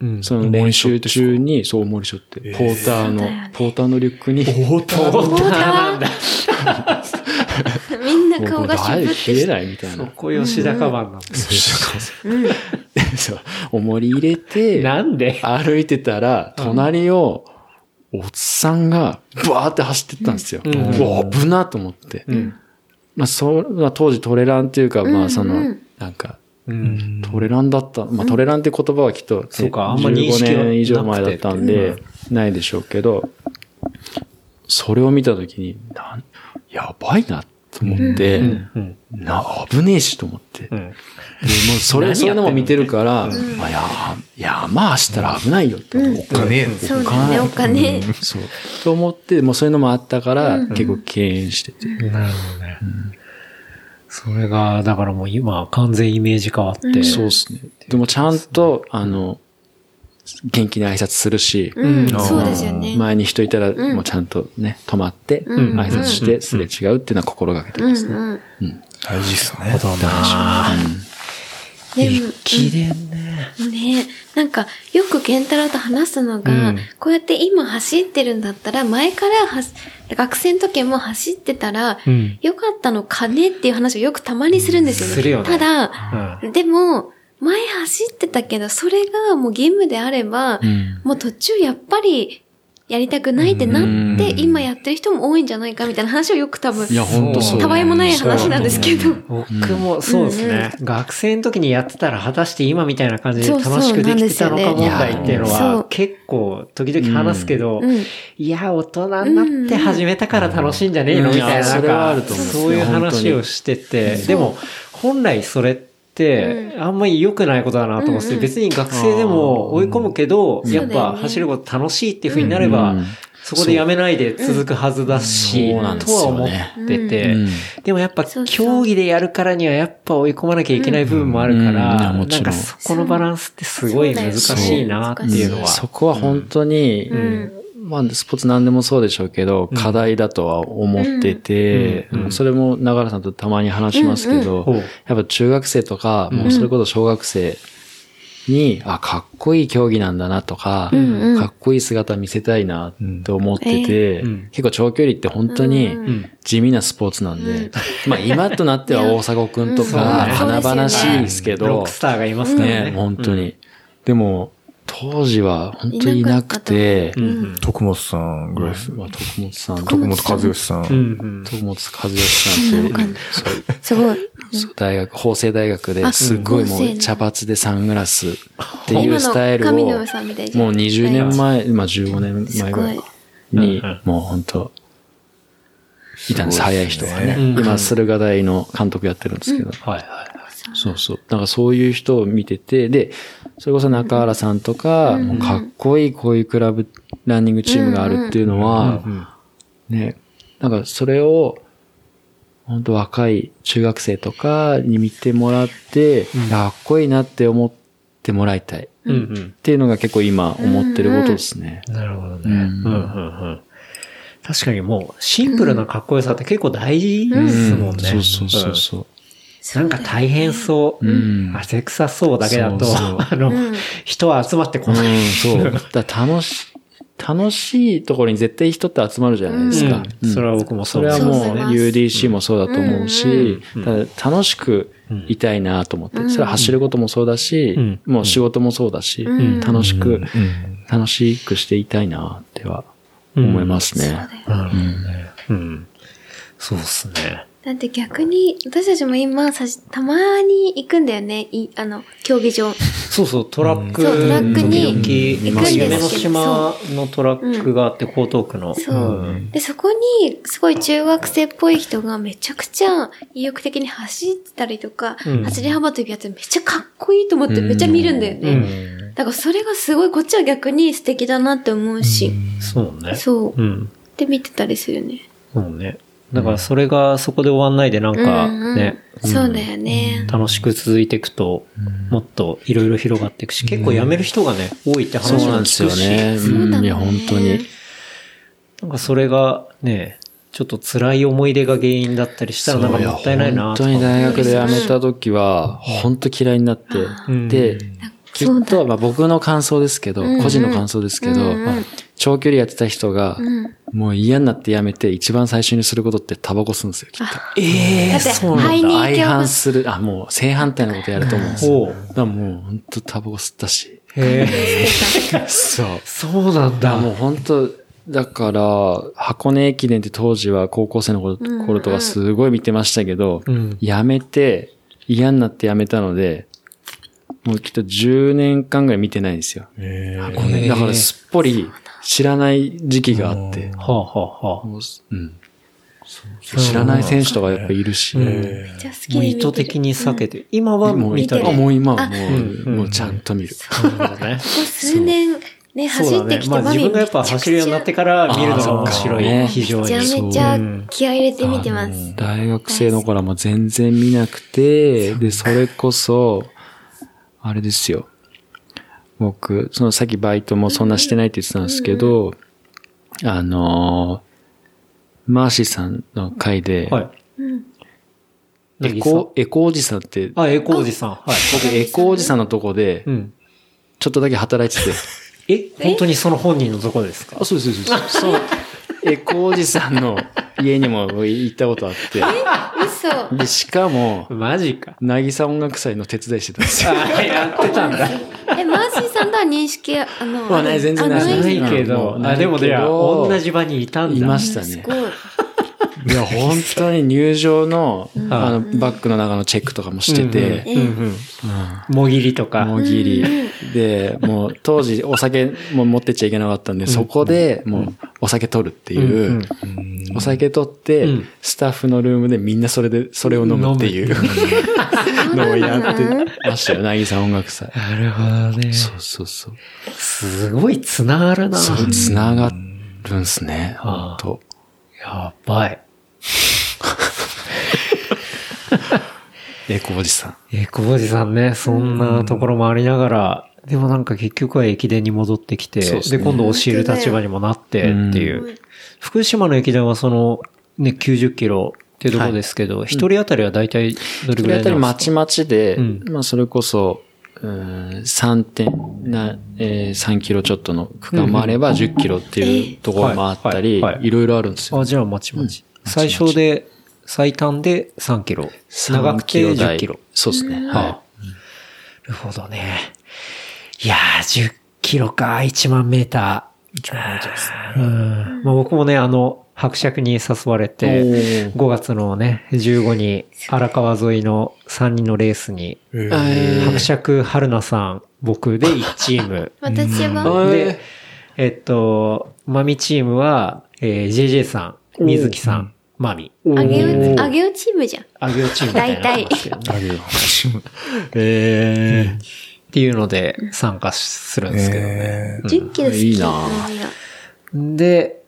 うん
その練習中に、そう、森所って、ポーターの、ポーターのリュックに、
ポーター
ポーターなんだ。みんな顔がしぶっ
冷
て
え
して。
ないみたい
そ
な。
こ吉田カバンなんだ。
そう。重り入れて、
なんで
歩いてたら、隣を、おっさんが、バーって走ってったんですよ。
ん
うわ、危なと思って。まあ、そう、まあ、当時トレランっていうか、まあ、その、
うんうん
なんか、
うん
トレランだった、まあ、トレランって言葉はきっと、
そうかあんま認識
15
は
年以上前だったんで、ないでしょうけど、それを見たときに、なん、やばいなと思って、
うん。
な、危ねえしと思って。で
ん
もうそれ、そういうのも見てるから、あ、や、山走ったら危ないよって思って、
かねえの
そうだね、お金。
そう。と思って、もうそういうのもあったから、結構敬遠してて。
なるほどね。それが、だからもう今、完全イメージ変わって。
そうですね。でもちゃんと、あの、元気に挨拶するし、
うん、そうですよね。
前に人いたら、もうちゃんとね、止まって、
うん
挨拶して、すれ違うっていうのは心がけて
う
ま
ん
すね。
うん。
大事っすね。
そうだ
でも、
駅伝ね。
ねなんか、よく健太郎と話すのが、こうやって今走ってるんだったら、前からはし学生の時も走ってたら、
ん
よかったのかねっていう話をよくたまにするんですよね。
するよね
ただ、でも、前走ってたけど、それがもう義務であれば、
うん
もう途中やっぱり、やりたくないってなって、
うん
今やってる人も多いんじゃないかみたいな話をよく多分、
いや、ほんとそう。
たわいもない話なんですけど。
僕もそうですね。学生の時にやってたら果たして今みたいな感じで楽しくできてたのか問題っていうの
そうそうなんですよねいや
は
ー
結構時々話すけど
うんうん、
いや、大人になって始めたから楽しいんじゃねえの
うん
みた
い
いな、
やそれはあ
な
る
ん
と
か
思うんですよ
そういう話をしてて、でも本来それって
う
あんまり良くないことだなと思っ
うん
て、
うん
別に学生でも追い込むけど、
ん
やっ
そうだよ
ぱ
ね
走ること楽しいっていう風になれば
うん、
そこでやめないで続くはずだし、
うんそうなんで
と
す
は
よ
思っ
ね
てて、
うん
でもやっぱ
そうそう
競技でやるからにはやっぱ追い込まなきゃいけない部分もあるか
うんうんい
ら、
やもち
な
ろ
ん
ん
かそこのバランスってすごい難しいなっていうのは。
そこは本当に、
ん
まあ、スポーツ何でもそうでしょうけど、課題だとは思ってて、
うんうん
それも長良さんとたまに話しますけど、
うんうんほう
やっぱ中学生とか、もうそれこそ小学生に、あ、かっこいい競技なんだなとか、
んうん
かっこいい姿見せたいなと思ってて、
うんええ
結構長距離って本当に、
うんうん
うん
地味なスポーツなんで、まあ今となっては大迫くんとか、
いやうん
華々しいですけど、
ロックスターがいますから
ね、
ね。
本当に。でも、当時は本当にいなくて、
徳本さんぐらいです。
まあ、徳本さん、
徳本和義さん。
うん
徳本和義さんと、
すごい。
そう大学、法政大学で
あ
すごい
法
も
政
う
な
茶髪でサングラスってい
今
うスタ
の
イルを、
神
も
野
う
さんみたいじゃん
20年前、まあ15年前ぐらいに
すごい、
もう本当、いたんです、早い人がね。
うん
今、駿河台の監督やってるんですけど。
はいは
そうそう。なんかそういう人を見てて、で、それこそ中原さんとか、もうかっこいいこういうクラブ、ランニングチームがあるっていうのは、ね、なんかそれを、本当若い中学生とかに見てもらって、かっこいいなって思ってもらいたいっ
い。うん
ていうのが結構今思ってることですね。
うん。なるほどね。うんうんうん。確かにもうシンプルなかっこよさって結構大事ですもんね。
そうそうそうそう。
なんか大変そう。
ん
汗臭そうだけだと、
そうそう
あの、人は集まってこ
う
ない。
ん、 そう。だから楽し、楽しいところに絶対人って集まるじゃないですか。うん
それは僕もそ
そうれは
そう
もう
思います
UDC もそうだと思うし、ただ楽しくいたいなと思って、それは走ることもそうだし、
ん
もう仕事もそうだし、
ん
楽しく、楽しくしていたいなっては思いますね。
なるほどね。うん。そうですね。
だって逆に、私たちも今、さしたまに行くんだよね。いあの、競技場。
そうそう、トラック。
そうトラックに
時
行く
々、
んですけど
夢の島のトラックがあって、江東区の。
そう。で、そこに、すごい中学生っぽい人がめちゃくちゃ意欲的に走ってたりとか、
うん
走り幅跳びやってめっちゃかっこいいと思ってめっちゃ見るんだよね。だからそれがすごい、こっちは逆に素敵だなって思うし。
そうね。
そう。
う
っ
ん。
て見てたりするね。
そうね。だからそれがそこで終わんないでなんか
うんうん
ね、
そうだよね。
楽しく続いていくと、もっといろいろ広がっていくし、結構辞める人がね、多いって
そう
話
な
も
んで
聞
すよ
くし。
ね。
そう
う
だ
ん、い
ね
や、本当に。
なんかそれがね、ちょっと辛い思い出が原因だったりしたらなんかもったいないな
本
と
当
か
に大学で辞めた時は、本当嫌いになって、
ん
で、き
そう
っ
だ。
とはまあ僕の感想ですけど、
ん
個人の感想ですけど、
うんうん
長距離やってた人が、
ん
もう嫌になって辞めて一番最初にすることってタバコ吸うんですよ、きっと。
え
だ
え
って
そうな
肺
ん
に
だ。
影
相
響が
反する、あ、もう正反対のことやると思うんです
お
よ。
う
だからもう本当タバコ吸ったし。
へえ
そう。
そうなん
だ
だ。
もう本当だから、箱根駅伝って当時は高校生の頃
うん
頃とかすごい見てましたけど、
うん
やめて、嫌になってやめたので、もうきっと10年間ぐらい見てないんですよ。箱根。だからすっぽり知らない時期があって。
はあ、はあはあ、
もうすうん知らない選手とかやっぱいるし。
めっちゃ好きで
もう
見
意
てる
図的に避けて、今は
もう
見たり。
あもう今はも
う
う、
ん
もうちゃんと見る。
ね。
ここ数年、ね、走ってきて、
まあ自分がやっぱ走るようになってから見るのが
あ
面白
ーそう
い、
ね
非常
め
に。
ちゃめちゃ気合い入れて見てます。
大学生の頃はもう全然見なくて、で、それこそ、あれですよ。僕、そのさっきバイトもそんなしてないって言ってたんですけど、あのーマーシーさんの回で、
はい。
エコ、エコおじさんって、
あ、エコおじさん。はい。
僕エコおじさんのとこで
う、ん。
ちょっとだけ働いてて、
え、本当にその本人のとこですか
あ、そうです、そうです。そう。エコおじさんの家にも行ったことあっ
嘘。
て、で、しかも、
マジか。
渚音楽祭の手伝いしてたん ですよ。
あ、やってたんだ。
え、マーシーさんとは認識、あの、
まあない全然ない
あ
です
ないけど
う、ん
あ、でもね、
ないけど
同じ場にいたんだ。
いました
す
ね
ご。い。
いや、本当に入場の、あ
う
の、バッグの中のチェックとかもしてて、
うんうんもぎりとか。
もぎり。で、もう当時お酒も持ってっちゃいけなかったんで、そこでもうお酒取るっていう、お酒取って
うん、
スタッフのルームでみんなそれで、それを飲むっていうのをやってましたよ、なぎさ音楽祭。
なるほどね。
そうそうそう。
すごい繋がるな。
そう、つながるんすね、本当
やばい。
エコおじさん。
えー、久保寺さんね、そんなところもありながら、でもなんか結局は駅伝に戻ってきて、
そう
で
っすね
今度教える立場にもなってっていう。福島の駅伝はその、ね、90キロっていうところですけど、一、人当たりは大体どれ
そ
ぐ
れ
らい
あたり
なん
ま
です
ちまちで、
うん
まあそれこそ、うーん、3点な、えー、3キロちょっとの区間もあれば10キロっていうところもあったり、
はいはい
いろいろあるんです
か
よ。
あ、じゃあまちまち。
うん
最小で、最短で3キロ。長くて
3
10
台
キロ。。
そうですね。
はい。
は
なるほどね。いやー、10キロか、1万メーター。1万メーターですね。うん。まあ、僕もね、あの、伯爵に誘われ
い。お
て、
ー
5月のね、15に荒川沿いの3人のレースに、
え
伯爵春菜さん、僕で1チーム。
私は、
ー
で、えっと、マミチームは、えー、JJ さん、水木さん、マミ。
あげお、あげおチームじゃん。
アゲオチームみたいになってますけどね。
あるよ。
えーっていうので参加するんですけどね。
え
10キロ好き。
いいな
で、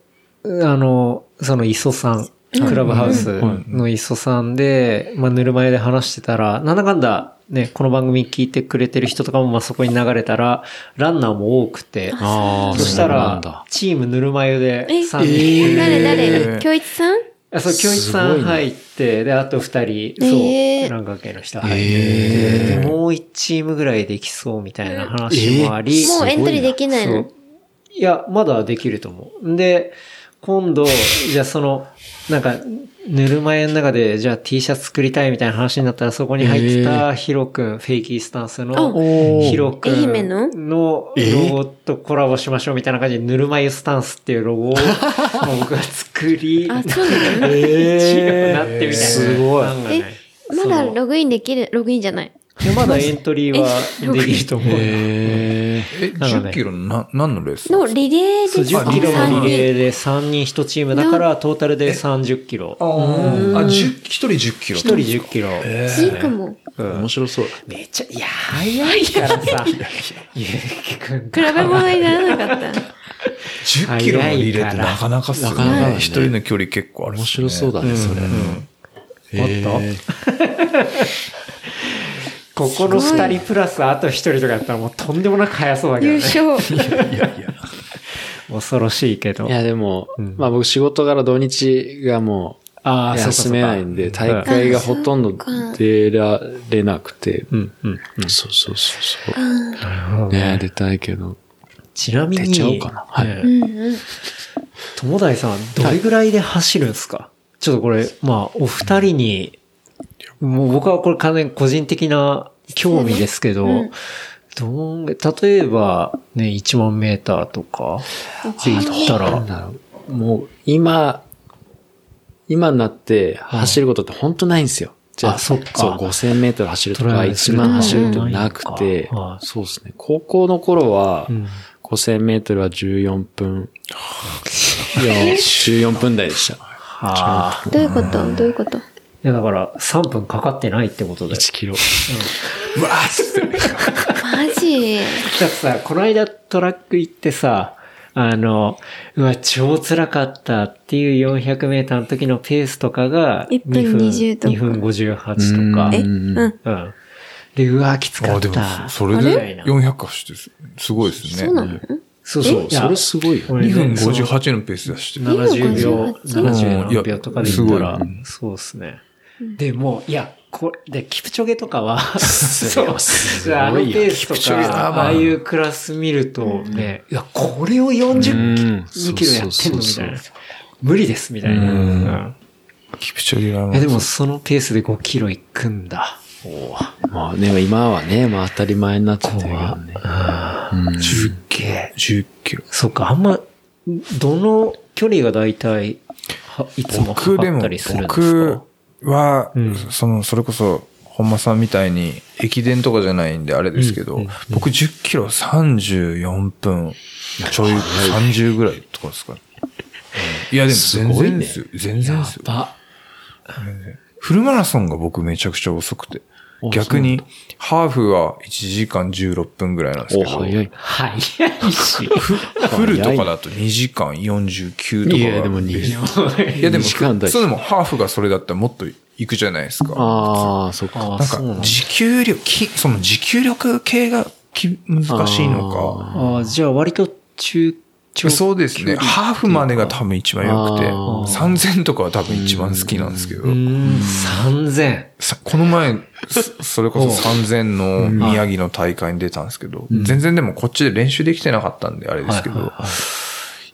あの、その磯さん、クラブハウスの磯さんで、まあ、ぬるま湯で話してたら、なんだかんだ、ね、この番組聞いてくれてる人とかも、まあ、そこに流れたら、ランナーも多くて、
あー
そした
そうな
ら
んだ、
チームぬるま湯で
え
3人。
誰誰京一さん
あそう、京一さん入って、で、あと二人、そう、
えー
ランガー系の人入って、でもう一チームぐらいできそうみたいな話もあり、
もうエントリーできない
そ
の
う。いや、まだできると思う。んで、今度、じゃあその、なんか、ぬるま湯の中で、じゃあ T シャツ作りたいみたいな話になったら、そこに入ってたヒロくん、フェイキースタンスのヒロく
愛媛
ん
の
のロゴとコラボしましょうみたいな感じで、ぬるま湯スタンスっていうロゴを僕が作り、
あ、そうなの
えなってみたいな。
すごい
なんか
え
ね、
まだログインできる、ログインじゃない。
いやまだエントリーはできると思う。
え
え、10キロな、何のレース
の、リレーで
そう、10キロ
あ
のリレーで3人1チームだから、トータルで30キロ。1
あ、十一人10キロ。
人10キロ。
いいかも。
ー、面白そう。
めっちゃ、いや、早いからさ。ゆうきくん
比べ物にならなかった。
10キロのリレーってなかなかっすよ
なかなかだ
ね。
ね
一人の距離結構あるっすね
面白そうだね、それ。え
もっ
ー
ここの2人プラスあと1人とかやったらもうとんでもなく速そうだけど
優
ね。
勝。
いやいや。
恐ろしいけど
い。や、でも、
うん
まあ僕仕事柄土日がも
あ
う休めないんで、
そうかそう
大
か
会がほとんど出られなくて、
うん、うん、
そうそうそうそうう。
ん。
ね出たいけど、
ちなみに、
出ちゃおうかなはい
ね
んうん。
友大さん、どれぐらいで走るんですか、ちょっとこれ、まあ、お二人に、もう僕はこれ完全に個人的な興味ですけ
う
ど、
ん
どんぐ例えば、ね、1万メーターとか、で言った
な
ら
ん、だろう。もう、今、今になって走ることって本当ないんですよ。じゃ
あそっか
そう、5000メートル走るとか、
トライアル
1
する
万走るとかなくて
うんうんはい、
そうですね。高校の頃は
う、ん
5000メートルは14分、 いや、14分台でした。
ああ。
どういうことどういうこと
いやだから、3分かかってないってことだよ。
1キロ。
わーっつって。
マジ
だってさ、この間トラック行ってさ、あの、うわ、超辛かったっていう400メーターの時のペースとかが、
1分20とか
2分58とか。
え
うん。
うん。で、うわ、きつか
あ、
っ
でも
た。、
それ
みた
で
いな
400走ってす、すごいですね。
そうなの
そう
そ
そうう。、
それすごいよね。
2分
58
58のペース出してる。
70秒、
2分
58
70秒とかで言ったら
うんいやすごい、
そうですね。でもう、いや、これ、で、キプチョゲとかは、そう。
す
あの
ご
ペ
いよ
ースと
キプチョゲだな
か、ああいうクラス見るとね、いや、これを40、2キロやってんのみたいな。無理です、みたいな。
う
うんん
キプチョゲだな。
え、でも、そのペースで5キロ行くんだ。
まあね、今はね、まあ当たり前になっちゃってるけどね。うん
すっげえ。
10キロ。
そっか、あんま、どの距離が大体、はいつも
僕
測
で
っ
も
たりするんですか
僕は、
うん
そのそれこそ本間さんみたいに駅伝とかじゃないんであれですけど、
うんうん
僕10キロ34分ちょい30ぐらいとかですかね、いやでも全
すごい
然
ね
ですよ、全然ですよ
やば
フルマラソンが僕めちゃくちゃ遅くて
お
逆にハーフは1時間16分ぐらいなんです
お、
けど
早い。
早いし。
フルとかだと2時間49とかが
いや、でも2時
いやでも
時間だし
そうでもハーフがそれだったらもっといくじゃないですか
ああ、そっか。
あ
なん
そう
か、持久力、きその持久力系がき難しいのか。
あーじゃあ割と中、長
そうですね。ハーフまでが多分一番良くて、
あー
3000とかは多分一番好きなんですけど
う、ん、3000。
さこの前、そそれこそ3000の宮城の大会に出たんですけど、全然でもこっちで練習できてなかったんで、あれですけ
はい
ど、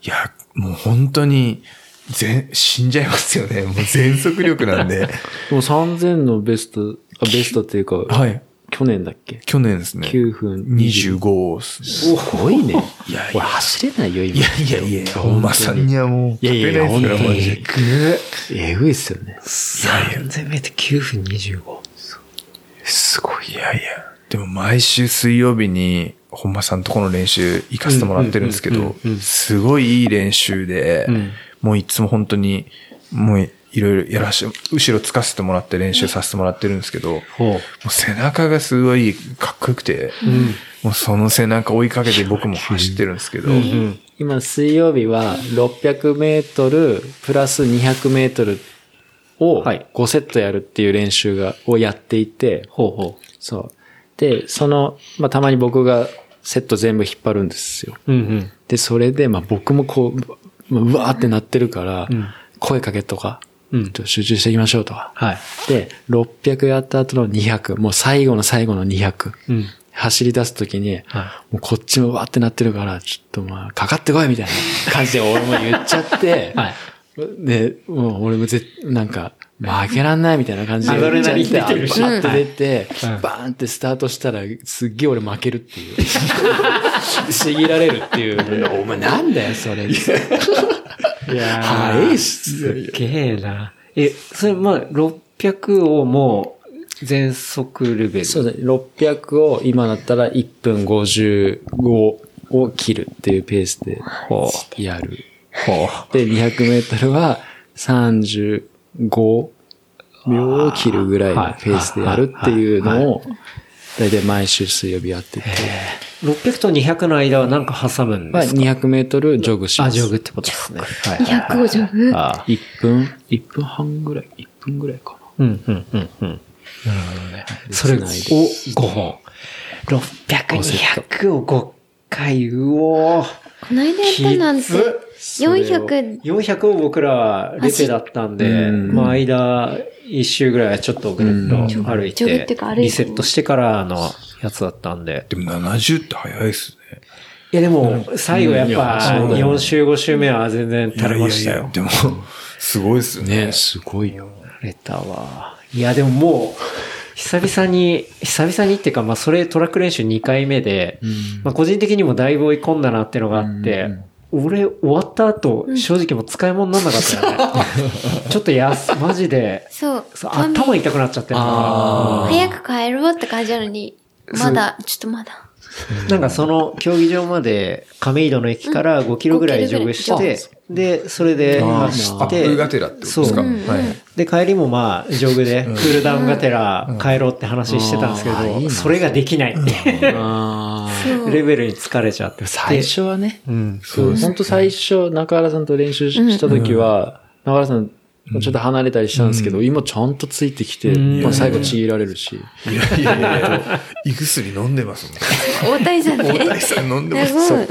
いや、もう本当に、全、死んじゃいますよね。もう全速力なん
で
で。
も3000のベスト、あベストっていうか、
はい。
去年だっけ
去年ですね。
?9 分25。
25っすね。
すごいね。
いやいや
俺走れないよ、今。
いやいやいや、本間さんにはもう、
いやいやいや、
勝
本
て
当
ないですからマジ
に。
で
えぐいっすよね。
3000メートル9分25。
すごい。いやいや。でも毎週水曜日に、本間さんとこの練習行かせてもらってるんですけど、すごいいい練習で、もういつも本当に、もういろいろやらし、後ろつかせてもらって練習させてもらってるんですけど、
ほ
もう背中がすごいかっこよくて、もうその背中追いかけて僕も走ってるんですけど、
今、水曜日は600メートルプラス200メートルを
はい
5セットやるっていう練習が、をやっていて、
ほうほ
そう。で、その、まあ、たまに僕がセット全部引っ張るんですよ。
う。うんうん。
で、それで、まあ、僕もこう、まあうわーってなってるから、声かけとか、
うん
ちょっと集中していきましょうとか。
はい。
で、600やった後の200、もう最後の最後の200。
うん。
走り出すときに、
は
もうこっちもわーってなってるから、ちょっとまあ、かかってこいみたいな 感じで俺も言っちゃ って、
はい。
で、もう俺もぜ、なんか、負けらんないみたいな感じで
アドレナリン
言っちゃって
出てるし
バーンって出て、
はい
バーンってスタートしたら、すっげえ俺負けるっていう。 ちぎられるっていう。お前なんだよ、それ。
いや
早い
す
し。
っげえな。え、それ、まあ、600をもう、全速レベル。
そうだね。600を今だったら1分55を切るっていうペースで
ほ
やる。
う。ほう。
で、200メートルは35秒を切るぐらいのペースでやるっていうのを、だいたい毎週水曜日やってて、
600と200の間はなんか挟むん
まあ、
ですか、
200メートルジョグし
あ、
ま
ジ
す。
ョグってことですね。はいはいはい
100をジョブ
あ
1分 ?1 分半ぐらい ?1 分ぐらいか
うん、うん、うん、うん。なるほどね。それを5本。600、200を5回、うおー。
この間やったなんて
き、つ
400
400を僕らレペだったんで、
うん
まあ間一周ぐらいはちょっとぐるっと歩い
ジョグって
て
いうか歩い、て
リセットしてからのやつだったんで。
でも70って早いですね。
いやでも、最後や
う
っぱ
んいやそうだよ
4周5周目は全然垂れましたよ。
でも、すごいですね。
ね、すごいよ。
レターは。いや、でももう、久々に、久々にっていうか、まあ、それトラック練習2回目で、まあ、個人的にもだいぶ追い込んだなってのがあって、俺、終わった後、正直もう使い物になんなかったよ ね。ちょっとやす、マジで、
そう、
そう
髪
頭痛くなっちゃってる
あ
な。
早く帰ろうって感じなのに、まだ、ちょっとまだ。
なんかその競技場まで亀戸の駅から5キロぐらいジョグして、で、それで
あ
走
ー
っ
アッ
て
プ、がてらってことですか。
そう
うん
はい。
で、帰りもまあ、ジョグで、クールダウンがてら帰ろうって話してたんですけ
うんあーいい
ど、
な
それができないって、
あー
そう。
レベルに疲れちゃって。
最初はね、
うん。
そう、本当最初、中原さんと練習しした時は、中原さん、ちょっと離れたりしたんですけど、今ちゃんとついてきて、
ん
まあ最後ちぎられるし。
いやいやいや、胃薬飲んでますもん。
大谷さんね。
大さん飲んでますす。
ごい。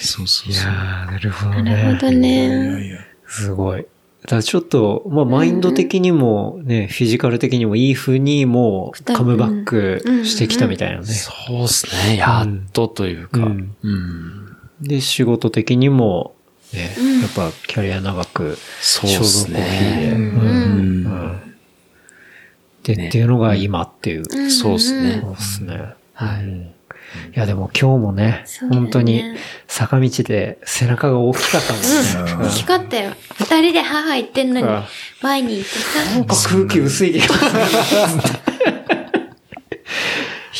そうそう
い
そ
や
う。
ーなるほど
なる
ね
ほ。どね。
いや。
すごい。だからちょっと、まあ、マインド的にもね、フィジカル的にもいい風にもうカムバックしてきたみたいなね。
そうですね、やっとというか。
う
うんん。
で、仕事的にも、ね、やっぱキャリア長く、
そうっすね
消毒コーヒーで
う。
うんん。
で、
ね
っていうのが今っていう。
ん
そうですね
そう。ですね。
はい
うんいや、でも今日もね、
そうだよね
本当に坂道で背中が大きかったもんね。
大きかったよ。二人で母行ってんのに
うん、
前に行って
なん
さ。
か空気薄いけど。引っ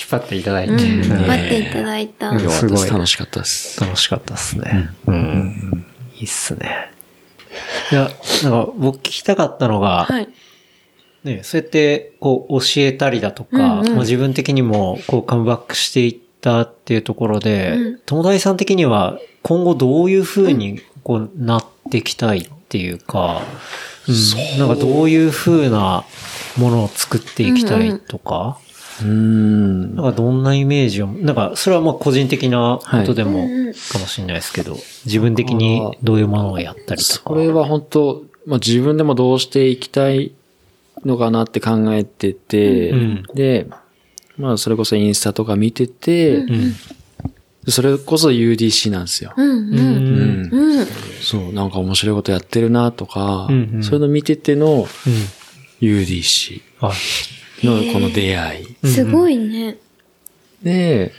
張っていただいて。
うん。
うん
待っていただいた。
うん
今日
すごい
は楽しかったです。
楽しかったですね。うん。いいっすね。いや、なんか僕聞きたかったのが、
はい。
ね、そうやってこう教えたりだとか、
うんうん
まあ自分的にもこうカムバックしていったっていうところで、
うん
友達さん的には今後どういうふうにこうなっていきたいっていうか、うんなんかどういうふうなものを作っていきたいとか、
うん。
なんかどんなイメージを、なんかそれはまあ個人的なことでも
はいうんうん
かもしれないですけど、自分的にどういうものをやったりとか。
それは本当、まあ、自分でもどうしていきたいのかなって考えてて、
うん
で、まあ、それこそインスタとか見てて、
ん
それこそ UDC なんですよ。
うん
う。
うん。
うん
うん。
そう、なんか面白いことやってるなとか、
うんうん
そういうの見てての
うん。
UDC
あ
のこの出会い。
すごいね。
で、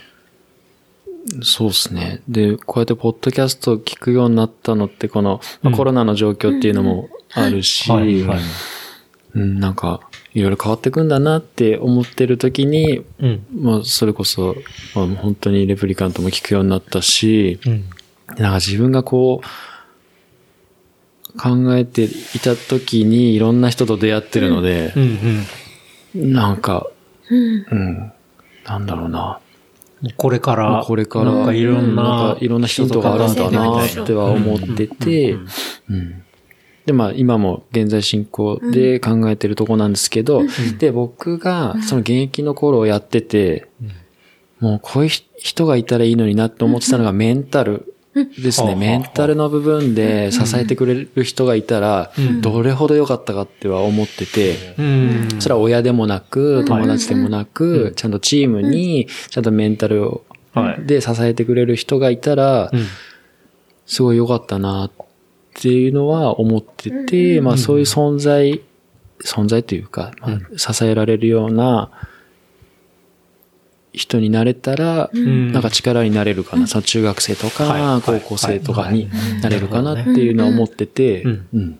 そうですね。で、こうやってポッドキャストを聞くようになったのって、この、まあ
うん
コロナの状況っていうのもあるし、
はいはい
うん、なんか、いろいろ変わってくんだなって思ってる時に、
うん。
まあ、それこそ、まあ、本当にレプリカントも聞くようになったし、
うん。
なんか自分がこう、考えていた時にいろんな人と出会ってるので
う、んうん。
なんか、
うん。
うん、なんだろうな。
これから、
これから、
なんかいろん
な
なん
か、いろんなヒントがあるんだなっては思ってて、うん。で、まあ今も現在進行で考えてるとこなんですけど、で、僕がその現役の頃をやってて、もうこういうひ人がいたらいいのになって思ってたのがメンタルですね。
うん
メンタルの部分で支えてくれる人がいたら、どれほど良かったかっては思ってて、
うん。
それは親でもなく、友達でもなく、ちゃんとチームに、ちゃんとメンタルを
はい、
で支えてくれる人がいたら、すごい良かったな、っていうのは思ってて、まあそういう存在、存在というか、まあ支えられるような人になれたら、
ん
なんか力になれるかな。その中学生と
は
か高
い、
校生とかになれるかなっていうのは思ってて、
うん
うん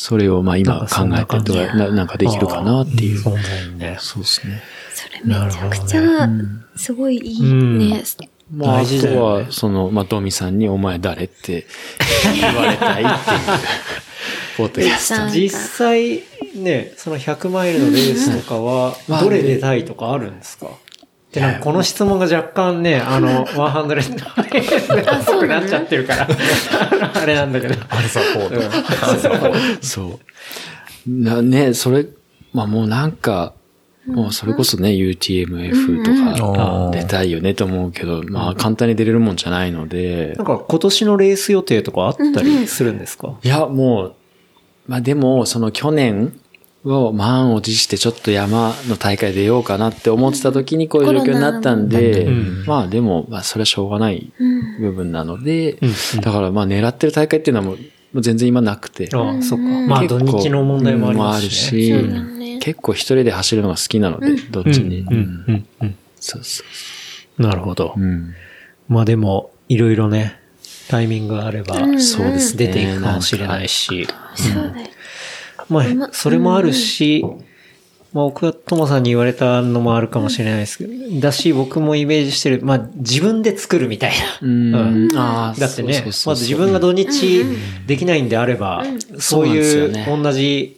それをまあ今考えてどうやななんかできるかなっていう。
存在ね。
そうですね。
それめちゃくちゃ、すごいいいね。
まあ、あ
大事だよね
とは、その、まあ、ドミさんにお前誰って 言われたいっていう、ポッドキャス
さん
実際、ね、その100マイルのレースとかは、どれ出たいとかあるんですかで、なんかこの質問が若干ね、あの、100っぽくなっちゃってるから、あれなんだけど。
アルサポート。
ト。そう。なね、それ、まあもうなんか、まあ、それこそね、UTMF と
う
か
ん
出たいよねと思うけど、まあ、簡単に出れるもんじゃないので
なん、か今年のレース予定とかあったりするんですか
いや、もう、まあでも、その去年を満を持してちょっと山の大会出ようかなって思ってた時にこういう状況になったんで、
うん
まあでも、まあそれはしょうがない
うん。
部分なので、
うん
だからまあ狙ってる大会っていうのはもうもう全然今なくて、
ああ、そっか。
うん
まあ
結
土
構
日の問題もありますし、ね。
そううん
も
だ
あるし
ね。
結構一人で走るのが好きなので、どっちに。
うん、う
うん
ん、うん。
そうそ
なるほど
う。。うん
まあでも、いろいろね、タイミングがあれば、
うん
そうですね
出ていくかもしれないし、
そうだよ。
ま
ん
あ、それもあるし、まあ僕はトモさんに言われたのもあるかもしれないですけど、だし僕もイメージしてる、まあ自分で作るみたい
う
な。
ん。ああ
だってね
そう、そ
ま
う
ず
そう
自分が土日できないんであれば、そ
そう
うい
なんですよ
う
ね
同じ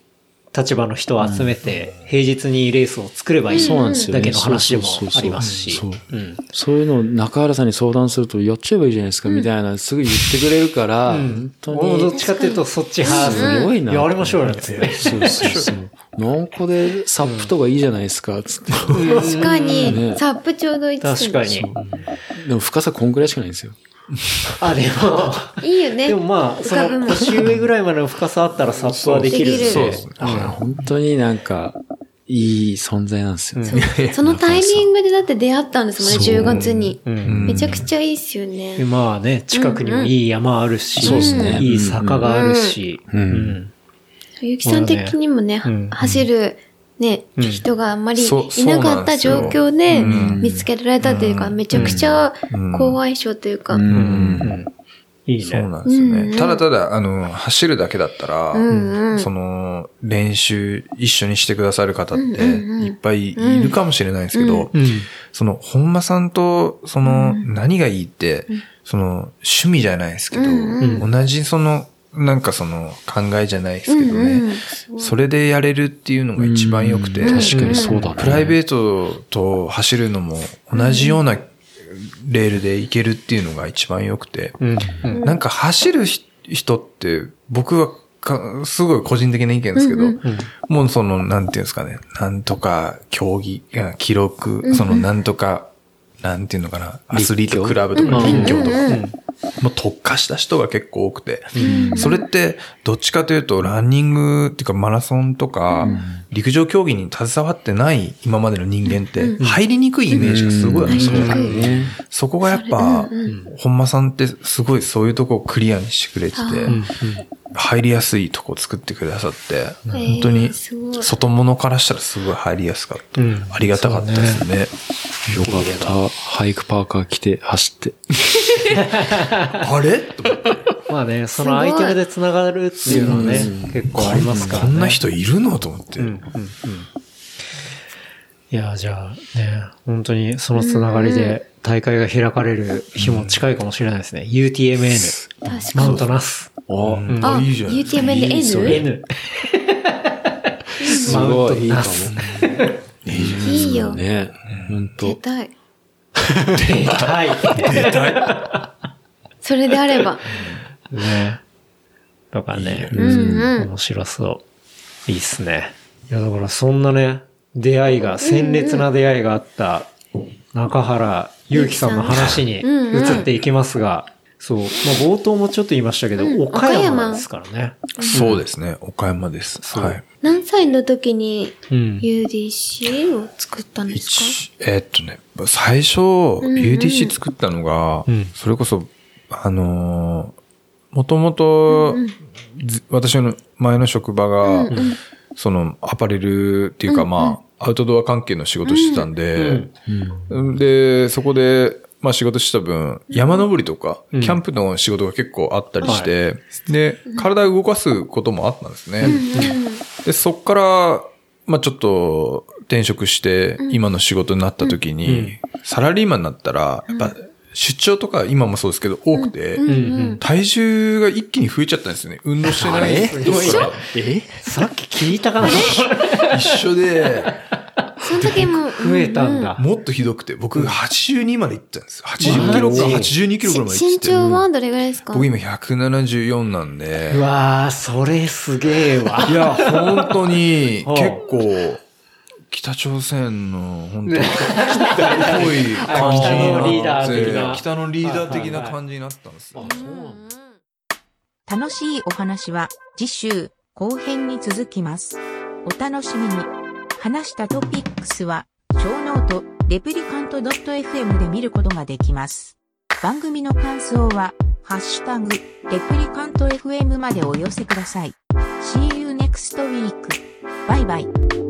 立場の人を集めて、平日にレースを作ればいい
そうなんですよね
だけの話でも
そうそうそう
ありますし
そ。う
うん
そういうのを中原さんに相談すると、やっちゃえばいいじゃないですか、みたいな、すぐ言ってくれるから、本当
俺もどっ
に。
ちかっていうとそっち派
すごいな。
やりましょうよ。
そうそう そう。何個でサップとかいいじゃないですか、つって。
確かに、
ね
サップちょうどいつ
確かに。
でも深さこんくらいしかないんですよ。
あ、でも、
いいよね。
でもまあ、
浮
そ
かぶも
の
ん。
腰上ぐらいまでの深さあったらサップはできるんで。
そうで
き
だから本当になんか、いい存在なんですよ。
そうそのタイミングでだって出会ったんですもんね、10月に。
うん
めちゃくちゃいいっすよ
で
ね。
まあね、近くにもいい山あるし、
そうですね
いい坂があるし、
うん
うん
ゆきさん的にもね、は
うん
走る、ね、
うん
人があんまり
そう
いなかった
そう
状
なんですよ
況で
うん
見つけられたというか、めちゃくちゃ
うん
好相性というか、う
う。
ん
うんんいい
そう
ね。
なんですよね。
うん
ただただ、あの、走るだけだったら、
んうん
その、練習一緒にしてくださる方って、
うんうんうん
いっぱいいるかもしれないですけど、
うん
その、本間さんと、その、何がいいって、その、趣味じゃないですけど、
うん
同じその、なんかその、考えじゃないですけど
うん
ね、
うん
それでやれるっていうのが一番良くて、
うん確かにそうだね。
プライベートと走るのも同じようなレールで行けるっていうのが一番良くて、
うん
なんか走るひ人って、僕はか、すごい個人的な意見ですけど、もうその、なんていうんですかね、なんとか競技、いや記録、そのなんとか、なんていうのかな、アスリートクラブとか、
うん
近況とか、もう特化した人が結構多くて、それって、どっちかというと、ランニングっていうかマラソンとか、陸上競技に携わってない今までの人間って、入りにくいイメージがすごいあるんですよ
うん入りにくい
ね。
そこがやっぱ、本間さんってすごいそういうとこをクリアにしてくれてて、入りやすいとこを作ってくださって、本当に
すごい
外物からしたらすごい入りやすかった。
うん
ありがたかったですね。
よかった。ハイクパーカー着て走って。
あれと思って
まあね、そのアイテムで繋がるっていうのはね、結構ありますから
こ
ね。
んな人いるのと思って。
うんうんうんいや、じゃあね、本当にそのつながりで大会が開かれる日も近いかもしれないですね。UTMN。
確か
マウ
に
ン。トナス。
お
うん
あ、
いいじゃないですか
UTMN で N?
N。
す
マウ
ご
ント
い、いい
ナ
か
ス。
いいよ
も。。ね。ほん
出
と。
たい。
はい。
それであれば。
ね。とかね。
うんうん。
面白そう。いいっすね。いや、だからそんなね、出会いが、鮮烈な出会いがあった中原祐樹さんの話に
うんうん
移っていきますが、そう、まあ冒頭もちょっと言いましたけど、
うん
岡
岡
山
山
ですからね。
そうですね。岡山です。
う
はい。
何歳の時に
うん
UDC を作ったんですか
一えーっとね、最初、
んうん
UDC 作ったのが、
うん
それこそ、あのー、もともと、ず私の前の職場が、その、アパレルっていうか、まあ、アウトドア関係の仕事してたんで、で、そこで、まあ仕事した分、山登りとか、キャンプの仕事が結構あったりして、で、体を動かすこともあったんですね。で、そっから、まあちょっと転職して、今の仕事になった時に、サラリーマンになったら、やっぱ出張とか今もそうですけど多くて、体重が一気に増えちゃったんですよね。運動してない人から
え
さっき聞いたかな
一緒で、
その時も。
増えたんだ。
もっとひどくて、僕82まで行ったんですよ。80キロから82キロぐらいまで
し
行っ
身
て。
長はどれぐらいですか
僕今174なん
う
で、
わー、それすげえわ。
いや、本当に結
はあ
構、北朝鮮の、本当に、濃い感じに
北のリーダ
なっ
ー的な
て、北のリーダー的な感じになったんですよ。
そうなんだ
楽しいお話は次週後編に続きます。お楽しみに。話したトピックスは、小ノート、レプリカント .fm で見ることができます。番組の感想は、ハッシュタグ、レプリカント fm までお寄せください。See you next week. バイバイ。